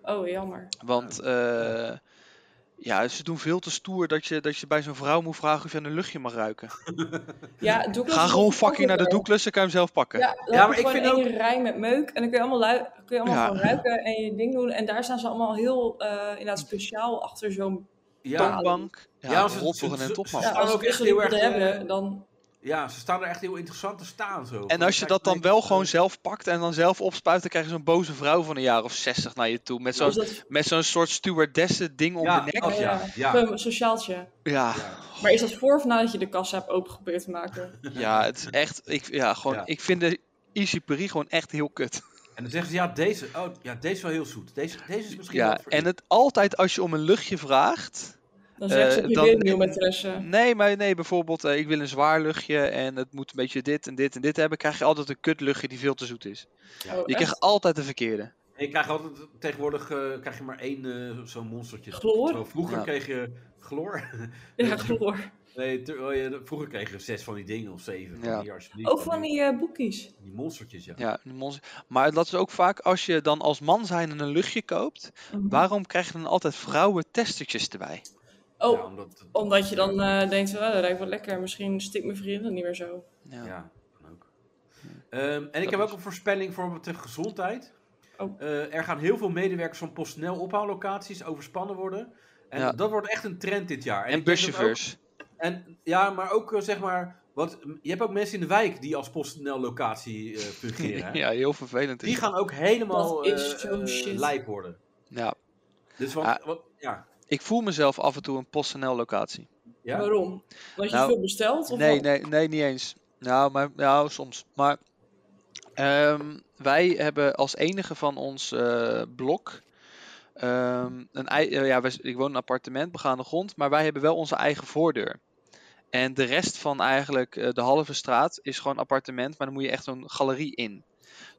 [SPEAKER 3] Oh, jammer.
[SPEAKER 4] Want eh, ja, ze doen veel te stoer dat je, dat je bij zo'n vrouw moet vragen of je aan een luchtje mag ruiken.
[SPEAKER 3] Ja, Douglas
[SPEAKER 4] Ga
[SPEAKER 3] is
[SPEAKER 4] gewoon
[SPEAKER 3] ook
[SPEAKER 4] fucking naar de
[SPEAKER 3] makkelijker.
[SPEAKER 4] Douglas, dan kan je hem zelf pakken.
[SPEAKER 3] Ja, dan
[SPEAKER 2] Ja,
[SPEAKER 3] heb
[SPEAKER 2] maar
[SPEAKER 3] je
[SPEAKER 2] ik
[SPEAKER 3] gewoon
[SPEAKER 2] vind
[SPEAKER 3] één rij met meuk. En dan kun je allemaal, lui- kun je allemaal
[SPEAKER 4] Ja.
[SPEAKER 3] gewoon ruiken en je ding doen. En daar staan ze allemaal heel eh, inderdaad speciaal achter zo'n...
[SPEAKER 2] Ja,
[SPEAKER 4] Toonbank. Ja,
[SPEAKER 2] Ja,
[SPEAKER 4] ja
[SPEAKER 2] als het-
[SPEAKER 4] roddelen
[SPEAKER 2] het-
[SPEAKER 4] en
[SPEAKER 2] het-
[SPEAKER 4] top,
[SPEAKER 2] het-
[SPEAKER 4] man.
[SPEAKER 3] Ja,
[SPEAKER 2] staan
[SPEAKER 3] als
[SPEAKER 2] ook
[SPEAKER 3] ook echt
[SPEAKER 2] echt heel erg,
[SPEAKER 3] hebben,
[SPEAKER 2] eh,
[SPEAKER 3] dan...
[SPEAKER 2] ja, ze staan er echt heel interessant te staan. Zo.
[SPEAKER 4] En als je dat dan wel gewoon zelf pakt en dan zelf opspuit, dan krijg je zo'n boze vrouw van een jaar of 60 naar je toe. Met zo'n
[SPEAKER 3] is dat,
[SPEAKER 4] met zo'n soort stewardessen ding om
[SPEAKER 2] Ja, Oh.
[SPEAKER 4] de nek.
[SPEAKER 2] dat- ja,
[SPEAKER 3] ja,
[SPEAKER 2] ja.
[SPEAKER 3] Zo'n sociaaltje.
[SPEAKER 4] Ja,
[SPEAKER 3] Maar is dat voor of nadat je de kassa hebt opengeprobeerd te maken?
[SPEAKER 4] ja, het is echt. Ik, ja, gewoon,
[SPEAKER 2] Ja.
[SPEAKER 4] ik vind de Easy Paris gewoon echt heel kut.
[SPEAKER 2] En dan zeggen ze, ja, deze, oh, ja, deze is wel heel zoet. Deze, deze is misschien
[SPEAKER 4] Ja,
[SPEAKER 2] wat voor
[SPEAKER 4] en
[SPEAKER 2] u.
[SPEAKER 4] het altijd als je om een luchtje vraagt.
[SPEAKER 3] Dan zeggen ze,
[SPEAKER 4] Eh,
[SPEAKER 3] ik
[SPEAKER 4] dan-
[SPEAKER 3] weet niet met de rest. eh.
[SPEAKER 4] Nee, maar nee, bijvoorbeeld, eh, ik wil een zwaar luchtje en het moet een beetje dit en dit en dit hebben. Krijg je altijd een kut luchtje die veel te zoet is.
[SPEAKER 2] Ja.
[SPEAKER 3] Oh,
[SPEAKER 4] Je
[SPEAKER 3] echt?
[SPEAKER 4] krijgt altijd de verkeerde.
[SPEAKER 2] En je krijgt altijd, tegenwoordig eh, krijg je maar één eh, zo'n monstertje.
[SPEAKER 3] Chloor?
[SPEAKER 2] Terwijl vroeger
[SPEAKER 4] Ja.
[SPEAKER 2] kreeg je chloor.
[SPEAKER 3] Ja, gehoor.
[SPEAKER 2] Nee, ter- oh ja, vroeger kreeg je zes van die dingen of zeven.
[SPEAKER 4] Ja.
[SPEAKER 2] Van die, alsjeblieft,
[SPEAKER 3] Ook van die eh, boekies.
[SPEAKER 2] die monstertjes, ja.
[SPEAKER 4] Ja, de mons- maar dat is ook vaak als je dan als man zijn een luchtje koopt.
[SPEAKER 3] Mhm.
[SPEAKER 4] Waarom krijg je dan altijd vrouwen testertjes erbij?
[SPEAKER 3] Oh,
[SPEAKER 2] Ja, omdat,
[SPEAKER 3] omdat je dan eh, denkt, oh, dat lijkt wel lekker. Misschien stikt mijn vriendin niet meer zo.
[SPEAKER 4] Ja.
[SPEAKER 2] Ja, kan ook. Ehm, en ik
[SPEAKER 4] Dat
[SPEAKER 2] heb
[SPEAKER 4] is-
[SPEAKER 2] ook een voorspelling voor betreft gezondheid.
[SPEAKER 3] Oh.
[SPEAKER 2] Eh, er gaan heel veel medewerkers van PostNL ophaallocaties overspannen worden. En
[SPEAKER 4] Ja.
[SPEAKER 2] dat wordt echt een trend dit jaar.
[SPEAKER 4] En
[SPEAKER 2] ik denk dat ook-
[SPEAKER 4] buschauffeurs.
[SPEAKER 2] En ja, maar ook eh, zeg maar, want je hebt ook mensen in de wijk die als PostNL locatie eh, fungeren. hè?
[SPEAKER 4] Ja, heel vervelend is
[SPEAKER 2] Die
[SPEAKER 4] dat.
[SPEAKER 2] gaan ook helemaal
[SPEAKER 3] Dat is
[SPEAKER 2] eh,
[SPEAKER 3] zo'n
[SPEAKER 2] eh,
[SPEAKER 3] shit.
[SPEAKER 2] lijp worden.
[SPEAKER 4] Ja,
[SPEAKER 2] Dus want,
[SPEAKER 4] Ah.
[SPEAKER 2] want- ja.
[SPEAKER 4] ik voel mezelf af en toe een PostNL locatie.
[SPEAKER 2] Ja?
[SPEAKER 3] Waarom? Omdat je
[SPEAKER 4] Nou,
[SPEAKER 3] veel bestelt? Of
[SPEAKER 4] Nee,
[SPEAKER 3] wat?
[SPEAKER 4] nee, nee, niet eens. Nou, maar nou, soms. Maar ehm, wij hebben als enige van ons eh, blok ehm, een ei- eh, ja, wij- ik woon in een appartement, begaande grond, maar wij hebben wel onze eigen voordeur. En de rest van eigenlijk eh, de halve straat is gewoon appartement, maar dan moet je echt zo'n galerie in.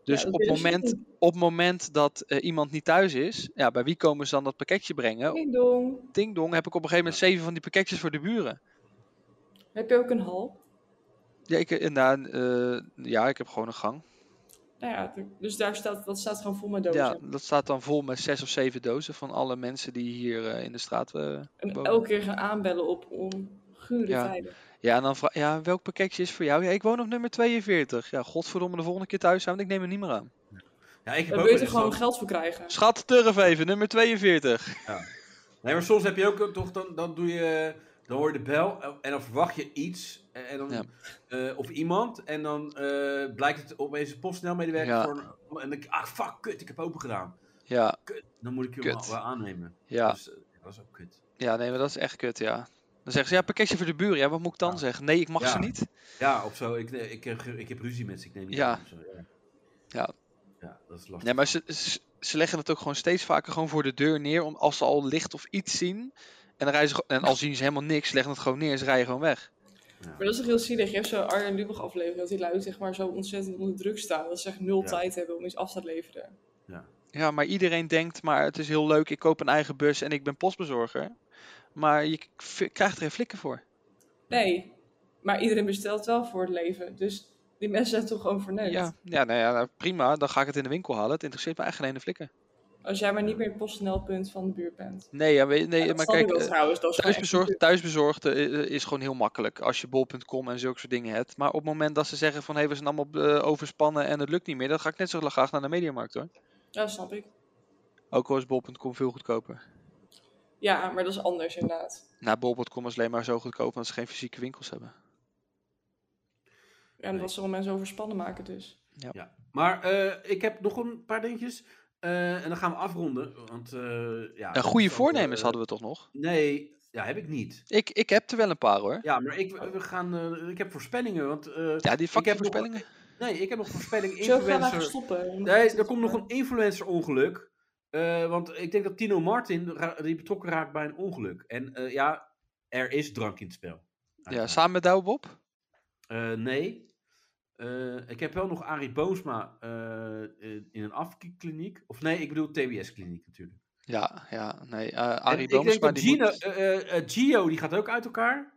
[SPEAKER 4] Dus
[SPEAKER 3] Ja, dat
[SPEAKER 4] op het
[SPEAKER 3] willen ze
[SPEAKER 4] moment,
[SPEAKER 3] niet.
[SPEAKER 4] op het moment dat eh, iemand niet thuis is, ja, bij wie komen ze dan dat pakketje brengen?
[SPEAKER 3] Ding dong.
[SPEAKER 4] Ding dong, heb ik op een gegeven moment zeven van die pakketjes voor de buren.
[SPEAKER 3] Heb je ook een hal?
[SPEAKER 4] Ja, ik, eh, nou, eh, ja, ik heb gewoon een gang.
[SPEAKER 3] Nou ja, d- dus daar staat, dat staat gewoon vol met dozen.
[SPEAKER 4] Ja, dat staat dan vol met zes of zeven dozen van alle mensen die hier eh, in de straat eh,
[SPEAKER 3] en
[SPEAKER 4] wonen.
[SPEAKER 3] elke keer gaan aanbellen op om gure
[SPEAKER 4] Ja.
[SPEAKER 3] tijden.
[SPEAKER 4] Ja, en dan vraag ja, welk pakketje is voor jou? Ja, ik woon op nummer 42. Ja, godverdomme, de volgende keer thuis zijn, want ik neem hem niet meer aan.
[SPEAKER 2] ja, ik heb ook
[SPEAKER 3] Daar wil je
[SPEAKER 2] wel
[SPEAKER 3] er
[SPEAKER 2] eens
[SPEAKER 3] gewoon
[SPEAKER 2] zo'n-
[SPEAKER 3] geld voor krijgen.
[SPEAKER 4] Schat, turf even, nummer 42.
[SPEAKER 2] Nee, maar soms heb je ook eh, toch, dan, dan doe je, dan hoor je de bel eh, en dan verwacht je iets eh, en dan,
[SPEAKER 4] Ja.
[SPEAKER 2] eh, of iemand en dan eh, blijkt het opeens een postsnelmedewerker
[SPEAKER 4] Ja.
[SPEAKER 2] voor een, en dan, ah fuck, kut, ik heb open gedaan.
[SPEAKER 4] Ja,
[SPEAKER 2] Dan moet ik hem
[SPEAKER 4] Kut.
[SPEAKER 2] wel aannemen.
[SPEAKER 4] ja.
[SPEAKER 2] Dus, eh, ja. Dat is ook kut.
[SPEAKER 4] Ja, nee, maar dat is echt kut, ja. Dan zeggen ze, ja, pakketje voor de buren. Ja, wat moet ik dan
[SPEAKER 2] Ja.
[SPEAKER 4] zeggen? Nee, ik mag
[SPEAKER 2] Ja.
[SPEAKER 4] ze niet.
[SPEAKER 2] Ja, of zo. Ik, ik, heb, ik heb ruzie met ze. Ik neem niet
[SPEAKER 4] Ja.
[SPEAKER 2] aan of zo, ja.
[SPEAKER 4] Ja.
[SPEAKER 2] Ja, dat is lastig.
[SPEAKER 4] Nee, maar ze, ze, ze leggen het ook gewoon steeds vaker gewoon voor de deur neer. Om, als ze al licht of iets zien. En, dan rijden ze, gewoon- en al zien ze helemaal niks, ze leggen het gewoon neer en ze rijden gewoon weg.
[SPEAKER 3] Maar dat is toch heel zielig. Je hebt zo'n Arjen Lubach aflevering dat die lui zeg maar zo ontzettend onder druk staan. Dat ze echt nul
[SPEAKER 2] Ja.
[SPEAKER 3] tijd hebben om iets af te leveren.
[SPEAKER 4] Ja, maar iedereen denkt, maar het is heel leuk, ik koop een eigen bus en ik ben postbezorger. Maar je k- v- krijgt er geen flikken voor.
[SPEAKER 3] Nee, maar iedereen bestelt wel voor het leven. Dus die mensen zijn toch gewoon verneukt.
[SPEAKER 4] Ja, ja, nou ja, nou, prima, dan ga ik het in de winkel halen. Het interesseert me eigenlijk geen ene flikker.
[SPEAKER 3] Als jij maar niet meer het PostNL-punt van de buurt bent.
[SPEAKER 4] Nee, ja, weet- nee
[SPEAKER 3] Ja, dat
[SPEAKER 4] maar
[SPEAKER 3] snap
[SPEAKER 4] kijk,
[SPEAKER 3] ik wel
[SPEAKER 4] eh,
[SPEAKER 3] trouwens, dat is gewoon echt
[SPEAKER 4] Thuisbezorgd, thuisbezorgd eh, is gewoon heel makkelijk als je bol.com en zulke soort dingen hebt. Maar op het moment dat ze zeggen van hé, we zijn allemaal eh, overspannen en het lukt niet meer, dan ga ik net zo graag naar de mediamarkt hoor.
[SPEAKER 3] natuurlijk- Ja, snap ik.
[SPEAKER 4] Ook al is bol.com veel goedkoper.
[SPEAKER 3] Ja, maar dat is anders inderdaad.
[SPEAKER 4] Nou, bol.com is alleen maar zo goedkoop omdat ze geen fysieke winkels hebben.
[SPEAKER 3] Ja, en dat zal mensen overspannen maken dus.
[SPEAKER 2] Ja, maar eh, ik heb nog een paar dingetjes. Eh, en dan gaan we afronden. Want, eh, ja,
[SPEAKER 4] En goede
[SPEAKER 2] dat is ook,
[SPEAKER 4] voornemens
[SPEAKER 2] eh,
[SPEAKER 4] hadden we toch nog?
[SPEAKER 2] Nee, ja, heb ik niet.
[SPEAKER 4] Ik, ik heb er wel een paar hoor.
[SPEAKER 2] Ja, maar ik, we gaan, eh, ik heb voorspellingen. Want, eh,
[SPEAKER 4] Ja, die
[SPEAKER 2] heb
[SPEAKER 4] fucking
[SPEAKER 2] nog-
[SPEAKER 4] voorspellingen.
[SPEAKER 2] nee, ik heb nog voorspelling
[SPEAKER 3] Zo gaan we even
[SPEAKER 2] influencer.
[SPEAKER 3] stoppen.
[SPEAKER 2] Nee, er komt nog een influencer ongeluk. Eh, want ik denk dat Tino Martin ra- die betrokken raakt bij een ongeluk. En eh, ja, er is drank in het spel.
[SPEAKER 4] Ja, samen met Douwe Bob.
[SPEAKER 2] Eh, nee. Eh, ik heb wel nog Arie Boomsma eh, eh, in een afkliniek. Of nee, ik bedoel TBS-kliniek natuurlijk.
[SPEAKER 4] Ja, ja, nee. eh,
[SPEAKER 2] En
[SPEAKER 4] Arie
[SPEAKER 2] ik denk
[SPEAKER 4] Boomsma,
[SPEAKER 2] dat
[SPEAKER 4] die
[SPEAKER 2] Gino,
[SPEAKER 4] moet...
[SPEAKER 2] eh, eh, eh, Gio, die gaat ook uit elkaar.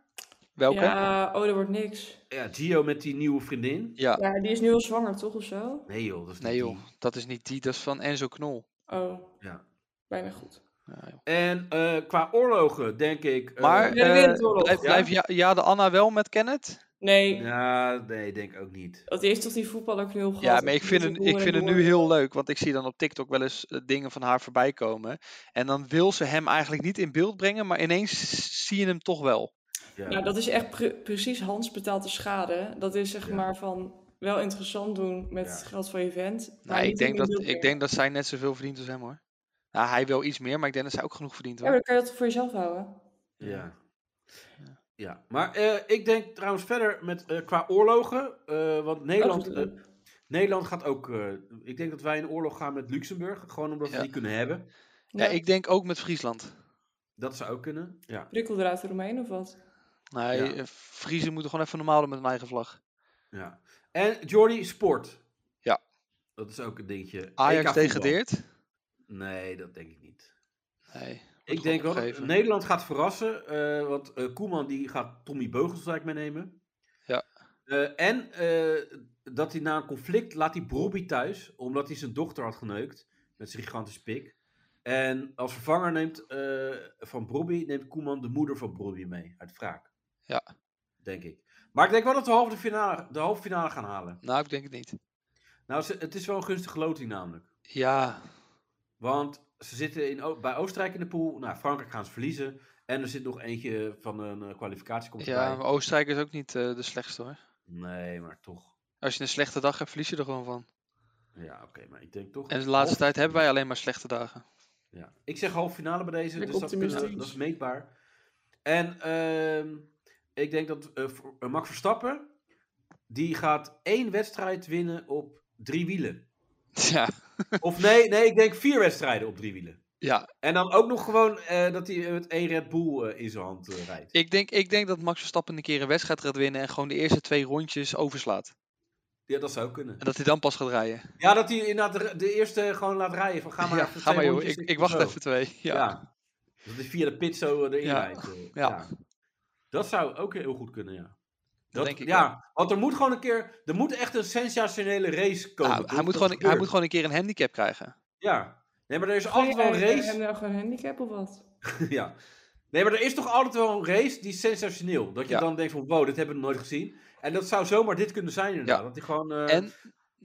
[SPEAKER 4] Welke? Ja.
[SPEAKER 3] Ja, oh, er wordt niks.
[SPEAKER 2] Ja, Gio met die nieuwe vriendin.
[SPEAKER 3] Ja, die is nu al zwanger, toch, of zo?
[SPEAKER 2] Nee joh, dat is niet
[SPEAKER 4] Nee joh,
[SPEAKER 2] die.
[SPEAKER 4] dat is niet die, dat is van Enzo Knol.
[SPEAKER 3] Oh,
[SPEAKER 2] Ja.
[SPEAKER 3] bijna goed.
[SPEAKER 4] Ja, joh.
[SPEAKER 2] En eh, qua oorlogen denk ik... eh,
[SPEAKER 4] Maar
[SPEAKER 3] Tweede
[SPEAKER 4] eh,
[SPEAKER 3] Wereldoorlog.
[SPEAKER 4] blijf,
[SPEAKER 2] Ja.
[SPEAKER 4] blijf ja, ja de Anna wel met Kenneth?
[SPEAKER 3] Nee,
[SPEAKER 2] ja, nee, denk ook niet.
[SPEAKER 3] dat heeft toch die voetballerknul gehad?
[SPEAKER 4] Ja, maar ik
[SPEAKER 3] Die
[SPEAKER 4] vind,
[SPEAKER 3] moet
[SPEAKER 4] het,
[SPEAKER 3] boeren
[SPEAKER 4] ik
[SPEAKER 3] en
[SPEAKER 4] vind het nu
[SPEAKER 3] boeren.
[SPEAKER 4] heel leuk, want ik zie dan op TikTok wel eens eh, dingen van haar voorbij komen. En dan wil ze hem eigenlijk niet in beeld brengen, maar ineens zie je hem toch wel.
[SPEAKER 2] Ja.
[SPEAKER 3] Nou, dat is echt pre- precies Hans betaalt de schade. Dat is zeg
[SPEAKER 2] Ja.
[SPEAKER 3] maar van wel interessant doen met
[SPEAKER 2] Ja.
[SPEAKER 3] het geld van je vent. maar
[SPEAKER 4] Nou, ik,
[SPEAKER 3] niet in
[SPEAKER 4] denk
[SPEAKER 3] beeld
[SPEAKER 4] dat, ik
[SPEAKER 3] brengen.
[SPEAKER 4] denk dat zij net zoveel verdient als hem hoor. Nou, hij wil iets meer, maar ik denk dat zij ook genoeg verdient
[SPEAKER 3] Ja, maar
[SPEAKER 4] hoor.
[SPEAKER 3] dan kan je dat toch voor jezelf houden.
[SPEAKER 2] Ja.
[SPEAKER 4] Ja.
[SPEAKER 2] Ja, maar eh, ik denk trouwens verder met, eh, qua oorlogen, eh, want Nederland,
[SPEAKER 3] Oh, dat is
[SPEAKER 2] eh, Nederland gaat ook, eh, ik denk dat wij in oorlog gaan met Luxemburg, gewoon omdat
[SPEAKER 4] Ja.
[SPEAKER 2] we die kunnen hebben.
[SPEAKER 4] Ja, ik denk ook met Friesland.
[SPEAKER 2] Dat zou ook kunnen, ja.
[SPEAKER 3] Prikkeldraad eromheen of wat?
[SPEAKER 4] Nee,
[SPEAKER 2] Ja.
[SPEAKER 4] eh, Friesen moeten gewoon even normaal doen met hun eigen vlag.
[SPEAKER 2] ja. En Jordi, sport.
[SPEAKER 4] Ja.
[SPEAKER 2] Dat is ook een dingetje.
[SPEAKER 4] Ajax
[SPEAKER 2] EK voetbal.
[SPEAKER 4] degradeert?
[SPEAKER 2] Nee, dat denk ik niet.
[SPEAKER 4] Nee.
[SPEAKER 2] Ik
[SPEAKER 4] gewoon
[SPEAKER 2] denk wel dat
[SPEAKER 4] opgegeven.
[SPEAKER 2] Nederland gaat verrassen, eh, want eh, Koeman die gaat Tommy Beugelsdijk meenemen.
[SPEAKER 4] Ja.
[SPEAKER 2] Eh, en eh, dat hij na een conflict laat hij Bobby thuis, omdat hij zijn dochter had geneukt met zijn gigantische pik. En als vervanger neemt eh, van Bobby neemt Koeman de moeder van Bobby mee uit wraak.
[SPEAKER 4] Ja.
[SPEAKER 2] Denk ik. Maar ik denk wel dat we halve de, finale, de halve finale gaan halen.
[SPEAKER 4] Nou, ik denk het niet.
[SPEAKER 2] Nou, ze- het is wel een gunstige loting namelijk.
[SPEAKER 4] Ja,
[SPEAKER 2] Want ze zitten in, O- bij Oostenrijk in de pool. Nou, Frankrijk gaan ze verliezen. En er zit nog eentje van een eh, kwalificatie komt
[SPEAKER 4] ja
[SPEAKER 2] erbij.
[SPEAKER 4] maar Oostenrijk is ook niet eh, de slechtste hoor.
[SPEAKER 2] Nee, maar toch.
[SPEAKER 4] Als je een slechte dag hebt, verlies je er gewoon van.
[SPEAKER 2] Ja, oké, maar ik denk toch...
[SPEAKER 4] En de laatste
[SPEAKER 2] half-
[SPEAKER 4] tijd hebben wij alleen maar slechte dagen.
[SPEAKER 2] Ja. Ik zeg halve finale bij deze, dus
[SPEAKER 3] Lekker
[SPEAKER 2] dat, kunnen we-
[SPEAKER 3] optimistisch.
[SPEAKER 2] dat is meetbaar. En ehm, ik denk dat eh, voor- eh, Max Verstappen, die gaat één wedstrijd winnen op drie wielen.
[SPEAKER 4] Ja,
[SPEAKER 2] Of nee, nee, ik denk vier wedstrijden op drie wielen.
[SPEAKER 4] ja.
[SPEAKER 2] En dan ook nog gewoon eh, dat hij met één Red Bull eh, in zijn hand eh, rijdt.
[SPEAKER 4] Ik, denk, ik denk dat Max Verstappen een keer een wedstrijd gaat winnen en gewoon de eerste twee rondjes overslaat.
[SPEAKER 2] Ja, dat zou kunnen.
[SPEAKER 4] En dat hij dan pas gaat rijden.
[SPEAKER 2] Ja, dat hij inderdaad de, de eerste gewoon laat rijden. Van, ga maar,
[SPEAKER 4] ja,
[SPEAKER 2] even
[SPEAKER 4] ga
[SPEAKER 2] twee
[SPEAKER 4] maar joh,
[SPEAKER 2] rondjes
[SPEAKER 4] ik,
[SPEAKER 2] in
[SPEAKER 4] ik
[SPEAKER 2] of
[SPEAKER 4] wacht
[SPEAKER 2] zo.
[SPEAKER 4] even twee. Ja. Nou,
[SPEAKER 2] Ja. Dat hij via de pit zo eh, erin
[SPEAKER 4] Ja.
[SPEAKER 2] rijdt. eh,
[SPEAKER 4] Ja.
[SPEAKER 2] Dat zou ook heel goed kunnen, ja. Dat,
[SPEAKER 4] denk ik
[SPEAKER 2] ja, want er moet gewoon een keer... Er moet echt een sensationele race komen.
[SPEAKER 4] Nou,
[SPEAKER 2] toch?
[SPEAKER 4] hij, moet
[SPEAKER 2] Dat
[SPEAKER 4] gewoon, hij moet
[SPEAKER 2] gebeurt.
[SPEAKER 4] gewoon een keer een handicap krijgen.
[SPEAKER 2] Ja. Nee, maar er is altijd wel een
[SPEAKER 3] Heb
[SPEAKER 2] race...
[SPEAKER 3] je gewoon een handicap of wat?
[SPEAKER 2] ja. Nee, maar er is toch altijd wel een race die is sensationeel. Dat je
[SPEAKER 4] Ja.
[SPEAKER 2] dan denkt van, wow, dit hebben we nooit gezien. En dat zou zomaar dit kunnen zijn inderdaad.
[SPEAKER 4] Ja.
[SPEAKER 2] Dat hij gewoon... eh,
[SPEAKER 4] En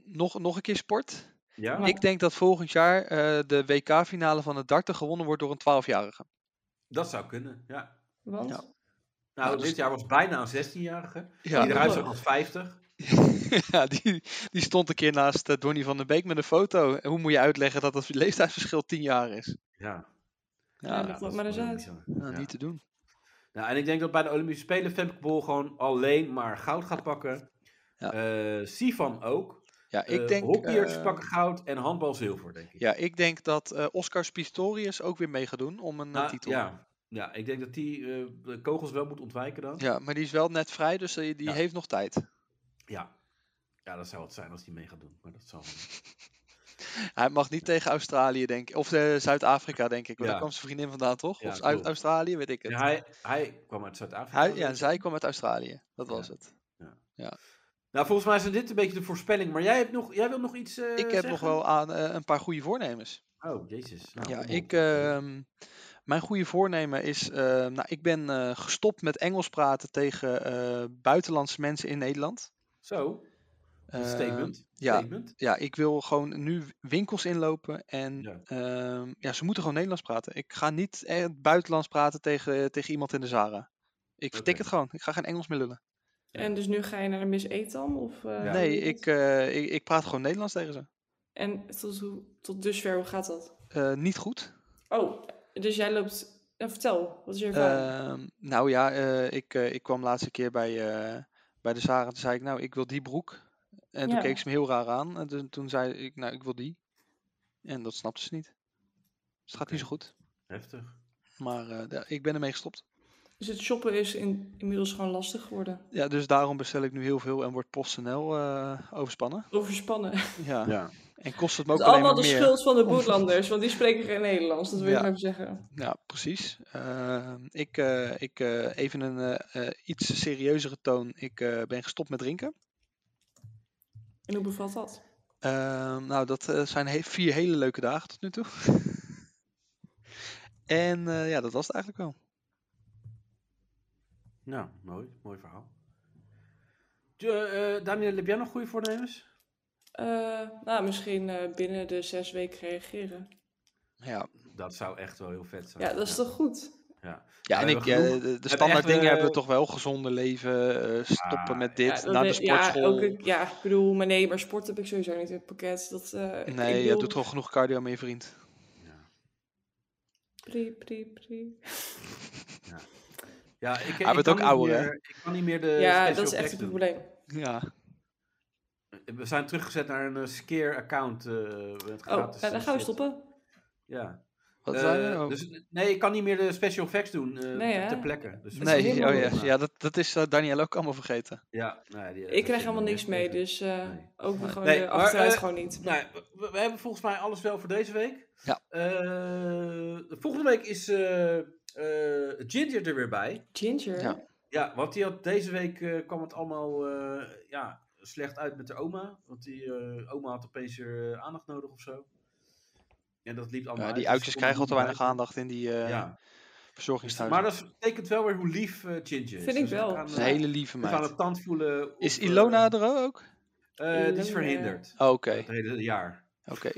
[SPEAKER 4] nog, nog een keer sport.
[SPEAKER 2] ja?
[SPEAKER 3] Maar-
[SPEAKER 4] Ik denk dat volgend jaar eh, de WK-finale van het darten gewonnen wordt door een 12-jarige.
[SPEAKER 2] Dat zou kunnen, ja.
[SPEAKER 3] Want?
[SPEAKER 4] Ja.
[SPEAKER 2] Nou,
[SPEAKER 4] Nou, dus-
[SPEAKER 2] dit jaar was bijna een 16-jarige.
[SPEAKER 4] Ja,
[SPEAKER 2] die eruit zag als 50.
[SPEAKER 4] ja die, die stond een keer naast eh, Donny van der Beek met een foto. En hoe moet je uitleggen dat dat leeftijdsverschil 10 jaar is?
[SPEAKER 2] Ja.
[SPEAKER 4] Ja,
[SPEAKER 3] dat loopt maar
[SPEAKER 2] is
[SPEAKER 3] eens
[SPEAKER 2] gewoon
[SPEAKER 3] uit.
[SPEAKER 2] bizar.
[SPEAKER 4] Nou,
[SPEAKER 2] Ja.
[SPEAKER 4] niet te doen.
[SPEAKER 2] Nou, en ik denk dat bij de Olympische Spelen Femke Bol gewoon alleen maar goud gaat pakken.
[SPEAKER 4] Ja.
[SPEAKER 2] Eh, Sifan ook.
[SPEAKER 4] Ja, ik
[SPEAKER 2] Eh,
[SPEAKER 4] denk.
[SPEAKER 2] Hockeyers
[SPEAKER 4] eh,
[SPEAKER 2] pakken goud en handbal zilver, denk ik.
[SPEAKER 4] Ja, ik denk dat eh, Oscar Pistorius ook weer mee gaat doen om een eh,
[SPEAKER 2] Nou,
[SPEAKER 4] titel.
[SPEAKER 2] Ja. ja, ik denk dat die eh, de kogels wel moet ontwijken dan.
[SPEAKER 4] Ja, maar die is wel net vrij, dus die, die
[SPEAKER 2] Ja.
[SPEAKER 4] heeft nog tijd.
[SPEAKER 2] Ja. Ja, dat zou het zijn als die mee gaat doen. Maar dat zal wel niet.
[SPEAKER 4] Hij mag niet tegen Australië, denk ik. Of eh, Zuid-afrika, denk ik. Want
[SPEAKER 2] Ja.
[SPEAKER 4] daar kwam zijn vriendin vandaan, toch?
[SPEAKER 2] Ja,
[SPEAKER 4] of uit
[SPEAKER 2] klopt.
[SPEAKER 4] Australië, weet ik het.
[SPEAKER 2] Ja, hij, hij kwam uit Zuid-Afrika.
[SPEAKER 4] Hij- ja, zij kwam uit Australië. Dat
[SPEAKER 2] Ja.
[SPEAKER 4] was het.
[SPEAKER 2] Nou, volgens mij zijn dit een beetje de voorspelling. Maar jij, hebt nog, jij wil nog iets eh,
[SPEAKER 4] ik heb nog
[SPEAKER 2] zeggen?
[SPEAKER 4] wel aan eh, een paar goede voornemens.
[SPEAKER 2] Oh, jezus. Nou,
[SPEAKER 4] Ja,
[SPEAKER 2] kom op.
[SPEAKER 4] ik, ehm, mijn goede voornemen is, eh, nou, ik ben eh, gestopt met Engels praten tegen eh, buitenlandse mensen in Nederland.
[SPEAKER 2] Zo, een
[SPEAKER 4] Ehm,
[SPEAKER 2] statement.
[SPEAKER 4] ja.
[SPEAKER 2] statement.
[SPEAKER 4] Ja, ik wil gewoon nu winkels inlopen en
[SPEAKER 2] Ja.
[SPEAKER 4] ehm, ja, ze moeten gewoon Nederlands praten. Ik ga niet eh, het buitenlands praten tegen, tegen iemand in de Zara. Ik vertik
[SPEAKER 2] Oké.
[SPEAKER 4] het gewoon. Ik ga geen Engels meer lullen.
[SPEAKER 2] Ja.
[SPEAKER 3] En dus nu ga je naar de Miss Etam? Of, eh,
[SPEAKER 2] Ja.
[SPEAKER 4] Nee,
[SPEAKER 3] hoe heet
[SPEAKER 4] ik,
[SPEAKER 3] het?
[SPEAKER 4] eh, ik, ik praat gewoon Nederlands tegen ze.
[SPEAKER 3] En tot, hoe- tot dusver, hoe gaat dat?
[SPEAKER 4] Eh, niet goed.
[SPEAKER 3] Oh, dus jij loopt... Nou, vertel, wat is je ervaring?
[SPEAKER 4] Ehm, nou ja, eh, ik, eh, ik kwam laatste keer bij, eh, bij de Zara. Toen zei ik, nou, ik wil die broek. En toen
[SPEAKER 3] Ja.
[SPEAKER 4] keek ze me heel raar aan. En toen, toen zei ik, nou, ik wil die. En dat snapte ze niet. Dus het gaat niet zo goed.
[SPEAKER 2] Heftig.
[SPEAKER 4] Maar eh, ja, ik ben ermee gestopt.
[SPEAKER 3] Dus het shoppen is in, inmiddels gewoon lastig geworden.
[SPEAKER 4] Ja, dus daarom bestel ik nu heel veel en wordt PostNL eh, overspannen.
[SPEAKER 3] Overspannen.
[SPEAKER 4] Ja.
[SPEAKER 2] Ja.
[SPEAKER 4] En kost het me
[SPEAKER 3] Het
[SPEAKER 4] ook
[SPEAKER 3] is
[SPEAKER 4] alleen
[SPEAKER 3] allemaal
[SPEAKER 4] maar
[SPEAKER 3] de
[SPEAKER 4] meer.
[SPEAKER 3] schuld van de Boetlanders, want die spreken geen Nederlands. Dat wil
[SPEAKER 4] Ja.
[SPEAKER 3] ik maar even zeggen.
[SPEAKER 4] Ja, precies. Eh, ik, eh, ik eh, even een eh, eh, iets serieuzere toon. Ik eh, ben gestopt met drinken.
[SPEAKER 3] En hoe bevalt dat?
[SPEAKER 4] Ehm, nou, dat eh, zijn he- vier hele leuke dagen tot nu toe. en eh, ja, dat was het eigenlijk wel.
[SPEAKER 2] Nou, mooi. Mooi verhaal. Eh, eh, Daniel, heb jij nog goede voornemens?
[SPEAKER 3] Eh, nou, misschien eh, binnen de zes weken reageren.
[SPEAKER 4] Ja,
[SPEAKER 2] Dat zou echt wel heel vet zijn.
[SPEAKER 3] Ja, dat is toch goed?
[SPEAKER 4] ja en
[SPEAKER 2] we
[SPEAKER 4] ik,
[SPEAKER 2] hebben
[SPEAKER 4] eh,
[SPEAKER 2] genoeg.
[SPEAKER 4] de, de
[SPEAKER 2] echt,
[SPEAKER 4] standaard dingen hebben we
[SPEAKER 2] eh,
[SPEAKER 4] toch wel. Gezonder leven, eh, stoppen
[SPEAKER 2] Ah,
[SPEAKER 4] met
[SPEAKER 2] ja,
[SPEAKER 4] dit,
[SPEAKER 3] ja, dat
[SPEAKER 4] naar de
[SPEAKER 3] we- ja,
[SPEAKER 4] sportschool.
[SPEAKER 3] ook ik- ja, ik bedoel, maar nee, maar sport heb ik sowieso niet in het pakket. Dat, eh, ik
[SPEAKER 4] nee, je
[SPEAKER 3] bedoel-
[SPEAKER 4] doet gewoon genoeg cardio mee, vriend.
[SPEAKER 3] Pri, pri, pri.
[SPEAKER 2] Ja, ik,
[SPEAKER 4] Hij
[SPEAKER 2] ik
[SPEAKER 4] wordt
[SPEAKER 2] kan
[SPEAKER 4] ook
[SPEAKER 2] niet
[SPEAKER 4] ouder, hè?
[SPEAKER 2] meer- Ik kan niet meer
[SPEAKER 4] Eh,
[SPEAKER 2] de
[SPEAKER 3] ja,
[SPEAKER 2] special
[SPEAKER 3] dat is echt
[SPEAKER 2] effects
[SPEAKER 3] een
[SPEAKER 2] doen.
[SPEAKER 3] probleem.
[SPEAKER 4] Ja,
[SPEAKER 2] We zijn teruggezet naar een eh, Scare-account. eh, met
[SPEAKER 3] Oh, nou,
[SPEAKER 2] gratis,
[SPEAKER 3] dan
[SPEAKER 2] eh,
[SPEAKER 3] gaan we
[SPEAKER 2] shit.
[SPEAKER 3] stoppen.
[SPEAKER 2] Ja.
[SPEAKER 4] wat
[SPEAKER 2] Eh,
[SPEAKER 4] zijn er? Oh,
[SPEAKER 2] dus, nee, ik kan niet meer de special effects doen eh
[SPEAKER 3] Nee, hè?
[SPEAKER 2] ter plekke. Dus
[SPEAKER 3] is
[SPEAKER 4] nee,
[SPEAKER 3] helemaal
[SPEAKER 4] oh ja,
[SPEAKER 3] normaal.
[SPEAKER 4] ja dat, dat is eh, Daniel ook allemaal vergeten.
[SPEAKER 2] ja nee, die- dat
[SPEAKER 3] Ik krijg
[SPEAKER 2] vind
[SPEAKER 3] helemaal niks
[SPEAKER 2] echt
[SPEAKER 3] mee,
[SPEAKER 2] even.
[SPEAKER 3] dus eh,
[SPEAKER 2] Nee.
[SPEAKER 3] ook gewoon
[SPEAKER 2] Nee,
[SPEAKER 3] de
[SPEAKER 2] maar,
[SPEAKER 3] achteruit
[SPEAKER 2] eh,
[SPEAKER 3] gewoon niet.
[SPEAKER 2] Nou, we, we hebben volgens mij alles wel voor deze week.
[SPEAKER 4] Ja.
[SPEAKER 2] Eh, volgende week is eh, eh, Ginger er weer bij.
[SPEAKER 3] Ginger?
[SPEAKER 4] Ja.
[SPEAKER 2] Ja, want die had deze week eh, kwam het allemaal eh, ja, slecht uit met de oma. Want die eh, oma had opeens weer eh, aandacht nodig of zo. En dat liep allemaal
[SPEAKER 4] Ja,
[SPEAKER 2] uit,
[SPEAKER 4] die
[SPEAKER 2] dus
[SPEAKER 4] uitjes
[SPEAKER 2] ze konden
[SPEAKER 4] krijgen al te
[SPEAKER 2] niet
[SPEAKER 4] weinig
[SPEAKER 2] blijven.
[SPEAKER 4] aandacht in die eh
[SPEAKER 2] Ja,
[SPEAKER 4] verzorgingshuizen.
[SPEAKER 2] maar dat betekent wel weer hoe lief eh, Ginger is.
[SPEAKER 3] Vind ik
[SPEAKER 2] Dus we
[SPEAKER 3] wel.
[SPEAKER 2] gaan,
[SPEAKER 4] Dat
[SPEAKER 2] eh,
[SPEAKER 4] is een hele lieve
[SPEAKER 2] we gaan
[SPEAKER 4] meid.
[SPEAKER 2] het tand voelen. of,
[SPEAKER 4] Is
[SPEAKER 2] eh,
[SPEAKER 4] Ilona er ook?
[SPEAKER 2] eh, die is
[SPEAKER 3] Ilona.
[SPEAKER 2] verhinderd.
[SPEAKER 4] Oh, Oké,
[SPEAKER 2] Het hele jaar.
[SPEAKER 4] oké.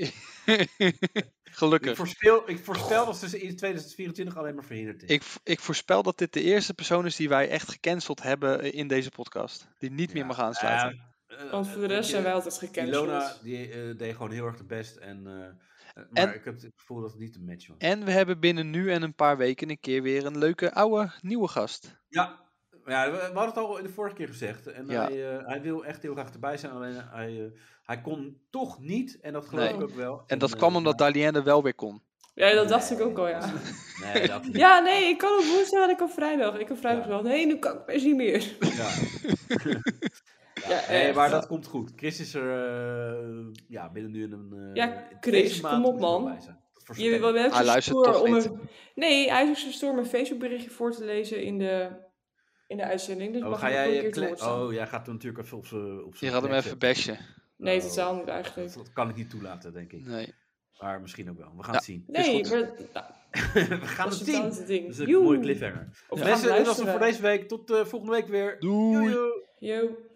[SPEAKER 2] Ik
[SPEAKER 4] Gelukkig.
[SPEAKER 2] voorspel, ik voorspel dat ze in 2024 alleen maar verhinderd is.
[SPEAKER 4] Ik, v- ik voorspel dat dit de eerste persoon is die wij echt gecanceld hebben eh, in deze podcast. Die niet meer
[SPEAKER 2] Ja,
[SPEAKER 4] mag aansluiten.
[SPEAKER 2] Eh, eh,
[SPEAKER 3] Want voor de
[SPEAKER 2] weet
[SPEAKER 3] rest
[SPEAKER 2] je,
[SPEAKER 3] zijn wij altijd gecanceld.
[SPEAKER 2] Ilona die, eh, deed gewoon heel erg de best. En, eh, eh, maar
[SPEAKER 4] En-
[SPEAKER 2] ik heb het gevoel dat het niet een match was.
[SPEAKER 4] En we hebben binnen nu en een paar weken een keer weer een leuke oude nieuwe gast.
[SPEAKER 2] Ja, ja we, we hadden het al de vorige keer gezegd. En
[SPEAKER 4] Ja.
[SPEAKER 2] hij, eh, hij wil echt heel graag erbij zijn. Alleen hij, eh, hij kon toch niet. En dat geloof
[SPEAKER 4] Nee.
[SPEAKER 2] ik ook wel.
[SPEAKER 4] En dat
[SPEAKER 2] eh,
[SPEAKER 4] kwam omdat
[SPEAKER 2] maar-
[SPEAKER 4] Dalienne wel weer kon.
[SPEAKER 3] Ja, dat dacht
[SPEAKER 2] Nee,
[SPEAKER 3] ik ook al,
[SPEAKER 2] dat
[SPEAKER 3] ja.
[SPEAKER 2] is- Nee, dat niet.
[SPEAKER 3] Ja, nee, ik kan op woensdag en ik kan vrijdag. Ik kan vrijdag
[SPEAKER 2] Ja.
[SPEAKER 3] wel. Nee, nu kan ik best niet meer.
[SPEAKER 2] Ja. ja,
[SPEAKER 3] Ja,
[SPEAKER 2] nee,
[SPEAKER 3] echt.
[SPEAKER 2] maar dat komt goed. Chris is er eh, ja, binnen nu in een. eh,
[SPEAKER 3] Ja,
[SPEAKER 2] in
[SPEAKER 3] Chris,
[SPEAKER 2] deze maand
[SPEAKER 3] kom op,
[SPEAKER 2] moet hij
[SPEAKER 3] man.
[SPEAKER 2] erbij zijn. Dat voorspel
[SPEAKER 3] Je
[SPEAKER 2] ik.
[SPEAKER 3] wel wel
[SPEAKER 4] Hij luistert toch
[SPEAKER 3] om
[SPEAKER 4] niet.
[SPEAKER 3] een... Nee, hij is ook zo stoer om een Facebookberichtje voor te lezen in de, in de uitzending. Dus
[SPEAKER 2] Oh,
[SPEAKER 3] mag
[SPEAKER 2] ga
[SPEAKER 3] ik ook
[SPEAKER 2] jij,
[SPEAKER 3] een
[SPEAKER 2] eh,
[SPEAKER 3] keer te
[SPEAKER 2] kle-
[SPEAKER 3] woord staan.
[SPEAKER 2] oh, jij gaat hem natuurlijk even op zijn. op
[SPEAKER 4] Je
[SPEAKER 2] zijn
[SPEAKER 4] had hem
[SPEAKER 2] plek
[SPEAKER 4] even
[SPEAKER 2] zetten.
[SPEAKER 4] bashen.
[SPEAKER 3] Nee,
[SPEAKER 2] Oh,
[SPEAKER 3] totaal niet
[SPEAKER 2] Dat,
[SPEAKER 3] eigenlijk.
[SPEAKER 2] dat kan ik niet toelaten, denk ik.
[SPEAKER 4] Nee.
[SPEAKER 2] Maar misschien ook wel. We gaan
[SPEAKER 4] Ja.
[SPEAKER 2] het zien.
[SPEAKER 3] Nee,
[SPEAKER 4] goed.
[SPEAKER 3] maar nou,
[SPEAKER 2] We gaan
[SPEAKER 3] dat
[SPEAKER 2] het
[SPEAKER 3] is totaal
[SPEAKER 2] zien.
[SPEAKER 3] niet het ding.
[SPEAKER 2] Dat is een
[SPEAKER 3] Joe.
[SPEAKER 2] mooie cliffhanger.
[SPEAKER 3] Of we
[SPEAKER 2] Mensen,
[SPEAKER 3] gaan
[SPEAKER 2] dat was het
[SPEAKER 3] luisteren.
[SPEAKER 2] voor deze week. Tot eh, volgende week weer.
[SPEAKER 4] Doei.
[SPEAKER 2] Joejoe.
[SPEAKER 3] Yo.